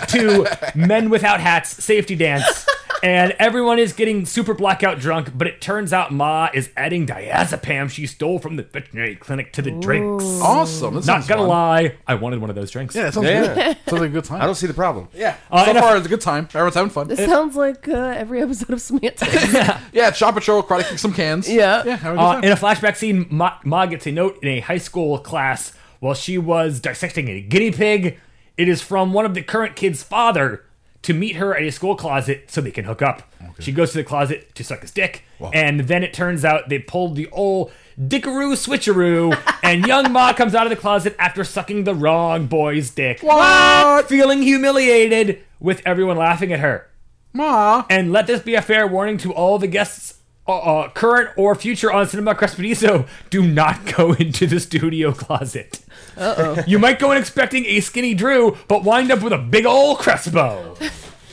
E: to men without hats safety dance, and everyone is getting super blackout drunk. But it turns out Ma is adding diazepam she stole from the veterinary clinic to the drinks.
D: Awesome. That
E: Not
D: sounds
E: gonna
D: fun.
E: lie, I wanted one of those drinks.
D: Yeah, that sounds
G: Yeah.
D: good. <laughs> sounds like a good
G: I
D: time.
G: don't see the problem.
D: Yeah.
E: Uh,
D: so
E: and a-
D: far, it's a good time. Everyone's having fun. <laughs>
F: This sounds like uh, every episode of
E: <laughs>
F: Semantics.
D: Yeah, shop patrol, karate kick some cans.
F: Yeah.
D: Yeah, have a good
E: Uh,
D: time.
E: in a flashback scene, Ma, Ma gets a note in a high school class while she was dissecting a guinea pig. It is from one of the current kid's father to meet her at a school closet so they can hook up. She goes to the closet to suck his dick, and then it turns out they pulled the old dickaroo switcheroo, and young Ma comes out of the closet after sucking the wrong boy's dick. What? Feeling humiliated with everyone laughing at her.
D: Ma.
E: And let this be a fair warning to all the guests, uh, uh, current or future on Cinema Crespediso, do not <laughs> go into the studio closet. Uh-oh. you might go in expecting a skinny Drew, but wind up with a big old Crespo.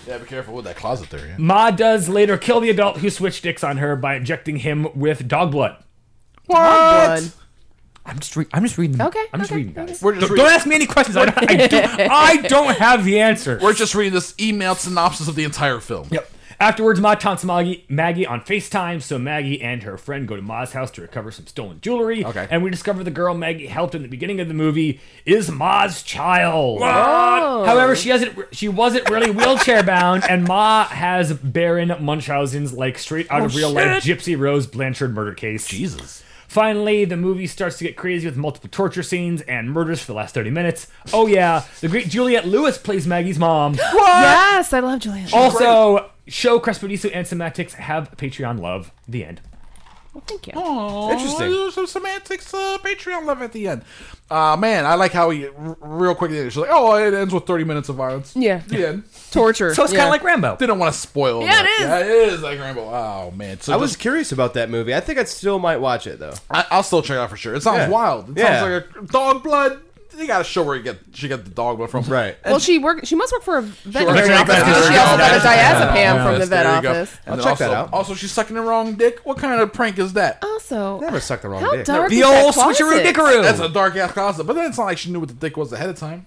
D: Yeah, be careful with that closet there. Yeah.
E: Ma does later kill the adult who switched dicks on her by injecting him with dog blood.
F: Blood.
E: I'm just, re- I'm just reading.
F: Okay,
E: I'm just
F: okay,
E: reading, guys.
D: We're just
E: don't,
D: reading.
E: don't ask me any questions. I don't, I, do, I don't have the answer.
D: We're just reading this emailed synopsis of the entire film.
E: Yep. Afterwards, Ma taunts Maggie, Maggie on FaceTime, so Maggie and her friend go to Ma's house to recover some stolen jewelry.
D: Okay.
E: And we discover the girl Maggie helped in the beginning of the movie is Ma's child.
F: Oh.
E: However, she hasn't. She wasn't really wheelchair bound, and Ma has Baron Munchausen's like straight out of real life Gypsy Rose Blanchard murder case.
D: Oh, Jesus.
E: Finally, the movie starts to get crazy with multiple torture scenes and murders for the last 30 minutes. Oh, yeah, the great Juliette Lewis plays Maggie's
D: <gasps>
E: mom. <gasps>
F: Yes, I love Julian.
E: Also, show Crespediso and Semantics have Patreon love. The end. Oh.
F: Thank you.
G: Interesting.
D: There's some semantics, uh, Patreon love at the end. Uh, man, I like how he r- real quick. She's like, oh, it ends with 30 minutes of violence.
F: Yeah.
D: The end.
F: Torture.
E: So it's
F: yeah.
E: kind of like Rambo.
D: They don't want to spoil.
F: Yeah,
D: that.
F: it is.
D: Yeah, it is like Rambo. Oh man, so
G: I
D: I
G: was curious about that movie. I think I still might watch it though.
D: I, I'll still check it out for sure. It sounds
G: Yeah.
D: wild. It
G: Yeah.
D: sounds like a dog blood. You gotta show where you get she got the dog blood from.
G: Right.
F: Well, she work. She must work for a veterinary
E: Veterinary
F: office.
E: office.
F: because She also got a
D: Yeah.
F: diazepam from the
D: There
F: vet
D: you go.
F: office.
D: And
G: I'll
D: then
G: check that
D: also-
G: out.
D: Also, she's sucking the wrong dick. What kind of prank is that?
F: Oh. Also,
G: Never sucked the wrong
F: how
G: dick.
F: dark
E: The
F: is
E: old
F: that closet?
E: switcheroo dickaroo.
D: That's a dark ass closet. But then it's not like she knew what the dick was ahead of time.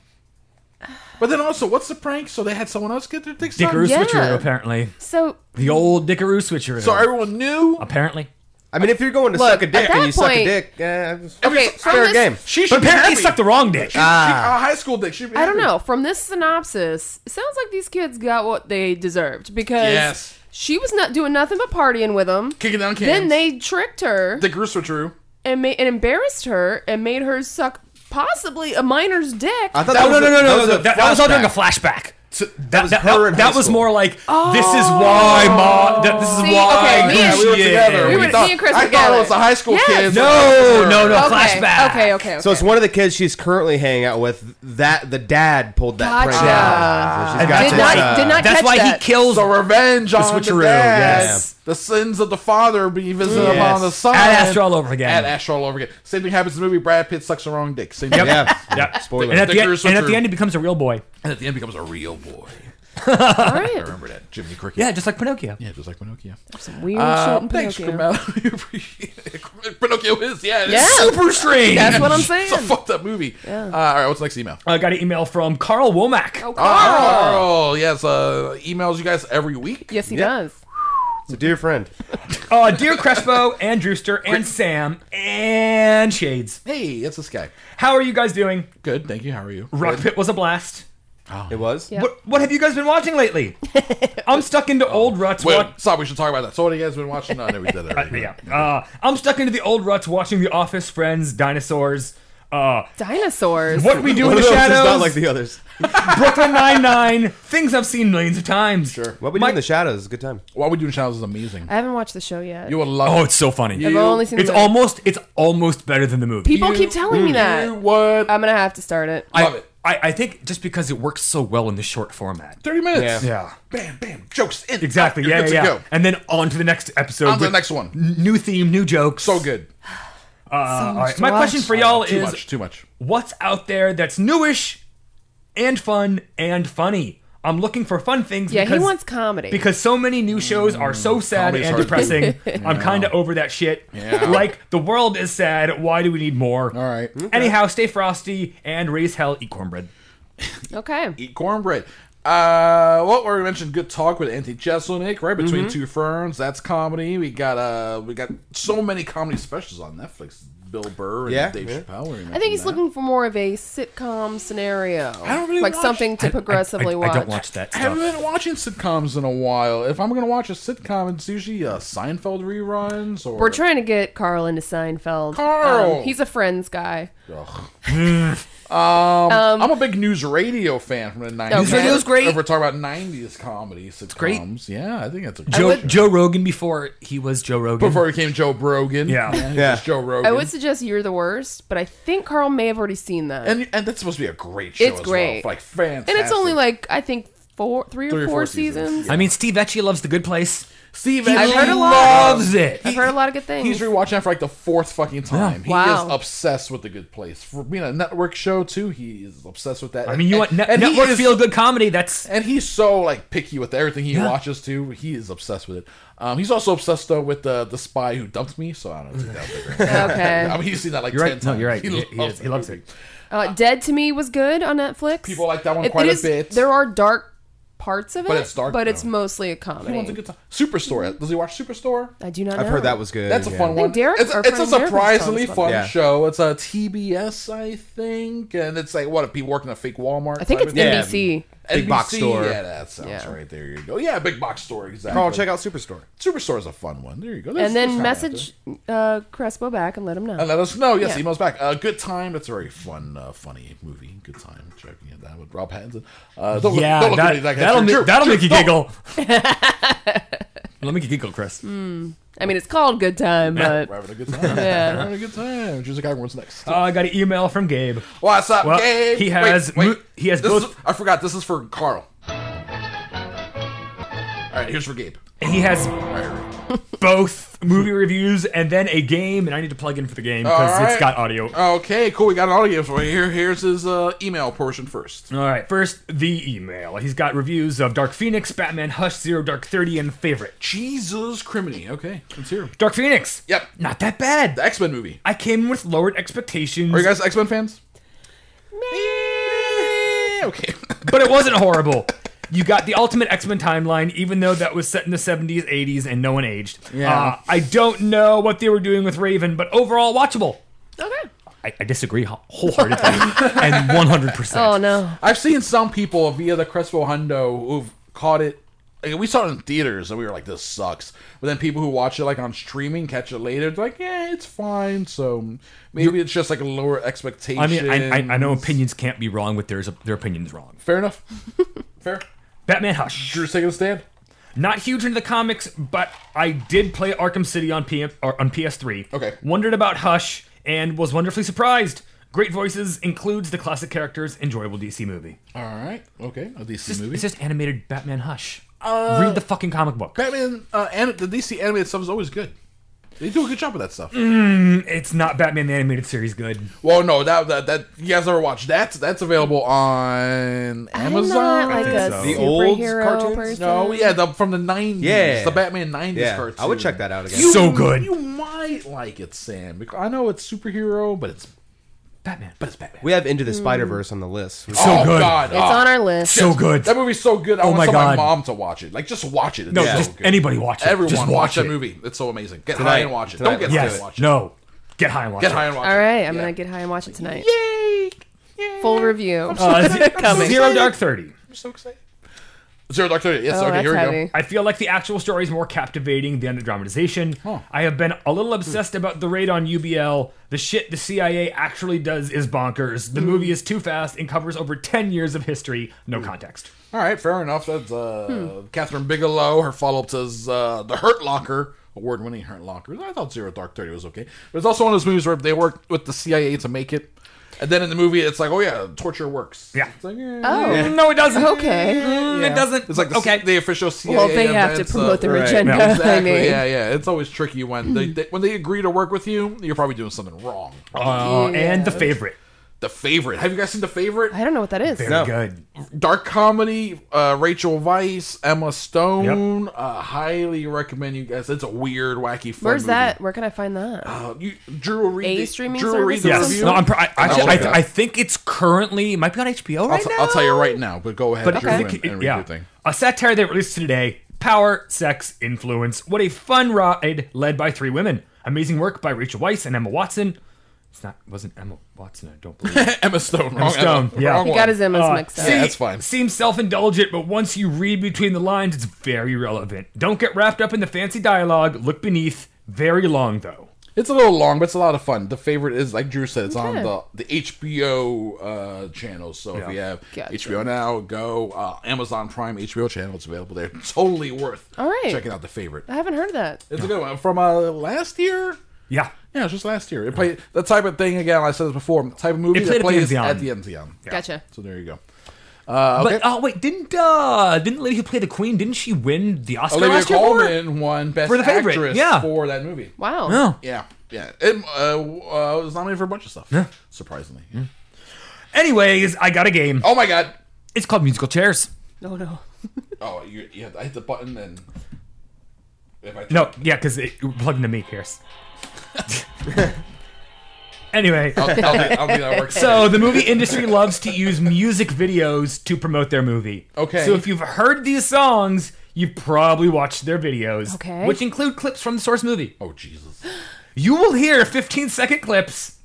D: But then also, what's the prank? So they had someone else get their dick sucked.
E: Dickaroo
F: Yeah.
E: switcheroo, apparently.
F: So
E: The old Dickaroo switcheroo.
D: So everyone knew.
E: Apparently.
G: I mean, if you're going to
F: Look,
G: suck a
F: at
G: dick
F: that
G: and you suck a
F: point-
G: dick, eh, it's
F: okay, from
G: fair
F: this-
G: game.
D: She Uh, should
E: But apparently,
D: be
E: he
D: happy.
E: sucked the wrong dick.
D: She-
G: Ah.
D: she- a high school dick. She'd be
F: I don't
D: happy.
F: know. From this synopsis, it sounds like these kids got what they deserved because
D: Yes.
F: she was not doing nothing but partying with them.
D: Kicking down cans.
F: Then they tricked her
D: Dickaroo switcheroo.
F: and made and embarrassed her and made her suck possibly a minor's dick.
G: I thought
E: No,
G: that
E: no,
G: was
E: no,
G: a-
E: no, no, no.
G: was a
E: That, that was all during a
G: flashback.
E: flashback. So that,
G: was
E: that,
G: her in
E: that,
G: high
E: that was
G: school.
E: more like this is why Ma. That, this is
F: See,
E: why.
F: okay, me and-
D: Yeah,
E: who
D: we were
E: she is.
D: together.
F: We were-
D: We thought-
F: me and Chris
D: I
F: were
D: thought it was
F: together.
D: the high school
F: Yes.
D: kids.
E: No, no, no.
F: okay.
E: Flashback.
F: Okay, okay, okay.
G: So it's one of the kids she's currently hanging out with. That the dad pulled that prank.
F: Gotcha.
G: down. So she's
E: And
G: got
F: Did
G: this,
F: not-
G: uh,
F: did not-
E: That's
F: catch
E: why
F: that.
E: he kills
D: The revenge on the,
E: switcheroo,
D: dad.
E: yes.
D: The sins of the father being visited
G: Yes.
D: upon the son.
E: Ad Astra all over again.
D: Ad Astra all over again. Same thing happens in the movie. Brad Pitt sucks the wrong dick. Same thing.
G: Yeah.
E: Yeah.
G: Spoiler.
E: And at, the end,
D: Dickaroo
E: and at
D: switcheroo.
E: the end, he becomes a real boy.
D: And at the end becomes a real boy.
F: All right.
D: Remember that. Jimmy Cricket.
E: Yeah, just like Pinocchio.
D: Yeah, just like Pinocchio.
F: Some weird shit
D: Uh,
F: in
D: thanks,
F: Pinocchio.
D: Grimaldo. <laughs> We appreciate it. Pinocchio is, yeah. it is.
F: Yeah.
E: Super strange.
F: That's what I'm saying.
D: <laughs> It's a fucked up movie. Uh, all right, what's the next email?
E: I got an email from Carl Womack. Uh,
F: Oh, Carl.
D: Oh, yes. Uh, emails you guys every week.
F: yes, he
G: Yeah.
F: does.
G: It's a dear friend.
E: Uh, dear Crespo and Drewster and Sam and Shades,
D: Hey, it's this guy.
E: how are you guys doing?
D: Good, thank you. How are you?
E: Rock Pit was a blast.
G: It was.
F: Yeah.
E: What, what have you guys been watching lately? I'm stuck into old ruts.
D: Wait,
E: wa-
D: stop. We should talk about that. So, what have you guys been watching? No, I know we did that <laughs> already.
E: yeah. Uh, I'm stuck into the old ruts watching The Office, Friends, Dinosaurs. Uh,
F: Dinosaurs.
E: what we do
G: One
E: in
G: of
E: the
G: those is not
E: shadows.
G: like the others.
E: Brooklyn Nine Nine. Things I've seen millions of times. Sure.
G: What we do in the shadows is a good time.
D: What we do in Shadows is amazing.
F: I haven't watched the show yet.
D: You would love
E: Oh, it's so funny.
F: I've only seen
E: It's
F: the movie.
E: almost it's almost better than the movie.
F: People keep telling
E: Mm.
F: me that.
D: Mm. You would.
F: I'm gonna have to start it.
E: I,
D: love it.
E: I, I think just because it works so well in the short format.
D: 30 minutes.
G: Yeah.
E: Yeah.
D: Bam, bam. Jokes in.
E: Exactly.
D: You're
E: Yeah,
D: good
E: yeah.
D: to
E: yeah.
D: go.
E: And then on to the next episode.
D: On to the
E: with
D: next one.
E: n- New theme, new jokes.
D: So good.
E: Uh, all right. My question for y'all
D: too
E: is:
D: much. Too much.
E: What's out there that's newish, and fun and funny? I'm looking for fun things.
F: Yeah, he
E: because,
F: wants comedy.
E: because so many new shows are so sad
D: Mm, comedy's
E: and
D: hard.
E: depressing.
F: <laughs>
E: I'm kind of over that shit.
D: Yeah.
E: <laughs> Like the world is sad. Why do we need more?
D: All right.
E: Anyhow, stay frosty and raise hell. Eat cornbread.
F: Okay.
D: Eat cornbread. Uh, well, we already mentioned good talk with Anthony Jeselnik, right
E: Mm-hmm.
D: between two ferns. That's comedy. We got uh, we got so many comedy specials on Netflix Bill Burr and
G: Yeah,
D: Dave
G: yeah.
D: Chappelle. Or
F: I think he's looking for more of a sitcom scenario. I
D: don't really
F: like
D: watch-
F: something
E: I-
F: to
E: I-
F: progressively
E: I, I,
F: watch.
E: don't watch that
D: I haven't
E: stuff.
D: been watching sitcoms in a while. If I'm gonna watch a sitcom, it's usually uh, Seinfeld reruns or
F: We're trying to get Carl into Seinfeld.
D: Carl!
F: Um, he's a Friends guy.
D: Um, I'm a big news radio fan from the 90s.
F: Um, News radio's
D: great. If we're talking about 90s comedy sitcoms,
E: great.
D: yeah, I think that's a
E: Joe, Joe Rogan before he was Joe Rogan.
D: Before he became Joe Brogan,
E: Yeah.
D: yeah, he
G: Yeah.
D: was Joe Rogan.
F: I would suggest You're the Worst, but I think Carl may have already seen that.
D: and and that's supposed to be a great show.
F: It's
D: as
F: great.
D: well. like fantastic.
F: And it's only like I think four, three, or, four, seasons.
E: I mean, Steve Etchy loves The Good Place.
D: Steve,
F: I've
D: Aoki
F: heard a lot.
E: Loves it.
F: I've heard a lot of good things.
D: He's rewatching that for like the fourth fucking time. He
F: Wow.
D: is obsessed with The Good Place. For being a network show too, he is obsessed with that.
E: I mean, you want
D: and,
E: ne-
D: and he
E: network
D: is-
E: feel good comedy? That's
D: And he's so like picky with everything he
E: Yeah.
D: watches too. He is obsessed with it. Um, he's also obsessed though with the the spy who dumped me. So I don't think that. was a- I
F: okay.
D: mean, he's seen that like
E: You're
D: ten
E: right.
D: times. <laughs>
E: No, you're right.
D: He,
E: He-
D: loves,
E: he is- he
D: that
E: loves
D: movie.
F: Uh, Dead to Me was good on Netflix.
D: People like that one quite a
F: is-
D: bit.
F: There are dark parts of it,
D: But it's dark,
F: but it's
D: though.
F: mostly a
D: He wants a
F: comedy.
D: good time. Superstore. Does he watch Superstore?
F: I do not.
G: I've
F: know.
G: heard that was good.
D: That's a
G: yeah.
D: fun one.
F: Derek-
D: it's
F: our
D: it's a
F: friend Derek was
D: surprisingly
F: telling us about
D: fun
G: it. Yeah.
D: show. It's a TBS, I think, and it's like what people working at fake Walmart.
F: I think
D: type
F: it's
D: of thing?
F: NBC.
G: Big box
D: NBC,
G: store.
D: Yeah, that sounds
F: Yeah.
D: right. There you go. Yeah, big box store. Exactly.
G: Carl, check out Superstore.
D: Superstore is a fun one. There you go. That's-
F: And then
D: that's not bad.
F: message uh, Crespo back and let him know.
D: And let us know. Yes,
F: Yeah.
D: emails back. Uh, good time. That's a very fun, uh, funny movie. Good time. Checking it out with Rob Pattinson. Uh, don't
E: yeah.
D: look, don't look at
E: that,
D: me like
E: that'll
D: Drew,
E: ma- that'll
D: Drew,
E: make you
D: don't-
E: giggle. <laughs> Let me giggle, Chris.
F: I mean, it's called Good Time, but
D: We're having a good time.
F: Yeah.
D: We're having a good time. She's like, everyone's next.
E: Uh, I got an email from Gabe.
D: What's up,
E: well,
D: Gabe?
E: he
D: Wait,
E: has
D: Wait,
E: mo- he has
D: this
E: both-
D: is- I forgot. This is for Carl. All right, here's for Gabe.
E: He has <laughs> both movie reviews and then a game, and I need to plug in for the game because
D: All right.
E: it's got audio.
D: Okay, cool. We got an audio for you. Here, here's his uh, email portion first.
E: All right, first the email. He's got reviews of Dark Phoenix, Batman, Hush, Zero Dark Thirty, and favorite.
D: Jesus criminy. Okay, let's hear. him.
E: Dark Phoenix.
D: Yep.
E: Not that bad.
D: The X Men movie.
E: I came in with lowered expectations,
D: Are you guys X Men fans? Okay. <laughs>
E: but it wasn't horrible. You got the ultimate X Men timeline, even though that was set in the 70s, 80s, and no one aged.
D: Yeah.
E: Uh, I don't know what they were doing with Raven, but overall, watchable.
F: okay.
E: I, I disagree wh- wholeheartedly and 100%.
F: Oh no,
D: I've seen some people via the Crespo Hundo who've caught it. like, we saw it in theaters and we were like, "This sucks." But then people who watch it like on streaming catch it later. It's like, "Yeah, it's fine." So maybe it's just like a lower expectation.
E: I mean, I, I, I know opinions can't be wrong, but there's their opinions wrong.
D: Fair enough. <laughs> Fair.
E: Batman Hush.
D: Drew's taking a stand.
E: Not huge into the comics, but I did play Arkham City on PM, or on PS3.
D: Okay.
E: Wondered about Hush and was wonderfully surprised. Great voices includes the classic characters. Enjoyable DC movie.
D: All right. Okay. A DC
E: It's,
D: movie.
E: it's just animated Batman Hush.
D: Uh,
E: Read the fucking comic book.
D: Batman. Uh, and the DC animated stuff is always good. They do a good job with that stuff.
E: It's not Batman the animated series good.
D: Well, no, that, that that you guys ever watched that? That's available on Amazon.
F: I'm not like a
G: so.
F: superhero
G: The old cartoons?
F: person.
D: No, oh, yeah, the, from the nineties.
G: Yeah.
D: the Batman nineties
G: Yeah,
D: cartoon.
G: I would check that out again.
D: <laughs> You-
E: So good.
D: You might like it, Sam. Because I know it's superhero, but it's
E: Batman.
D: but it's Batman.
G: We have Into the Spider Verse on the list.
E: So
D: <laughs> oh
E: good.
D: God,
F: It's on our list.
E: So good.
D: That movie's so good. I
E: Oh
D: want
E: my
D: some
E: God.
D: my mom to watch it. Like, just watch it. It's
E: No,
D: so
E: just
D: good.
E: anybody watch it.
D: Everyone
E: Just
D: watch,
E: watch
D: that
E: it.
D: movie. It's so amazing. Get
G: Tonight.
D: high and watch it.
G: Tonight,
D: Don't get
G: let's
D: high
E: yes.
D: and watch it.
E: No. Get high and watch
D: Get
E: it.
D: high and watch
F: All
D: it.
F: right, I'm gonna get high and watch it tonight.
D: Yay!
F: Full review. Oh,
E: Uh, <laughs>
F: Coming.
E: Zero Dark Thirty.
D: I'm so excited. Zero Dark Thirty. Yes.
F: oh,
D: okay.
F: that's
D: Here we
F: heavy.
D: go.
E: I feel like the actual story is more captivating than the dramatization. I have been a little obsessed about the raid on UBL. The shit the CIA actually does is bonkers. The movie is too fast and covers over 10 years of history, no context.
D: All right. Fair enough. That's
F: Hmm.
D: uh, Catherine Bigelow. Her follow up to uh, the Hurt Locker. Award-winning Hurt Locker. I thought Zero Dark Thirty was okay, but it's also one of those movies where they worked with the CIA to make it, and then in the movie it's like, oh yeah, torture works.
E: Yeah.
D: It's like, eh,
F: Oh,
E: No, it doesn't.
F: okay.
E: It doesn't.
D: It's like the,
E: okay.
D: the official CIA.
F: Well, they have to
D: events, uh,
F: promote their
G: right.
F: agenda.
E: Yeah,
F: <laughs> I
D: Exactly.
F: mean, Hmm.
D: Yeah, yeah. It's always tricky when they, they when they agree to work with you, you're probably doing something wrong.
E: Uh, And the favorite.
D: The favorite. Have you guys seen the favorite?
F: I don't know what that is.
E: Very good.
D: Dark comedy. Uh, Rachel Weisz, Emma Stone. Uh, highly recommend you guys. It's a weird, wacky. Fun
F: Where's
D: movie.
F: that? Where can I
D: <gasps>
F: find that?
D: Uh, you, Drew will read
F: A
D: the,
F: streaming
D: Drew will read
F: service
D: the
F: or
E: Yes.
D: review.
E: No, I'm pr- I, actually,
D: check
E: I,
D: that.
E: I think it's currently, it might be on HBO
D: I'll,
E: right
D: t-
E: now.
D: I'll tell you right now, but go ahead.
E: but
D: Drew,
E: I
D: and,
E: think
D: and
E: it,
D: read
E: yeah,
D: your thing. <laughs>
E: a satire they released today: power, sex, influence. What a fun ride led by three women. Amazing work by Rachel Weisz and Emma Watson. It's not wasn't Emma Watson. I don't believe.
D: Emma Stone. Wrong
E: Stone,
D: Emma.
E: yeah.
D: Wrong
E: He
F: He
D: one.
F: got his M's
E: Uh,
F: mixed up.
D: Oh, see- Yeah, <laughs> that's fine.
E: Seems self-indulgent, but once you read between the lines, it's very relevant. Don't get wrapped up in the fancy dialogue. Look beneath. Very long though.
D: It's a little long, but it's a lot of fun. The favorite is like Drew said, it's on
F: Okay.
D: the the HBO uh, channels. So if you have
F: Gotcha.
D: HBO Now, go uh, Amazon Prime HBO channel. It's available there. <laughs> Totally worth
F: All right.
D: checking out the favorite.
F: I haven't heard of that.
D: It's a good one from uh, last year.
E: Yeah.
D: Yeah, it was just last year. It played the type of thing again. I said this before. The type of movie
E: It
D: that
E: played at
D: plays
E: the
D: at the
E: Enzian.
D: Enzian.
F: Gotcha.
D: So there you go. Uh, okay.
E: But oh wait, didn't uh didn't the lady who played the queen didn't she win the Oscar
D: Olivia
E: last year for it?
D: Colman won Best
E: For the favorite,
D: Actress
E: yeah.
D: for that movie.
F: Wow.
E: No.
D: Yeah, yeah. It uh, uh, was nominated for a bunch of stuff. Yeah. Surprisingly.
E: Anyways, I got a game.
D: Oh my god.
E: It's called musical chairs.
F: No, no.
D: Oh, you, you have to hit the button and. If I
E: No, yeah, because it it plugged into me,
D: <laughs>
E: Pierce. anyway,
D: I'll, I'll, do- I'll do that work.
E: <laughs> so the movie industry loves to use music videos to promote their movie.
D: Okay.
E: So if you've heard these songs, you've probably watched their videos,
F: Okay.
E: which include clips from the source movie.
D: Oh Jesus!
E: You will hear 15 second clips,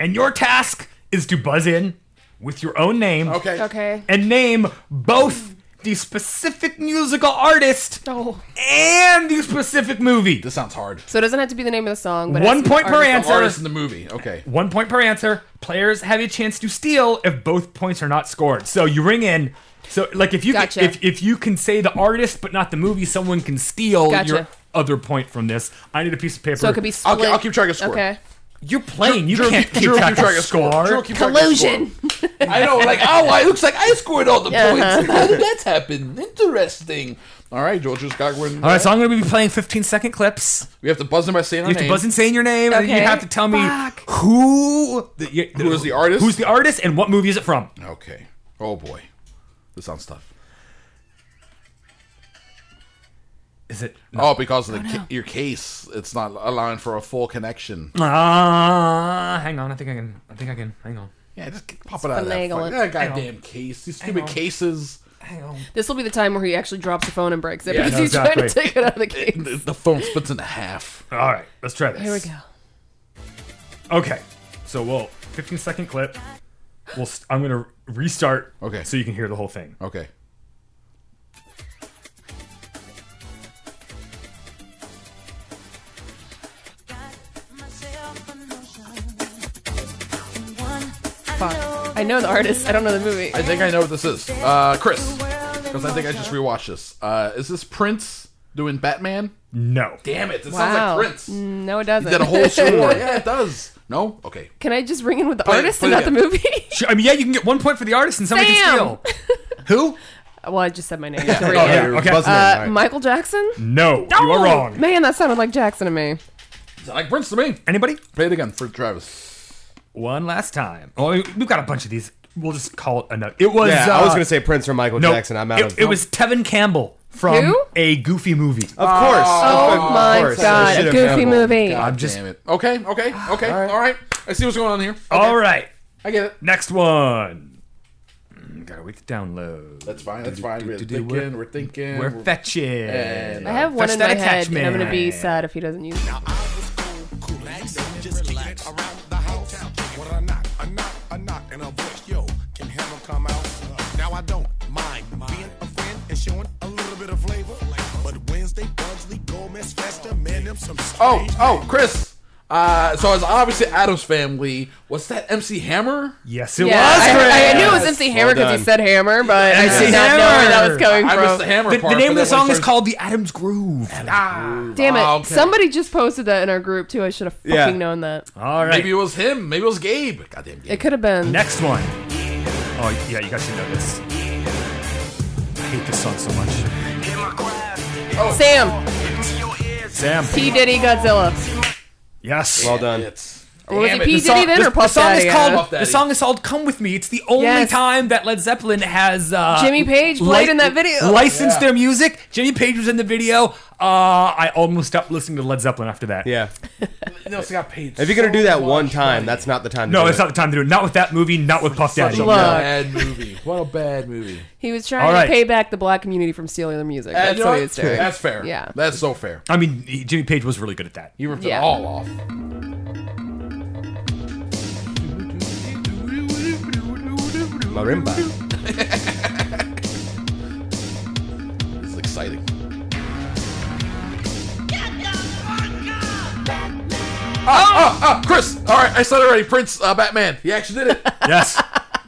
E: and your task is to buzz in with your own name
D: Okay.
F: Okay.
E: and name both the specific musical artist
F: Oh.
E: and the specific movie.
D: This sounds hard.
F: So it doesn't have to be the name of the song. But it
E: One
F: has to be
E: point
F: the
E: per
F: artist.
E: answer.
D: Artist in the movie. Okay.
E: One point per answer. Players have a chance to steal if both points are not scored. So you ring in. So like if you
F: Gotcha.
E: can, if if you can say the artist but not the movie, someone can steal
F: Gotcha.
E: your other point from this. I need a piece of paper.
F: So it could be
D: I'll,
F: split.
D: I'll keep track of score.
F: Okay.
E: you're playing. You
D: Drew,
E: can't
D: Drew,
E: keep
D: keep
E: track
D: track
E: of
D: of score.
E: score.
D: Drew, keep track of
F: Collusion.
D: I know, like, oh, it looks like I scored all the
F: Uh-huh.
D: points. How did that happen? Interesting. All right, George just got one.
E: All right, so I'm going to be playing 15 second clips.
D: we have to buzz in by saying our
E: You have
D: name.
E: to buzz in saying your name, and then you
F: Okay.
E: have to tell me
F: Fuck.
E: who the, you-
D: Who is the artist?
E: who's the artist, and what movie is it from.
D: Okay. Oh boy, this sounds tough.
E: Is it?
D: Oh, because of the ca- your case, it's not allowing for a full connection.
E: Ah, hang on. I think I can. I think I can. Hang on.
D: Yeah, just get- pop it out of that,
F: finagle
D: fucking- that
F: it.
D: goddamn case. These stupid
E: on.
D: cases.
E: Hang on.
F: This will be the time where he actually drops the phone and breaks it
D: Yeah,
F: because
E: no,
F: he's trying to
E: exactly.
F: take it out of the case.
D: The, the phone splits in half.
E: All right, let's try this.
F: Here we go.
E: Okay, so we'll 15 second clip. We'll st- I'm gonna restart.
D: Okay.
E: so you can hear the whole thing.
D: Okay.
F: I know the artist. I don't know the movie.
D: I think I know what this is. Uh, Chris, because I think I just rewatched this. Uh, is this Prince doing Batman?
E: No.
D: Damn it! This
F: wow.
D: sounds like Prince. He
F: No, it doesn't.
D: did a whole score. yeah, it does. No. Okay.
F: <laughs> Can I just ring in with the
D: Play it,
F: artist
D: play it
F: and not the
D: again.
F: movie? <laughs>
E: Sure, I mean, yeah, you can get one point for the artist, and somebody can
F: Damn.
E: steal. Who?
F: well, I just said my name.
G: Oh,
F: Three.
E: yeah,
G: you're
E: okay.
G: buzzing in.
F: Uh,
G: All right.
F: Michael Jackson?
E: No, you are wrong.
F: Oh, Man, that sounded like Jackson to me.
D: Sound like Prince to me.
E: Anybody?
D: Play it again for Travis.
E: One last time. Oh, we- we've got a bunch of these. We'll just call it another. It was.
G: Yeah,
E: uh,
G: I was gonna say Prince or Michael
E: no,
G: Jackson. I'm out
E: it,
G: of.
E: It was Tevin Campbell from
F: Who?
E: a Goofy movie.
G: Of course.
F: Oh,
G: of
F: my
G: course. I
F: god, a
G: should've
F: goofy
G: known.
F: movie.
D: God
E: just-
D: damn it. Okay. Okay. Okay. all, right. I see what's going on here.
E: All right,
D: I get it.
E: next one. Mm, Gotta wait to download.
D: That's fine. That's fine. We're
E: do, do,
D: thinking.
E: we're-
D: We're thinking.
E: We're fetching.
D: and,
F: I have one
E: Fetch
F: in
E: that
F: my head, and I'm
E: attachment.
F: gonna be sad if he doesn't use it.
I: What a knock, a knock, a knock, and a voice, yo, can hammer come out? Now I don't mind being a friend and showing a little bit of flavor. But Wednesday, Bugsley, Gomez, Fester, man, them some
D: Oh,
I: strange
D: oh, Chris. Uh, so it's obviously Adam's family. What's that MC Hammer?
E: Yes, it
F: Yeah,
E: was.
F: I,
E: Chris.
F: I- I knew it was MC Hammer because he
G: done.
F: said hammer, but I
E: MC
F: did not know where that was
E: Hammer.
F: coming
D: I missed the
F: from.
D: Hammer
E: The, the
D: part.
E: name of
D: but
E: the
D: that one
E: song is
D: starts-
E: called "The Adam's Groove." Ah.
F: Damn it!
D: Ah, okay.
F: Somebody just posted that in our group too. I should have fucking
G: Yeah.
F: known that.
E: All right,
D: Maybe it was him. Maybe it was Gabe. Goddamn
F: It
D: Gabe.
F: could have been.
E: next one. Oh yeah, you guys should know this. I hate this song so much.
F: Sam,
E: Sam.
F: P Diddy, Godzilla.
E: Yes.
G: Well done.
D: It's-
F: Or was
D: Damn
F: it P
E: The song-
F: Diddy then,
E: the-
F: or Puff
E: the song is
F: Daddy? I
E: called
F: don't know.
D: Puff Daddy.
E: the song is called "Come with Me." It's the only
F: Yes.
E: time that Led Zeppelin has uh,
F: Jimmy Page played in that video.
E: licensed
D: Yeah.
E: their music. Jimmy Page was in the video. Uh, I almost stopped listening to Led Zeppelin after that.
G: Yeah.
D: No, it's got paid.
G: If you're gonna do that one time, that's not the time. To
E: No,
G: do
E: it's
G: it.
E: not the time to do it. Not with that movie. Not with Puff Daddy.
F: Look.
D: bad movie. What a bad movie.
F: He was
E: All
F: trying
E: right.
F: to pay back the black community from stealing their music.
D: And
F: That's
D: you know
F: what
D: what?
F: he was doing.
D: That's fair.
F: Yeah.
D: That's so fair.
E: I mean, he- Jimmy Page was really good at that.
D: He ripped it
F: Yeah.
D: all off. <laughs>
G: Marimba.
J: This is exciting.
D: Ah, ah, ah, Chris. All right, I said it already. Prince, uh, Batman. He actually did it.
E: Yes.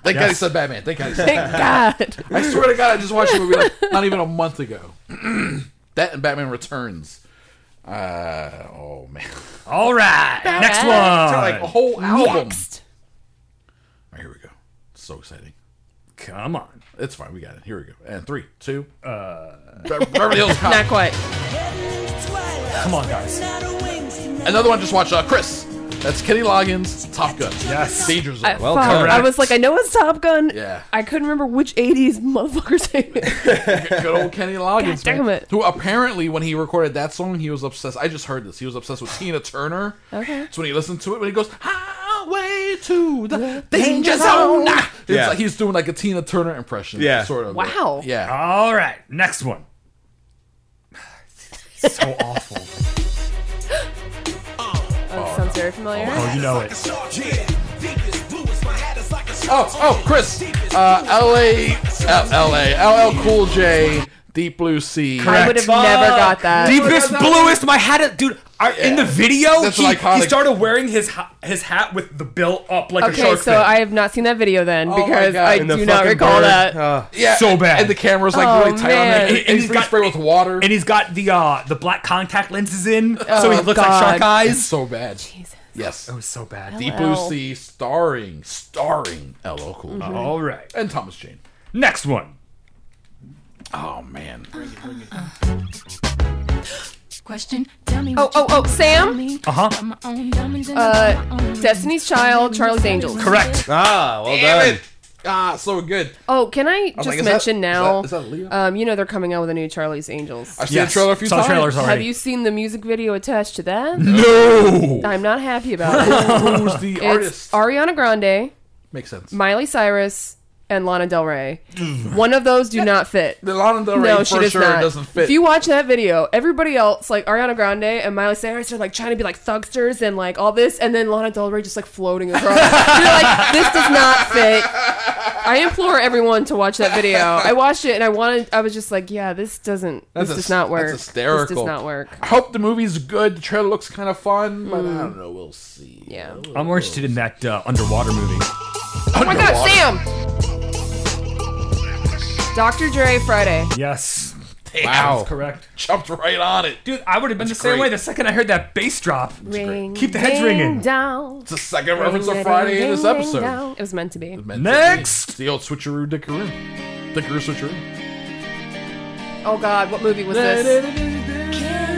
D: Thank God he
E: Yes.
D: said Batman. Thank God he
F: <laughs>
D: said.
F: Thank God.
D: I swear to God, I just watched the movie like not even a month ago. <clears throat> that and Batman Returns. Uh, oh man, <laughs>
E: All right. Next
D: It's
E: one.
D: like a whole album.
F: Next.
D: All right, here we go. So exciting.
E: Come on.
D: It's fine. We got it. Here we go. And three, two. Uh, Beverly Hills Cop.
F: Not quite.
E: Come on, guys.
D: Another one. Just watch uh, Chris. That's Kenny Loggins. Top Gun.
E: Yes.
D: Danger Zone.
F: I, Uh, fuck, I
E: correct.
F: was like, I know it's Top Gun.
D: Yeah.
F: I couldn't remember which <laughs> 80s motherfucker sang it.
D: Good old Kenny Loggins,
F: God damn
D: man.
F: it.
D: Who apparently, when he recorded that song, he was obsessed. I just heard this. He was obsessed with Tina Turner.
F: Okay.
D: So when he listened to it, when he goes "Highway to the Danger Zone," it's
G: Yeah.
D: like he's doing like a Tina Turner impression.
G: Yeah.
D: Sort of.
F: Wow.
D: Yeah.
E: All right. Next one. so awful.
F: Oh, <laughs> sounds very familiar.
E: Oh, you know it.
D: Oh, oh, Chris. Uh, L.A. L- L.A. LL Cool J. Deep Blue Sea.
F: I would have never got that.
E: Deepest, bluest. My hat, is- dude. I, In the video,
D: That's
E: he,
D: an iconic-
E: he started wearing his ha- his hat with the bill up like a
F: Okay,
E: shark.
F: so
E: fin.
F: I have not seen that video then
D: Oh my
F: because
D: God.
F: I
D: And the Uh.
F: do not
G: fucking
F: recall
G: bird.
F: that.
D: Yeah.
E: so bad.
D: And the camera's like
F: Oh,
D: really tight on him.
F: man.
D: And,
E: And
D: he's
E: he's got-
D: spray with water.
E: and he's got the uh the black contact lenses in, so he
F: Oh,
E: looks
F: God.
E: like shark
D: it's
E: eyes.
D: so bad. Yes.
E: It was so bad.
D: Deep Blue
F: LL.
D: Sea, starring, starring LL Cool J.
F: Mm-hmm.
E: All right.
D: and Thomas Jane.
E: Next one.
D: Oh man,
K: Question. Tell me
F: Oh, oh, oh, Sam?
E: Uh huh.
F: Uh, Destiny's Child, Charlie's Angels.
E: Correct.
G: Ah, well
D: damn
G: done.
D: it! Ah, so good.
F: Oh, can I just
D: like, is that-
F: mention
D: is
F: now?
D: that- is that Leo?
F: Um, you know they're coming out with a new Charlie's Angels.
D: I've seen the trailer a few
E: Saw
D: times.
E: trailers
F: Have
E: already.
F: you seen the music video attached to that?
D: Mm.
E: No.
F: I'm not happy about it.
D: Who's the artist?
F: it's Ariana Grande,
D: Makes sense.
F: Miley Cyrus, and Lana Del Rey.
D: Mm.
F: One of those do not fit.
D: the Lana Del Rey
F: No,
D: for
F: she does
D: sure
F: not.
D: doesn't fit.
F: If you watch that video, everybody else, like Ariana Grande and Miley Cyrus, are like trying to be like thugsters and like all this, and then Lana Del Rey just like floating across. You're like, this does not fit. I implore everyone to watch that video. I watched it and I wanted. I was just like, yeah, this doesn't.
D: That's
F: this
D: hys-
F: does not work.
D: That's hysterical.
F: This does not work.
D: I hope the movie's good. The trailer looks kind of fun, but I don't know. We'll see.
F: Mm. Yeah.
E: I'm more interested in that uh, underwater movie.
F: Oh my God, Sam. Dr. Dre Friday.
E: Yes.
D: Wow,
E: Correct.
D: jumped right on it.
E: Dude, I would have been the same
D: great.
E: way the second I heard that bass drop.
F: Ring,
E: Keep the heads
F: ding,
E: ringing.
F: Down.
D: It's the second reference of Friday in this
F: Ding, ding,
D: episode.
F: down. It was meant to be.
D: Meant to be.
E: Next.
D: the old switcheroo dickaroo, dickaroo switcheroo.
F: Oh God, what movie was this?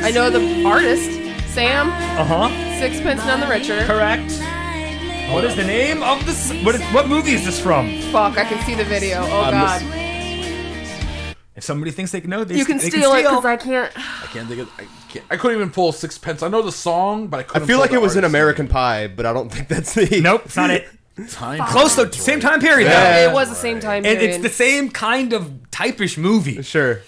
F: I know the artist, Sam,
E: Uh huh.
F: Sixpence None the Richer.
E: Correct. What is the name of this? What, is, what movie is this from?
F: Fuck, I can see the video. Oh
D: miss-
F: God.
E: If somebody thinks they can know, they,
F: You can
E: they
F: steal it because I can't.
D: I can't think of. I, can't, I couldn't even pull sixpence. I know the song, but I
G: I
D: couldn't.
G: feel
D: pull
G: like
D: the
G: it was in
D: artist.
G: American Pie, but I don't think that's the. <laughs>
E: Nope, it's not it.
D: Time
E: Close though, same time period.
G: Yeah.
F: It was the same time
E: though. And it's
F: period.
E: the same kind of typish movie.
G: Sure.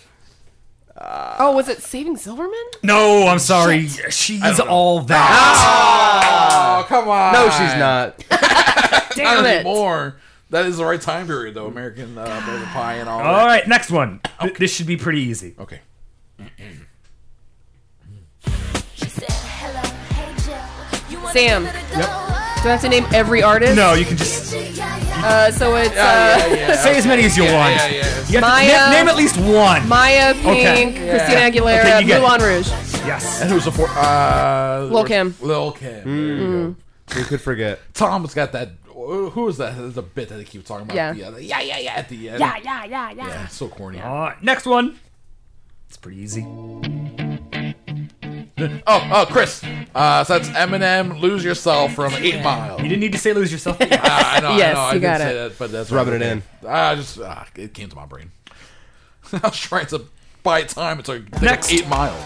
F: oh, was it Saving Silverman?
E: No, I'm sorry. She's all that.
D: Oh come on!
G: No, she's not.
D: not
F: Damn it.
D: anymore. That is the right time period, though. American uh, American Pie and all.
F: Ah!
E: All
D: that.
E: right, next one. Th- This should be pretty easy.
D: Okay.
F: Sam. Do I have to name every artist?
E: No, you can just
F: Uh, so it's uh,
E: say as many as you want.
D: yeah, yeah.
E: You have to
F: Maya.
E: na- name at least one.
F: Maya, Pink,
E: Okay.
F: Christina
E: Okay,
F: Aguilera,
E: you get it.
F: Moulin Rouge.
E: yes.
D: And who's the four? Uh,
F: Lil Kim. Mm-hmm.
D: Lil Kim.
G: Who could forget?
D: Tom's got that. uh, Who is that? That's a bit that they keep talking about.
F: Yeah.
D: at the end. yeah, yeah, yeah. At the end. Yeah, yeah, yeah, yeah. Yeah, it's so corny.
E: All right, next one. It's pretty easy.
D: Oh, oh, Chris. Uh, so that's Eminem, "Lose Yourself" from Eight Mile.
E: You didn't need to say lose yourself.
F: <laughs>
E: yeah.
D: Ah, I know,
F: Yes,
D: I know, I
F: you
D: did
F: got
D: say
F: it.
D: That, but that's
G: Rubbing
D: okay.
G: it in.
D: Ah, just ah, it came to my brain. <laughs> I was trying to buy time. It's like
E: Next.
D: eight miles.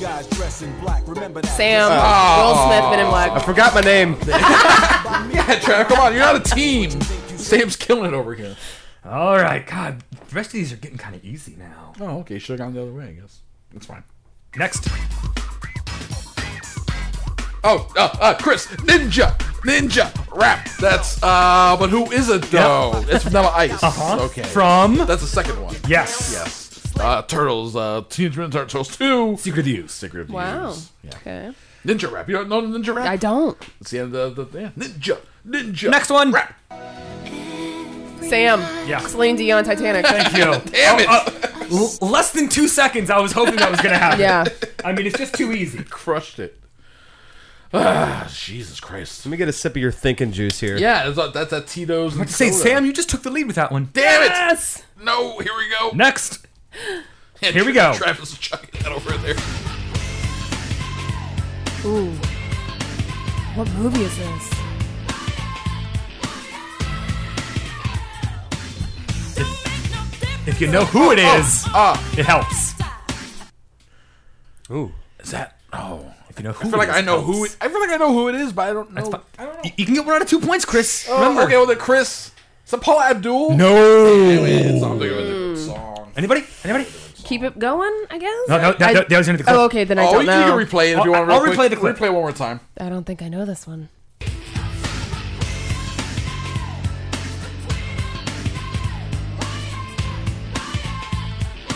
F: Sam, Will Smith, Men in
G: I
F: Black.
G: forgot my name.
D: Yeah, Trav, come on, you're not a team. Sam's killing it over here.
E: All right, God, the rest of these are getting kind of easy now.
D: Oh, okay, should have gone the other way, I guess. That's fine.
E: Next.
D: Oh, uh, uh, Chris, Ninja, Ninja, Rap. That's uh, but who is it though? It's Vanilla Ice.
E: Uh-huh.
D: Okay.
E: From-
D: that's the second one.
E: Yes.
D: Yes. Uh, Turtles. Uh, Teenage Mutant Ninja Turtles Two.
E: Secret Use.
D: Secret of
F: Wow.
D: Use. Yeah.
F: Okay.
D: Ninja rap. You don't know ninja rap?
F: I don't.
D: It's the end of the, the yeah. ninja. Ninja.
E: Next one.
D: Rap.
F: Sam.
E: Yeah.
F: Celine
E: <laughs>
F: Dion, Titanic.
E: Thank you. Damn
D: Oh,
E: it. less than two seconds. I was hoping that was gonna happen.
F: yeah.
E: I mean, it's just too easy.
D: Crushed it. Ah, Jesus Christ.
G: Let me get a sip of your thinking juice here.
D: Yeah, it's like- that's that Tito's. and
E: Like to say,
D: soda.
E: Sam, you just took the lead with that one.
D: Damn it!
F: Yes.
D: No, here we go.
E: Next.
D: And
E: Here we
D: Tra-
E: go.
D: Travis is chucking that E. over there.
F: Ooh. What movie is this?
E: If you know who it is,
D: Ah,
E: it helps.
G: Ooh.
D: is that? Oh,
E: If you know who
D: I feel like
E: it is,
D: I know
E: helps.
D: who. It, I feel like I know who it is, but I don't know.
E: That's fine.
D: Oh, I don't know.
E: You, you can get one out of two points, Chris. Remember.
D: Oh, okay, well then Chris. Is it Paul Abdul?
E: No.
D: It's something of a different song.
E: Anybody? Anybody?
F: Keep it going, I guess?
E: No, no, that-
F: I-
E: that- that was into the clip.
F: Oh, okay, then I
D: Oh,
F: don't
D: you can- you
F: know.
D: can replay it if you
E: I'll-
D: want. Real
E: I'll
D: quick.
E: replay the clip.
D: Replay one more time.
F: I don't think I know this one.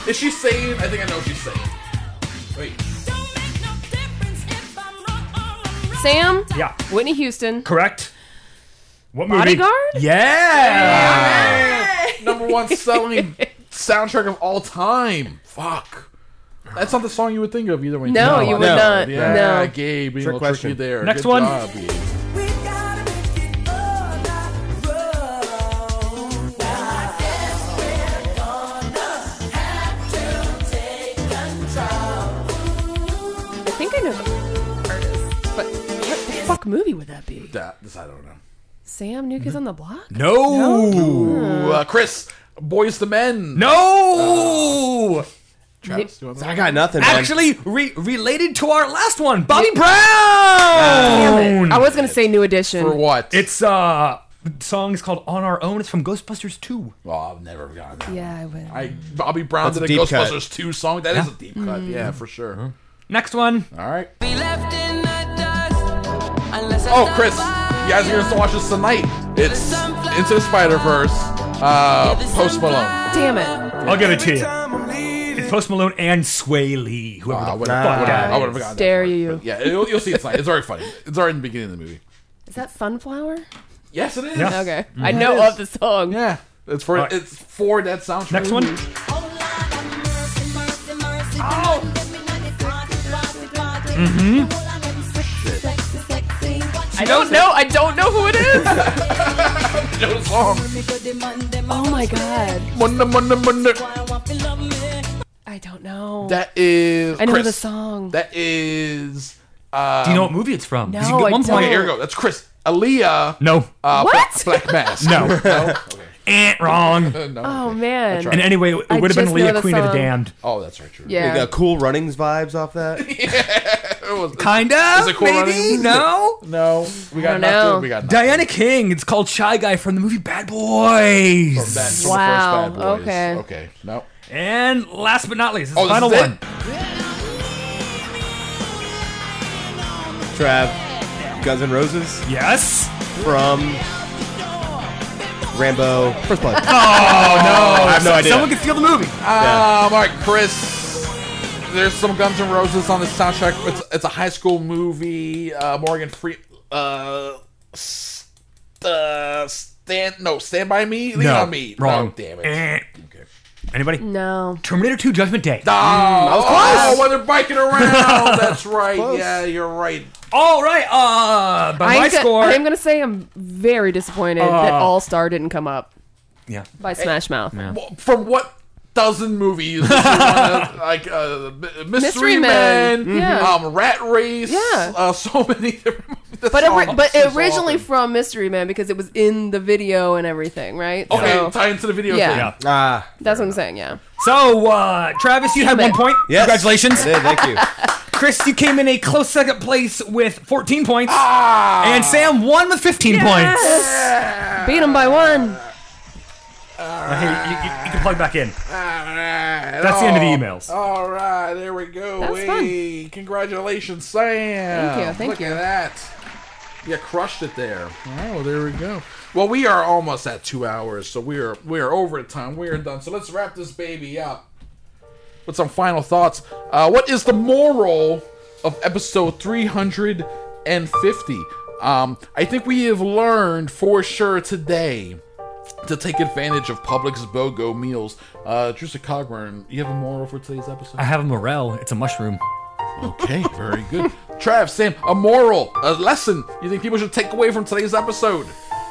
D: Is she saying? I think I know what she's saying. Wait.
F: Sam?
E: Yeah.
F: Whitney Houston.
E: Correct. What movie?
F: Bodyguard?
E: Yeah.
D: Number one selling soundtrack of all time. Fuck. That's not the song you would think of either way.
F: No, you would
G: No.
F: not.
D: Yeah,
F: No.
D: Gabe, being a little
G: question.
D: tricky there.
E: Next
D: Good
E: one.
D: job, Gabe.
F: I think I know the artist. But what the fuck movie would that be?
D: That, this I don't know.
F: Sam Nuke is on the block?
E: No. No.
D: Ooh, uh, Chris, Boys the Men. Travis, you want that?
G: I got nothing, man.
E: Actually, re- related to our last one, Bobby Brown.
F: Damn it. I was going to say New Edition.
D: For what?
E: It's uh, the song is called "On Our Own." It's from Ghostbusters Two.
D: Oh, I've never gotten that.
F: Yeah, I would.
D: I, Bobby Brown
G: That's a
D: did a
G: deep cut.
D: Ghostbusters 2 song. That is a deep cut. Yeah,
F: Mm.
D: for sure.
E: Next one.
D: All right. Oh, Chris, you guys are going to watch this tonight. It's Into the Spider Verse, uh, Post Malone.
F: Damn it.
E: I'll give it to you. It's Post Malone and Sway Lee. Whoever
D: Ah,
E: the
D: what-
E: fuck
D: ah,
E: that
D: I
E: is.
D: would have gotten that.
F: Dare you.
D: Yeah, you'll, you'll see it tonight. It's already funny. It's already in the beginning of the movie.
F: Is that Sunflower?
D: Yes, it is.
E: Yeah.
F: Okay. I know
D: Yes.
F: of the song.
D: Yeah. It's for
E: All right.
D: it's for that soundtrack.
E: Next one.
F: Mm-hmm. I don't know. I don't know who it is.
D: No song.
F: oh my god.
D: Munda, munda, munda.
F: I don't know.
D: That is.
F: I know
D: Chris.
F: the song.
D: That is. Uh,
E: Do you know what movie it's from? 'Cause
F: No,
E: you get
F: I
E: one
F: don't.
E: point.
D: okay, here we go. That's Chris. Aaliyah.
E: No.
D: Uh,
F: What?
D: Black, Black
E: <laughs>
D: Mass. <laughs>
E: No. Eh, wrong.
D: no.
F: oh man.
E: And anyway,
F: I
E: it would have been
F: just know
E: Leah
F: the
E: Queen of the
F: song.
E: Damned.
D: Oh, that's right. True.
G: You
F: Yeah.
G: got uh, cool runnings vibes off that.
E: Kind of.
D: Is it cool
E: maybe?
D: running?
E: No.
D: No, we got
F: don't
D: nothing.
F: know.
D: We got nothing.
E: Diana King. It's called Shy Guy from the movie Bad
D: That's from
E: Boys.
D: the first
F: Wow,
D: Bad Boys.
F: okay.
D: Okay. No.
E: And last but not least, this
D: Oh,
E: is
D: this
E: the final
D: is it?
E: one.
G: Trav, Guns N' Roses
E: Yes.
G: from Rambo First Blood.
D: Oh,
G: I have no idea.
E: Someone can steal the movie.
D: Um, all right, Chris. There's some Guns N' Roses on the soundtrack. It's, it's a high school movie. Uh, Morgan Free. Uh, s- uh, stand. No, Stand by Me. Lean
E: no.
D: on Me.
E: Wrong.
D: No, oh, damn it.
E: Eh.
D: Okay.
E: Anybody?
F: no.
E: Terminator 2 Judgment Day.
D: Oh, oh, when they're biking around. That's right. Yeah, you're right.
E: All right. Uh, by my
F: I'm, go-
E: score.
F: I'm gonna say I'm very disappointed that All Star didn't come up
E: yeah.
F: by Smash Mouth.
D: Well, From what dozen movies? This is one of, like uh, M- Mystery,
F: Mystery
D: Men,
F: Men. Yeah.
D: um, Rat Race.
F: Yeah.
D: uh, so many. different movies. That's
F: But
D: all-
F: ori- but
D: this is all
F: originally
D: been-
F: from Mystery Man because it was in the video and everything, right?
D: Okay,
F: So,
D: tie into the video.
F: Yeah.
D: thing.
E: Yeah.
G: Ah,
F: that's what I'm saying. Yeah.
E: So, uh, Travis, you had one point.
G: yes.
E: Congratulations.
G: I did, thank you.
E: Chris, you came in a close second place with 14 points.
D: Ah,
E: And Sam won with 15 points.
F: Beat him by one.
E: Hey, you, you- you can plug back in.
D: that's
E: That's the end of the emails.
D: All right, there we go.
F: That's
D: hey, congratulations, Sam.
F: Thank you, thank
D: Look
F: you.
D: at that. Yeah, crushed it there. Oh, there we go. Well, we are almost at two hours, so we are we are over time. We are done. So let's wrap this baby up with some final thoughts. Uh, what is the moral of episode three hundred and fifty? Um, I think we have learned for sure today to take advantage of Publix BOGO meals. Uh, Drewster Cogburn, you have a moral for today's episode?
E: I have a morel. It's a mushroom.
D: Okay, very good. Trav, Sam, a moral, a lesson you think people should take away from today's episode?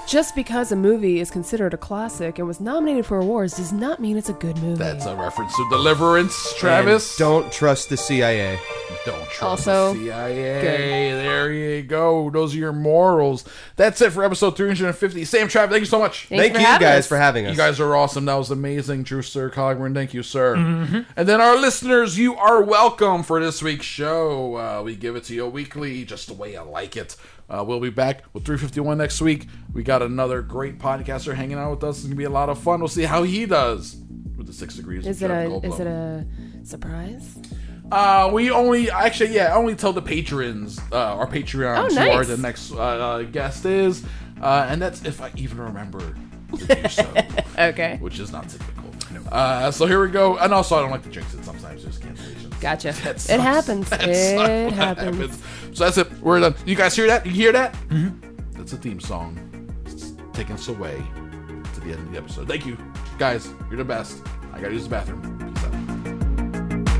F: Just because a movie is considered a classic and was nominated for awards does not mean it's a good movie.
D: That's a reference to Deliverance, <laughs> Travis.
G: And don't trust the CIA.
D: Don't trust
F: Also,
D: the CIA. There you go. Those are your morals. That's it for episode 350. Sam, Trav, thank you so much.
F: Thanks
G: Thank
F: for
G: you
F: having
G: guys
F: us.
G: for having us.
D: You guys are awesome. That was amazing, Drew Sir Cogburn. Thank you, sir. And then our listeners, you are welcome for this week's show. Uh, we give it to you weekly, just the way I like it. Uh, we'll be back with 351 next week. We got another great podcaster hanging out with us. It's gonna be a lot of fun. We'll see how he does with the six degrees. of
F: Is it
D: Jeff
F: a
D: Goldblum.
F: is it a surprise?
D: Uh, we only actually yeah, I only tell the patrons, uh, our Patreons,
F: Oh,
D: who are
F: nice.
D: the next uh, uh, guest is, uh, and that's if I even remember to do so,
F: <laughs> Okay,
D: which is not typical. Uh, so here we go, and also I don't like to jinx it sometimes. There's cancellations.
F: gotcha.
D: <laughs> That sucks.
F: It happens.
D: That sucks.
F: It
D: That
F: happens.
D: So that's it. We're done. You guys hear that? You hear that? Mm-hmm. That's a theme song. It's taking us away to the end of the episode. Thank you, guys. You're the best. I gotta use the bathroom. Peace out.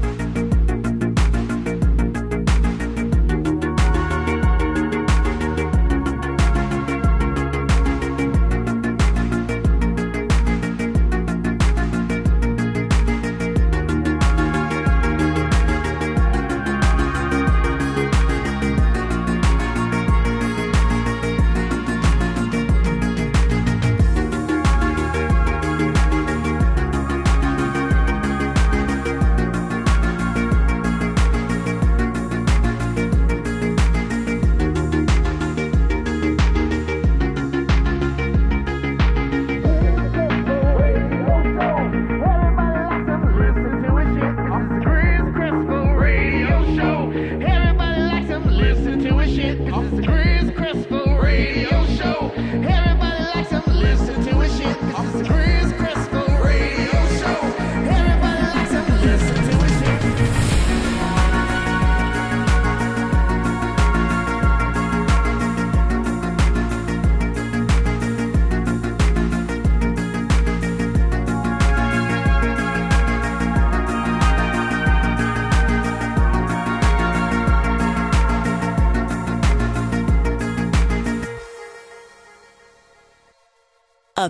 A: A